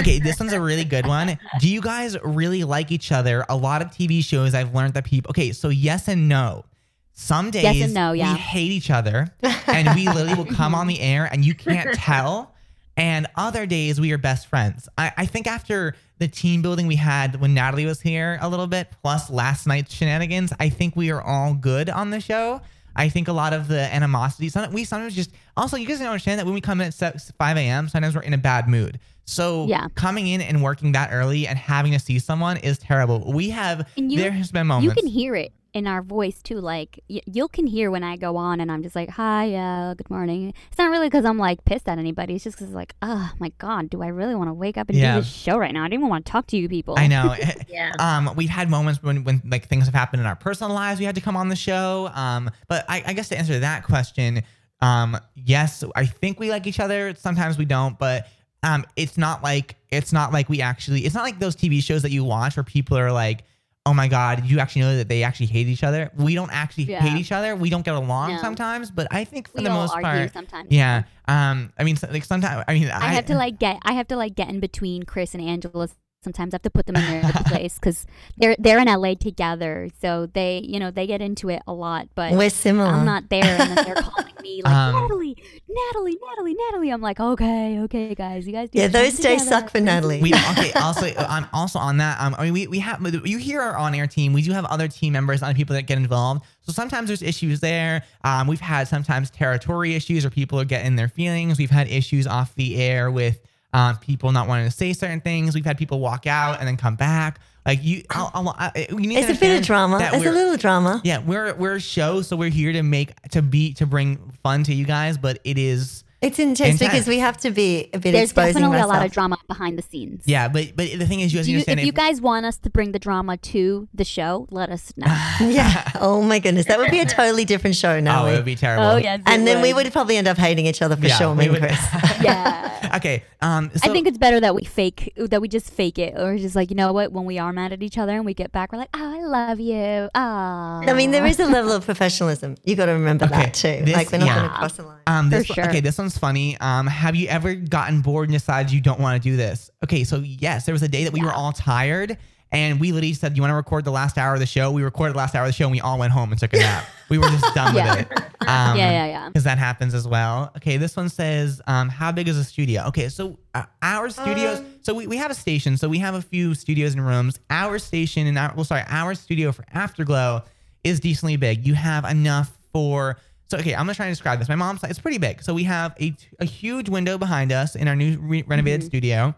S1: okay, this one's a really good one. Do you guys really like each other? A lot of TV shows I've learned that people. Okay, so yes and no. Some days
S7: Yes and no, yeah.
S1: we hate each other and we literally will come on the air and you can't tell. And other days we are best friends. I, I think after the team building we had when Natalie was here a little bit, plus last night's shenanigans, I think we are all good on the show. I think a lot of the animosity, some, we sometimes just, also, you guys don't understand that when we come in at 6, 5 a.m., sometimes we're in a bad mood. So
S7: Yeah.
S1: coming in and working that early and having to see someone is terrible. We have,
S7: And you,
S1: there has been moments.
S7: You can hear it in our voice too. Like y- you can hear when I go on and I'm just like, "Hi, uh, good morning." It's not really because I'm like pissed at anybody. It's just because like, oh my god, do I really want to wake up and
S1: Yeah.
S7: do this show right now? I don't even want to talk to you people.
S1: I know. Eh,
S8: yeah.
S1: Um, we've had moments when, when like things have happened in our personal lives. We had to come on the show. Um, but I, I guess to answer that question, um, yes, I think we like each other. Sometimes we don't, but um, it's not like it's not like we actually. It's not like those TV shows that you watch where people are like, "Oh my god, you actually know that they actually hate each other." We don't actually
S7: Yeah.
S1: hate each other. We don't get along
S7: No.
S1: sometimes, but I think for
S7: We
S1: the
S7: all
S1: most
S7: argue
S1: part,
S7: sometimes.
S1: yeah. Um, I mean, so- like sometimes I mean,
S7: I, have to like get I have to like get in between Chris and Angela. Sometimes I have to put them in their place because they're they're in LA together, so they you know they get into it a lot. But
S4: We're similar.
S7: I'm not there, and then they're calling me like "Oh,
S4: Um,
S7: Natalie, Natalie, Natalie, Natalie. I'm like, okay, okay, guys, you guys. Do
S4: Yeah,
S7: this
S4: those days
S7: together."
S4: suck for Natalie.
S1: We okay. Also, I'm also on that. Um, I mean, we, we have you hear our on-air team. We do have other team members, other people that get involved. So sometimes there's issues there. Um, we've had sometimes territory issues, or people are getting their feelings. We've had issues off the air with um, people not wanting to say certain things. We've had people walk out and then come back. Like you, I'll, I'll, I, uh, we need to
S4: It's a bit of
S1: understand
S4: drama.
S1: that
S4: It's a
S1: we're-
S4: little drama.
S1: Yeah, we're we're a show, so we're here to make to be to bring fun to you guys. But it is
S4: It's intense because
S1: Intense.
S4: we have to be a bit
S7: There's
S4: exposing
S7: definitely
S4: myself.
S7: a lot of drama behind the scenes.
S1: yeah. But but the thing is, you guys
S7: Do you-
S1: understand
S7: if you guys want us to bring the drama to the show, let us know.
S4: yeah. Oh my goodness, that would be a totally different show now.
S1: Oh, it would be terrible.
S7: Oh, yes, it
S4: And then we
S7: would.
S4: would probably end up hating each other for
S1: Yeah,
S4: sure,
S1: we
S4: me and
S1: would.
S4: Chris.
S1: I Okay. Um. So,
S7: I think it's better that we fake that we just fake it, or just like you know what, when we are mad at each other and we get back, we're like, oh, I love you. Ah.
S4: I mean, there is a level of professionalism. You got to remember that too.
S1: this-
S4: like we're not
S1: yeah.
S4: going to cross the line.
S1: Um,
S4: For
S1: this one-
S4: sure.
S1: Okay, this one's funny. Um, have you ever gotten bored and decided you don't want to do this? Okay, so yes, there was a day that we were all tired and we literally said, "Do you want to record the last hour of the show?" We recorded the last hour of the show and we all went home and took a nap. we were just done
S7: Yeah.
S1: with it.
S7: Yeah, yeah, yeah.
S1: Because that happens as well. Okay, this one says, um, "How big is a studio?" Okay, so uh, our studios. so we, we have a station. So we have a few studios and rooms. Our station and our well, sorry, our studio for Afterglow is decently big. You have enough for. So okay, I'm gonna try and describe this. My mom's side, it's pretty big. So we have a, a huge window behind us in our new re- renovated studio.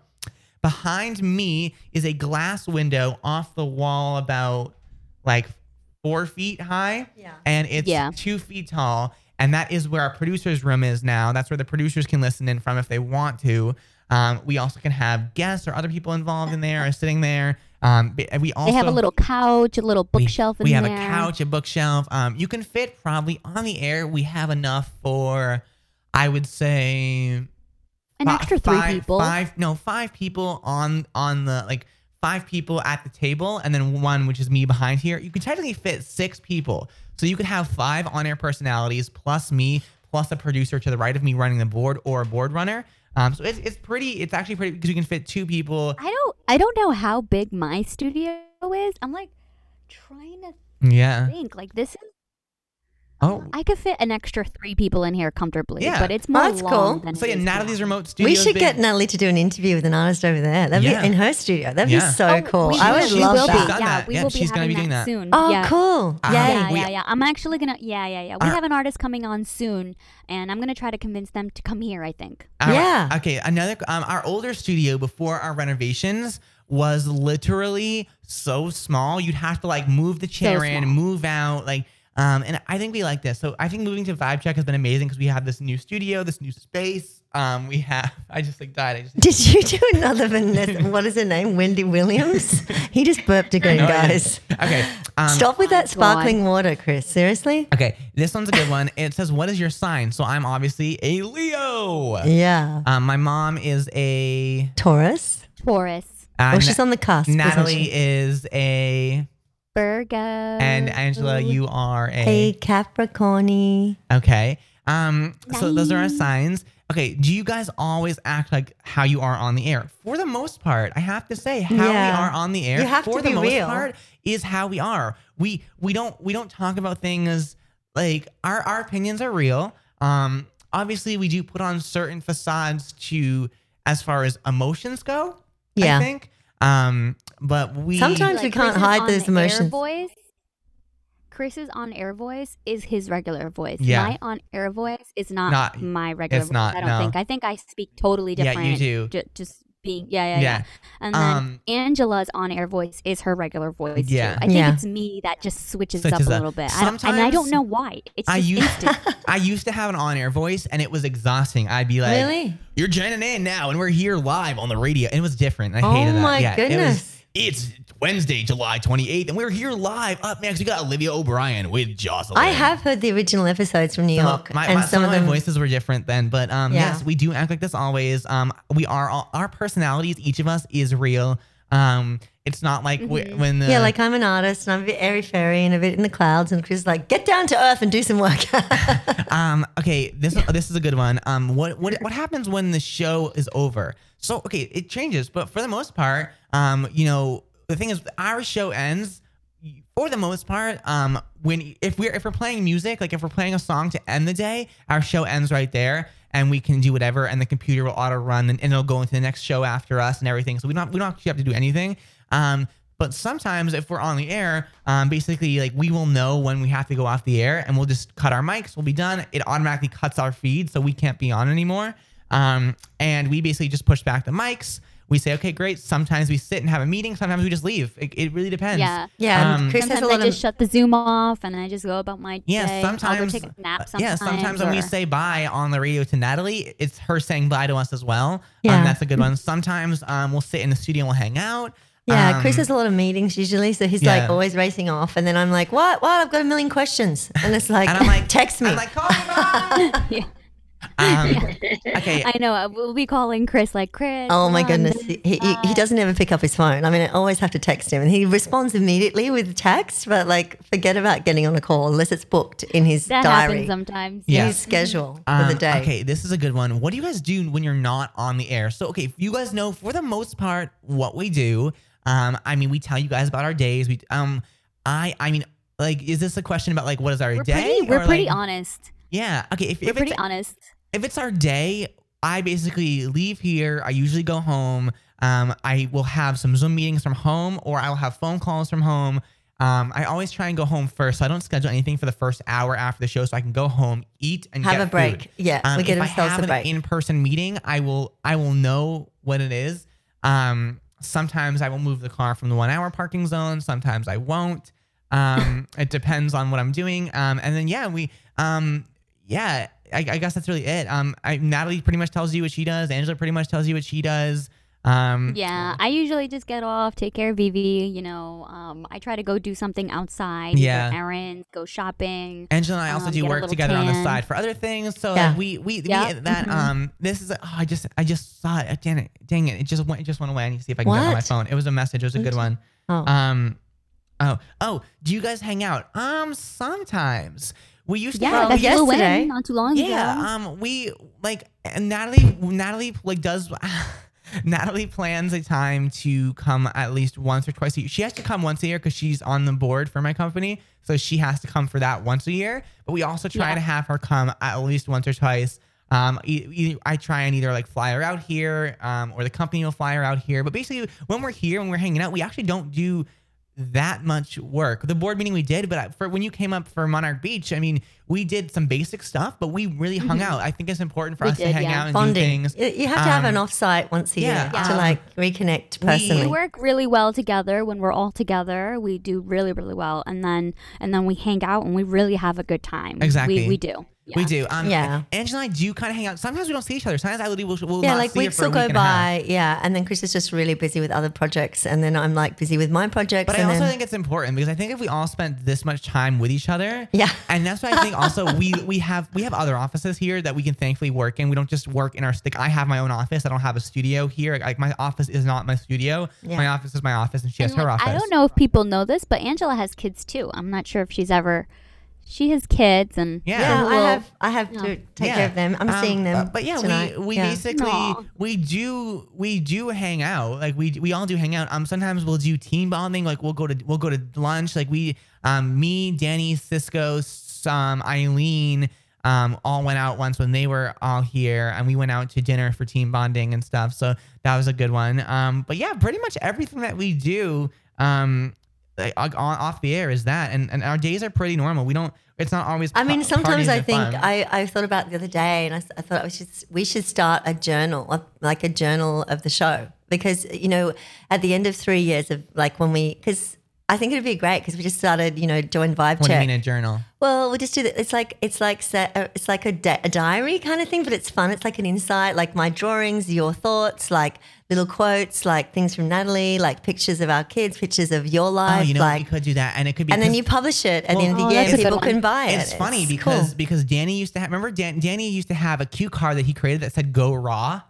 S1: Behind me is a glass window off the wall, about like four feet high. Yeah. And it's
S7: Yeah.
S1: two feet tall. And that is where our producer's room is now. That's where the producers can listen in from if they want to. Um, we also can have guests or other people involved in there or sitting there. Um, b- and we also
S7: they have a little couch, a little bookshelf in
S1: we have
S7: there.
S1: a couch, a bookshelf. Um, you can fit probably on the air. We have enough for, I would say,
S7: An
S1: fi-
S7: extra three
S1: five-
S7: people.
S1: Five, no, five people on on the like five people at the table, and then one which is me behind here. You could technically fit six people, so you could have five on-air personalities plus me plus a producer to the right of me running the board or a board runner. Um, so it's it's pretty. It's actually pretty because you can fit two people.
S7: I don't I don't know how big my studio is. I'm like trying to
S1: Yeah.
S7: think like this is
S1: Oh.
S7: I could fit an extra three people in here comfortably,
S1: Yeah.
S7: but it's more
S4: That's
S7: long
S4: cool.
S7: than
S1: So yeah, Natalie's remote studio.
S4: We should get Natalie to do an interview with an artist over there. That'd
S1: Yeah.
S4: be in her studio. That'd
S1: Yeah.
S4: be so
S1: Oh,
S4: cool.
S1: we
S4: I would
S1: should. She
S4: love
S1: will be.
S4: that.
S1: She's done Yeah, that. we Yeah, will be she's gonna be doing that.
S7: soon.
S4: Oh,
S7: yeah.
S4: cool.
S1: Ah,
S7: yeah,
S1: we- Ah.
S7: yeah, yeah. I'm actually gonna. Yeah, yeah, yeah. We
S1: Our-
S7: have an artist coming on soon, and I'm gonna try to convince them to come here. I think.
S1: Our- Okay. Another. Um, our older studio before our renovations was literally so small. You'd have to like move the chair in,
S7: small.
S1: move out, like. Um, and I think we like this. So I think moving to Vibe Check has been amazing because we have this new studio, this new space. Um, we have. I just like died. I just.
S4: Did you do another Vanessa? What is her name? Wendy Williams? he just burped again,
S1: No, I
S4: guys.
S1: didn't. Okay. Um,
S4: Stop with that sparkling water, Chris. Seriously?
S1: Okay, this one's a good one. It says, "What is your sign?" So I'm obviously a Leo.
S4: Yeah.
S1: Um, my mom is a
S4: Taurus?
S7: Taurus.
S1: Uh,
S4: oh,
S1: Na-
S4: she's on the cusp. isn't
S1: Natalie
S4: she?
S1: is a
S7: Virgo.
S1: and Angela, you are
S4: Hey,
S1: a
S4: Capricorn.
S1: okay. Um, so those are our signs. Okay, do you guys always act like how you are on the air? For the most part, I have to say how
S4: Yeah.
S1: we are on the air.
S4: You have to
S1: for the
S4: be
S1: most
S4: real.
S1: part is how we are. We we don't we don't talk about things like our our opinions are real. Um, obviously we do put on certain facades to as far as emotions go.
S4: Yeah.
S1: I think. Um, but we
S4: Sometimes we can't
S7: Chris's
S4: hide
S7: on
S4: those
S7: the air
S4: emotions.
S7: voice. Chris's on air voice is his regular voice.
S1: Yeah.
S7: My on air voice is not,
S1: Not-
S7: my regular
S1: it's
S7: voice.
S1: not,
S7: I don't
S1: no.
S7: think. I think I speak totally
S1: Yeah, you
S7: different.
S1: do.
S7: ju- just being yeah, yeah, yeah.
S1: Yeah.
S7: And then
S1: Um,
S7: Angela's on air voice is her regular voice. too.
S1: Yeah.
S7: I think
S1: Yeah.
S7: it's me that just switches
S1: Such
S7: up
S1: as
S7: a
S1: a-
S7: little bit. I don't, and I
S1: Sometimes
S7: don't know why. It's
S1: I
S7: just
S1: used
S7: instant.
S1: I used to have an on-air voice, and it was exhausting. I'd be like,
S7: Really?
S1: You're joining in now, and we're here live on the radio." And it was different. I
S4: Oh
S1: hated that.
S4: my
S1: Yeah, it was-
S4: goodness.
S1: it's Wednesday, July 28th, and we're here live. Up next, we got Olivia O'Brien with Jocelyn.
S4: I have heard the original episodes from New York.
S1: My,
S4: and
S1: my-
S4: some, of
S1: my
S4: them.
S1: voices were different then, but um,
S4: Yeah.
S1: yes, we do act like this always. Um, we are all, our personalities. Each of us is real. Um, it's not like we- when uh, the
S4: Mm-hmm. yeah, like I'm an artist and I'm a bit airy fairy and a bit in the clouds. And Chris is like, get down to earth and do some work.
S1: Um. Okay. This this is a good one. Um. What what what happens when the show is over? So okay, it changes, but for the most part, um, you know, the thing is, our show ends for the most part. Um, when if we're if we're playing music, like if we're playing a song to end the day, our show ends right there, and we can do whatever, and the computer will auto run, and, and it'll go into the next show after us and everything. So we don't we don't actually have to do anything. Um. But sometimes if we're on the air, um, basically like we will know when we have to go off the air and we'll just cut our mics, we'll be done. It automatically cuts our feed so we can't be on anymore. Um, and we basically just push back the mics. We say, okay, great. Sometimes we sit and have a meeting. Sometimes we just leave. It, it really depends.
S7: Yeah.
S1: Um,
S7: sometimes I just shut the Zoom off and I just go about my
S1: yeah,
S7: day. I'll go
S1: sometimes.
S7: take a nap sometimes.
S1: yeah, sometimes when we
S7: or-
S1: say bye on the radio to Natalie, it's her saying bye to us as well.
S4: Yeah.
S1: Um, that's a good one. Sometimes um, we'll sit in the studio and we'll hang out.
S4: yeah, Chris
S1: Um,
S4: has a lot of meetings usually. So he's
S1: Yeah.
S4: like always racing off. And then I'm like, what? What? I've got a million questions. And it's like, text me.
S1: I'm like, call me mom. Um, okay.
S7: I know. uh, We'll be calling Chris like Chris. um,
S4: Oh
S7: come
S4: my
S7: on."
S4: goodness, he, he, he doesn't ever pick up his phone. I mean, I always have to text him, and he responds immediately with text. But like, forget about getting on a call unless it's booked in his
S7: That
S4: diary.
S7: happens sometimes.
S4: Yeah.
S7: yeah.
S4: His schedule
S1: Um,
S4: for the day.
S1: Okay, this is a good one. What do you guys do when you're not on the air? So, okay, you guys know for the most part what we do. Um, I mean, we tell you guys about our days. We, um, I, I mean, like, is this a question about like what is our
S7: We're
S1: day?
S7: pretty. We're
S1: or,
S7: pretty
S1: like-
S7: honest.
S1: Yeah. Okay. If,
S7: We're
S1: if
S7: pretty
S1: it's,
S7: honest.
S1: if it's our day, I basically leave here. I usually go home. Um, I will have some Zoom meetings from home, or I will have phone calls from home. Um, I always try and go home first, so I don't schedule anything for the first hour after the show, so I can go home, eat, and
S4: Have
S1: get
S4: a break.
S1: food.
S4: Yeah,
S1: um,
S4: we give
S1: if I
S4: ourselves
S1: have
S4: a
S1: an
S4: break.
S1: in-person meeting, I will I will know what it is. Um, sometimes I will move the car from the one-hour parking zone. Sometimes I won't. Um, it depends on what I'm doing. Um, and then yeah, we um, yeah, I, I guess that's really it. Um, I, Natalie pretty much tells you what she does. Angela pretty much tells you what she does. Um,
S7: Yeah, I usually just get off, take care of Vivi. You know, um, I try to go do something outside.
S1: Yeah.
S7: go errands, go shopping.
S1: Angela and I also
S7: um,
S1: do
S7: get a
S1: work
S7: little
S1: together on the
S7: tan.
S1: side for other things. So
S7: Yeah.
S1: like, we we, we-
S7: Yeah.
S1: that
S7: Mhm.
S1: um this is oh, I just I just saw it. Dang it, dang it! It just went it just went away. I need to see if I can get it on my
S4: What?
S1: phone. It was a message. It was a good one.
S4: Oh.
S1: Um, oh oh. Do you guys hang out? Um, sometimes we used to.
S7: Yeah, that's
S1: we-
S7: Lil Wayne, Yesterday. not too long
S1: Yeah.
S7: ago.
S1: Um, we like and Natalie. Natalie like does. Natalie plans a time to come at least once or twice a year. She has to come once a year because she's on the board for my company. So she has to come for that once a year. But we also try
S15: Yeah.
S1: to have her come at least once or twice. Um, e- e- I try and either like fly her out here um, or the company will fly her out here. But basically, when we're here, when we're hanging out, we actually don't do that much work. The board meeting we did, but I- for when you came up for Monarch Beach, I mean, we did some basic stuff, but we really hung
S4: Mhm.
S1: out. I think it's important for
S4: We
S1: us to
S4: did,
S1: hang
S4: yeah.
S1: out and do
S4: Bonding.
S1: things.
S4: You you have to have an
S1: Um,
S4: offsite once a
S1: yeah,
S4: year to
S1: um,
S4: like reconnect
S7: We
S4: personally.
S7: work really well together when we're all together. We do really, really well, and then and then we hang out and we really have a good time.
S1: Exactly.
S7: we, we do.
S1: We do. Um,
S4: Yeah.
S1: Angela and I do kind of hang out. Sometimes we don't see each other. Sometimes I literally will, will
S4: yeah,
S1: not
S4: like
S1: see her
S4: weeks
S1: for a
S4: will go
S1: week and a half.
S4: by. Yeah, and then Chris is just really busy with other projects, and then I'm like busy with my projects.
S1: But I
S4: and
S1: also
S4: then,
S1: think it's important because I think if we all spent this much time with each other,
S4: Yeah.
S1: and that's why I think also we we have we have other offices here that we can thankfully work in. We don't just work in our stick. I have my own office. I don't have a studio here. Like my office is not my studio.
S7: Yeah.
S1: My office is my office, and she has
S7: And,
S1: her
S7: like,
S1: office.
S7: I don't know if people know this, but Angela has kids too. I'm not sure if she's ever. She has kids, and
S4: Yeah,
S7: we're
S4: I
S7: all-
S4: have I have to take
S7: Yeah.
S4: care of them. I'm
S1: Um,
S4: seeing them.
S1: But, but yeah,
S4: Uh, tonight.
S1: we we
S4: Yeah.
S1: basically we do we do hang out. Like we we all do hang out. Um, sometimes we'll do team bonding. Like we'll go to we'll go to lunch. Like we um me Danny Cisco um Eileen um all went out once when they were all here and we went out to dinner for team bonding and stuff. So that was a good one. Um, but yeah, pretty much everything that we do um like, on, off the air is that and and our days are pretty normal. We don't. It's not always.
S4: I mean,
S1: pa-
S4: sometimes
S1: parties
S4: I
S1: and
S4: think
S1: fun.
S4: I, I thought about it the other day, and I, s- I thought we should we should start a journal, of- like a journal of the show, because you know, at the end of three years of like when we, because I think it'd be great because we just started, you know, doing vibe
S1: What do you
S4: check.
S1: mean a journal?
S4: Well, we just do that. It's like it's like sa- uh, it's like a, di- a diary kind of thing, but it's fun. It's like an insight, like my drawings, your thoughts, like little quotes, like things from Natalie, like pictures of our kids, pictures of your life,
S1: Oh, you know,
S4: like,
S1: you could do that, and it could be.
S4: and then
S1: 'cause-
S4: you publish it at
S1: Well,
S4: the end of
S1: Oh,
S4: the year,
S1: that's a
S4: and
S1: good
S4: people
S1: one.
S4: can buy it.
S1: It's funny
S4: cool.
S1: because because Danny usused to have. Remember, Dan, Danny used to have a cue card that he created that said "Go Raw."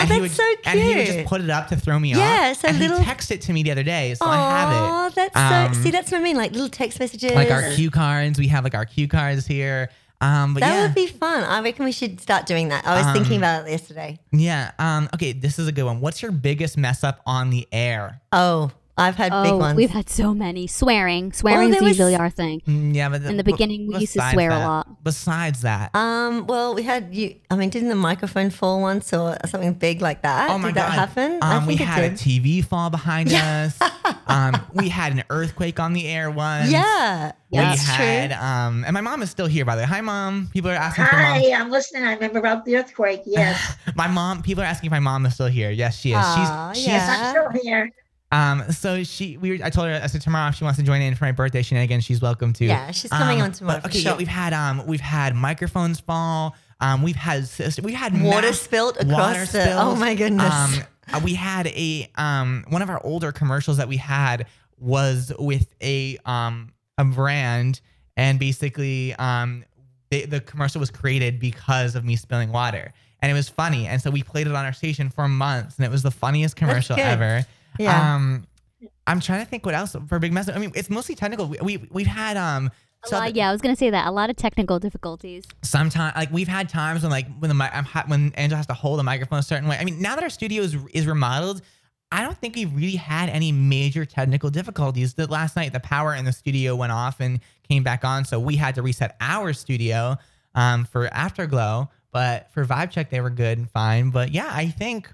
S1: And That's would, so cute. And he would just
S4: cute.
S1: put it up to throw me off.
S4: Yeah, so
S1: and
S4: little-
S1: he texted it to me the other day, so I have
S4: Oh,
S1: it.
S4: that's
S1: Um,
S4: so. See, that's what I mean. Like little text messages.
S1: like our cue cards. We have like our cue cards here. Um, but
S4: that
S1: yeah,
S4: would be fun. I reckon we should start doing that. I was thinking
S1: Um,
S4: about it yesterday.
S1: yeah. Um, okay, this is a good one. What's your biggest mess up on the air?
S4: Oh, I've had big
S7: Oh,
S4: ones. Oh,
S7: we've had so many swearing. Swearing's
S4: there was-
S7: usually our thing.
S1: Mm, Yeah, but
S7: In the beginning, we used to
S1: besides
S7: swear a
S1: that-
S7: lot.
S1: Besides that,
S4: Um. Well, we had you. I mean, didn't the microphone fall once or something big like that?
S1: Oh my
S4: did
S1: god!
S4: that happen?
S1: Um,
S4: I think
S1: we
S4: it
S1: had a
S4: did.
S1: TV fall behind us. um, we had an earthquake on the air once.
S4: Yeah,
S1: we
S4: that's
S1: had.
S4: true.
S1: Um, and my mom is still here, by the way. Hi, mom. People are asking for mom.
S8: Hi, I'm listening. I remember about the earthquake. Yes.
S1: My mom. People are asking if my mom is still here. Yes, she is.
S8: Aw,
S1: she's.
S8: yes,
S1: She's,
S8: I'm still here.
S1: um, so she, we, were, I told her, I said tomorrow if she wants to join in for my birthday shenanigans, she's welcome to.
S4: Yeah, she's coming
S1: Um,
S4: on tomorrow
S1: but
S4: for
S1: okay, yeah,
S4: sure.
S1: we've had, um, we've had microphones fall. Um, we've had, sis- we had
S4: Water
S1: mass
S4: spilt across
S1: water
S4: the- oh
S1: spills.
S4: my goodness.
S1: Um, uh, we had a, um, one of our older commercials that we had was with a, um, a brand, and basically, um, they, the commercial was created because of me spilling water, and it was funny. And so we played it on our station for months, and it was the funniest commercial
S15: good.
S1: ever.
S15: Yeah.
S1: Um, I'm trying to think what else for Big Mess. I mean, it's mostly technical. We, we we've had um.
S7: A lot, yeah, I was gonna say that a lot of technical difficulties.
S1: Sometimes, like we've had times when, like, when the mi- I'm hot, when Angel has to hold the microphone a certain way. I mean, now that our studio is, is remodeled, I don't think we've really had any major technical difficulties. That last night, the power in the studio went off and came back on, so we had to reset our studio um, for Afterglow. But for Vibe Check, they were good and fine. But yeah, I think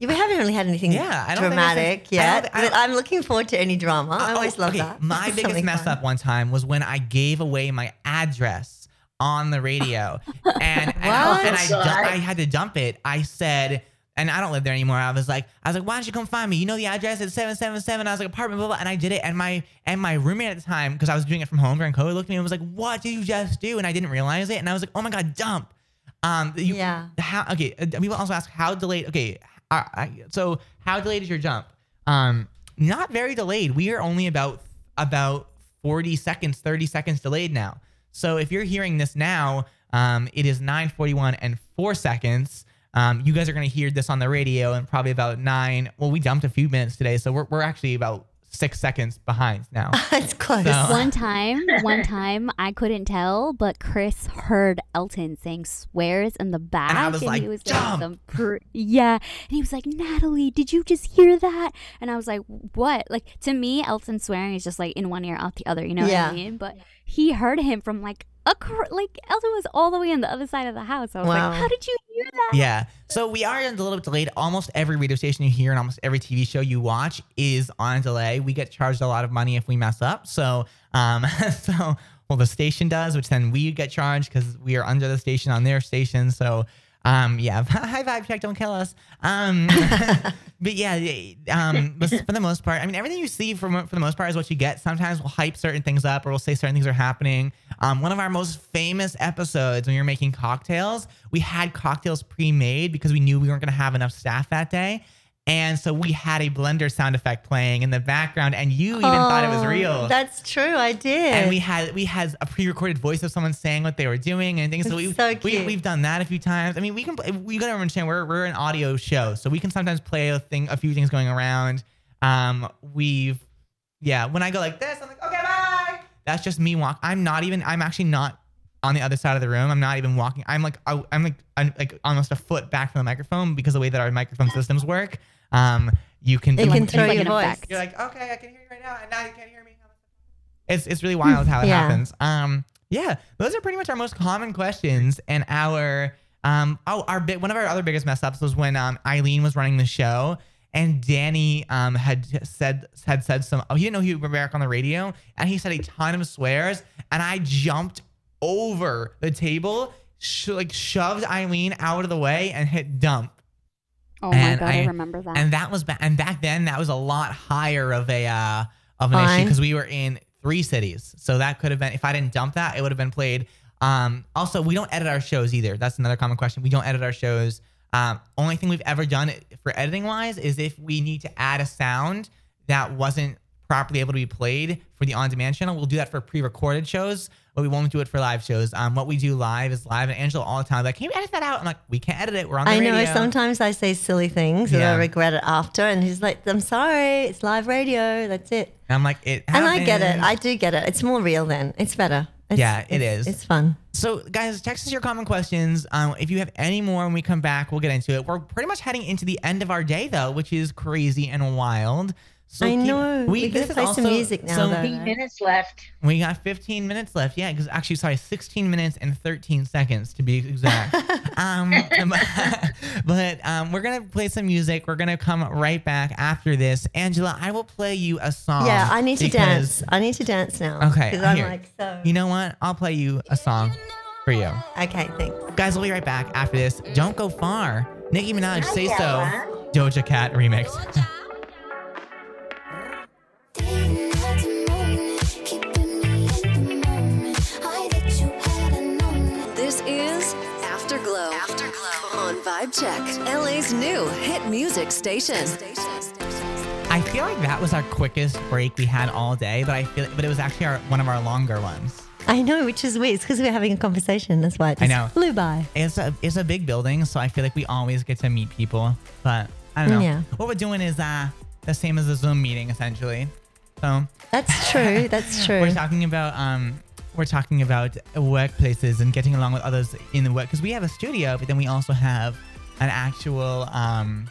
S4: Yeah, we haven't really had anything
S1: Yeah, I don't think I've
S4: dramatic
S1: seen- I don't
S4: yet,
S1: thi- I
S4: but I'm looking forward to any drama. I
S1: Oh,
S4: always love
S1: okay.
S4: that.
S1: My biggest
S4: Something
S1: mess
S4: fun.
S1: up one time was when I gave away my address on the radio, and and, I,
S4: What?
S1: and I, du-
S4: Sorry.
S1: I had to dump it. I said. And I don't live there anymore. I was like, I was like, why don't you come find me? You know the address at seven seven seven. I was like, apartment blah blah. And I did it. And my and my roommate at the time, because I was doing it from home during COVID, looked at me and was like, what did you just do? And I didn't realize it. And I was like, oh my god, dump. Um, you, yeah. How okay? uh, People also ask how delayed. Okay, I, I, so how delayed is your jump? Um, not very delayed. We are only about about forty seconds, thirty seconds delayed now. So if you're hearing this now, um, it is nine forty one and four seconds. Um, you guys are gonna hear this on the radio in probably about nine. Well, we dumped a few minutes today, so we're we're actually about six seconds behind now.
S4: That's close.
S7: One time, one time, I couldn't tell, but Chris heard Elton saying swears in the back,
S5: was like,
S7: he was like, some pr- yeah, and he was like, Natalie, did you just hear that? And I was like, what? Like to me, Elton swearing is just like in one ear out the other, you know what
S4: Yeah.
S7: I mean? But he heard him from like a cr- like Elton was all the way on the other side of the house. I was
S1: Wow.
S7: like, how did you hear that?
S1: Yeah. So we are a little bit delayed. Almost every radio station you hear and almost every TV show you watch is on delay. We get charged a lot of money if we mess up. So, um, so well, the station does, which then we get charged because we are under the station on their station. So, um, yeah. High vibe check. Don't kill us. Um, but yeah, they- um, but for the most part, I mean, everything you see from for the most part is what you get. Sometimes we'll hype certain things up, or we'll say certain things are happening. Um, one of our most famous episodes when we were making cocktails, we had cocktails pre-made because we knew we weren't going to have enough staff that day, and so we had a blender sound effect playing in the background, and you even thought it was
S4: Oh,
S1: real.
S4: That's true. I did.
S1: and we had we had a pre-recorded voice of someone saying what they were doing and things. So,
S4: That's
S1: we,
S4: so
S1: we
S4: cute.
S1: we've done that a few times. I mean, we can we gotta understand we're we're an audio show, so we can sometimes play a thing, a few things going around. Um, we've yeah. When I go like this, I'm like okay, bye. That's just me walk. I'm not even. I'm actually not on the other side of the room. I'm not even walking. I'm like I, I'm like I'm like almost a foot back from the microphone because the way that our microphone systems work. Um, you can
S4: It
S1: you
S4: can throw your voice.
S1: You're like, "Oh, okay, I can hear you right now, and now you can't hear me. It's it's really wild how it
S4: Yeah.
S1: happens. Um, yeah, those are pretty much our most common questions, and our um, oh, our bit one of our other biggest mess ups was when um Eileen was running the show. And Danny um, had said had said some. Oh, he didn't know he was back on the radio, and he said a ton of swears. And I jumped over the table, sh- like shoved Eileen out of the way, and hit dump
S7: Oh my god, I, remember that.
S1: and that was ba- and back then that was a lot higher of a uh, of an issue
S7: Fine.
S1: because we were in three cities. So that could have been if I didn't dump that, it would have been played. Um, also, we don't edit our shows either. That's another common question. We don't edit our shows. Um, only thing we've ever done for editing wise is if we need to add a sound that wasn't properly able to be played for the on-demand channel. We'll do that for pre-recorded shows, but we won't do it for live shows. Um, what we do live is live, and Angela all the time like, "Can you edit that out?" I'm like, "We can't edit it. We're on the
S4: I know.
S1: radio."
S4: Sometimes I say silly things and
S1: Yeah.
S4: I regret it after, and he's like, "I'm sorry. It's live radio. That's it."
S1: And I'm like, "It."
S4: And I get it.
S1: happened."
S4: I do get it. It's more real then. It's better. It's,
S1: yeah, it
S4: it's-
S1: is.
S4: It's fun.
S1: So, guys, text us your common questions. Um, if you have any more when we come back, we'll get into it. We're pretty much heading into the end of our day, though, which is crazy and wild. So
S4: I
S1: keep-
S4: know. We
S1: this
S4: could
S1: is
S4: play some music now, though, Fifteen right?
S8: minutes left.
S1: We got 15 minutes left. Yeah, because actually, sorry, 16 minutes and 13 seconds to be exact. um, but um, we're gonna play some music. We're gonna come right back after this. Angela, I will play you a song.
S4: yeah, I need to
S1: because-
S4: dance. I need to dance now.
S1: Okay.
S4: Because I'm
S1: here.
S4: like so.
S1: You know what? I'll play you a song for you.
S4: Okay, thanks.
S1: Guys, we'll be right back after this. Don't go far. Nicki Minaj, say
S5: Ella.
S1: so. Doja Cat remix.
S3: This is Afterglow. Afterglow on Vibe Check, LA's new hit music station.
S1: I feel like that was our quickest break we had all day, but I feel but it was actually our, one of our longer ones.
S4: I know, which is weird. It's because we're having a conversation. That's why it
S1: I
S4: just
S1: know.
S4: flew by.
S1: It's a it's a big building, so I feel like we always get to meet people. But I don't know.
S4: Yeah.
S1: What we're doing is uh the same as a Zoom meeting essentially. So
S4: That's true. That's true.
S1: we're talking about um we're talking about workplaces and getting along with others in the work because we have a studio, but then we also have an actual um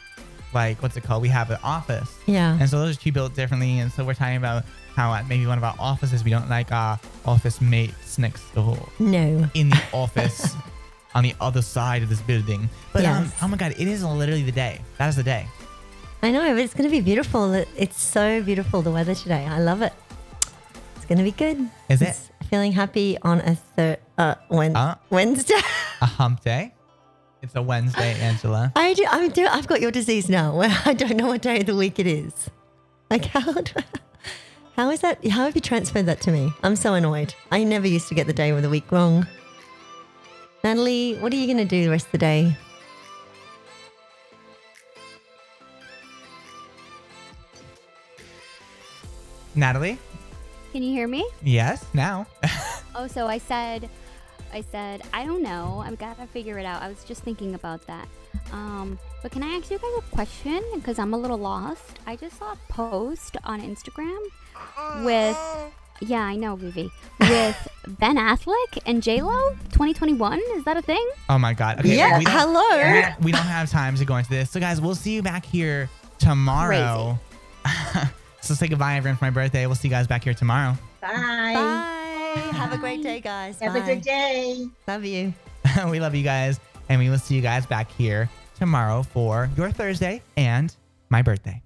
S1: like what's it called? We have an office.
S4: Yeah.
S1: And so those are two built differently. And so we're talking about how at maybe one of our offices we don't like our office mates next door
S4: No.
S1: in the office on the other side of this building. But um,
S4: Yes.
S1: oh my god, it is literally the day. That is the day.
S4: I know, but it's going to be beautiful. It- It's so beautiful, the weather today. I love it. It's going to be good.
S1: Is it?
S4: It's feeling happy on a third, uh, wen-
S1: Uh.
S4: Wednesday.
S1: A hump day. It's a Wednesday, Angela.
S4: I do, I'm do, I've got your disease now where I don't know what day of the week it is. Like, how, do, how is that? How have you transferred that to me? I'm so annoyed. I never used to get the day of the week wrong. Natalie, what are you going to do the rest of the day?
S1: Natalie?
S7: Can you hear me?
S1: Yes, now.
S7: Oh, so I said, I said, I don't know. I've got to figure it out. I was just thinking about that. Um, but can I ask you guys a question? Because I'm a little lost. I just saw a post on Instagram with, yeah, I know, Vivi, with Ben Affleck and J Lo, 2021. Is that a thing?
S1: Oh my god. Okay.
S7: Yeah,
S1: we don't-
S7: hello.
S1: we- We don't have time to go into this. So guys, we'll see you back here tomorrow. so say goodbye everyone for my birthday. We'll see you guys back here tomorrow.
S8: Bye.
S4: Bye. Have a great day, guys.
S8: Have a good day.
S4: Love you.
S1: we love you guys and we will see you guys back here tomorrow for your Thursday and my birthday.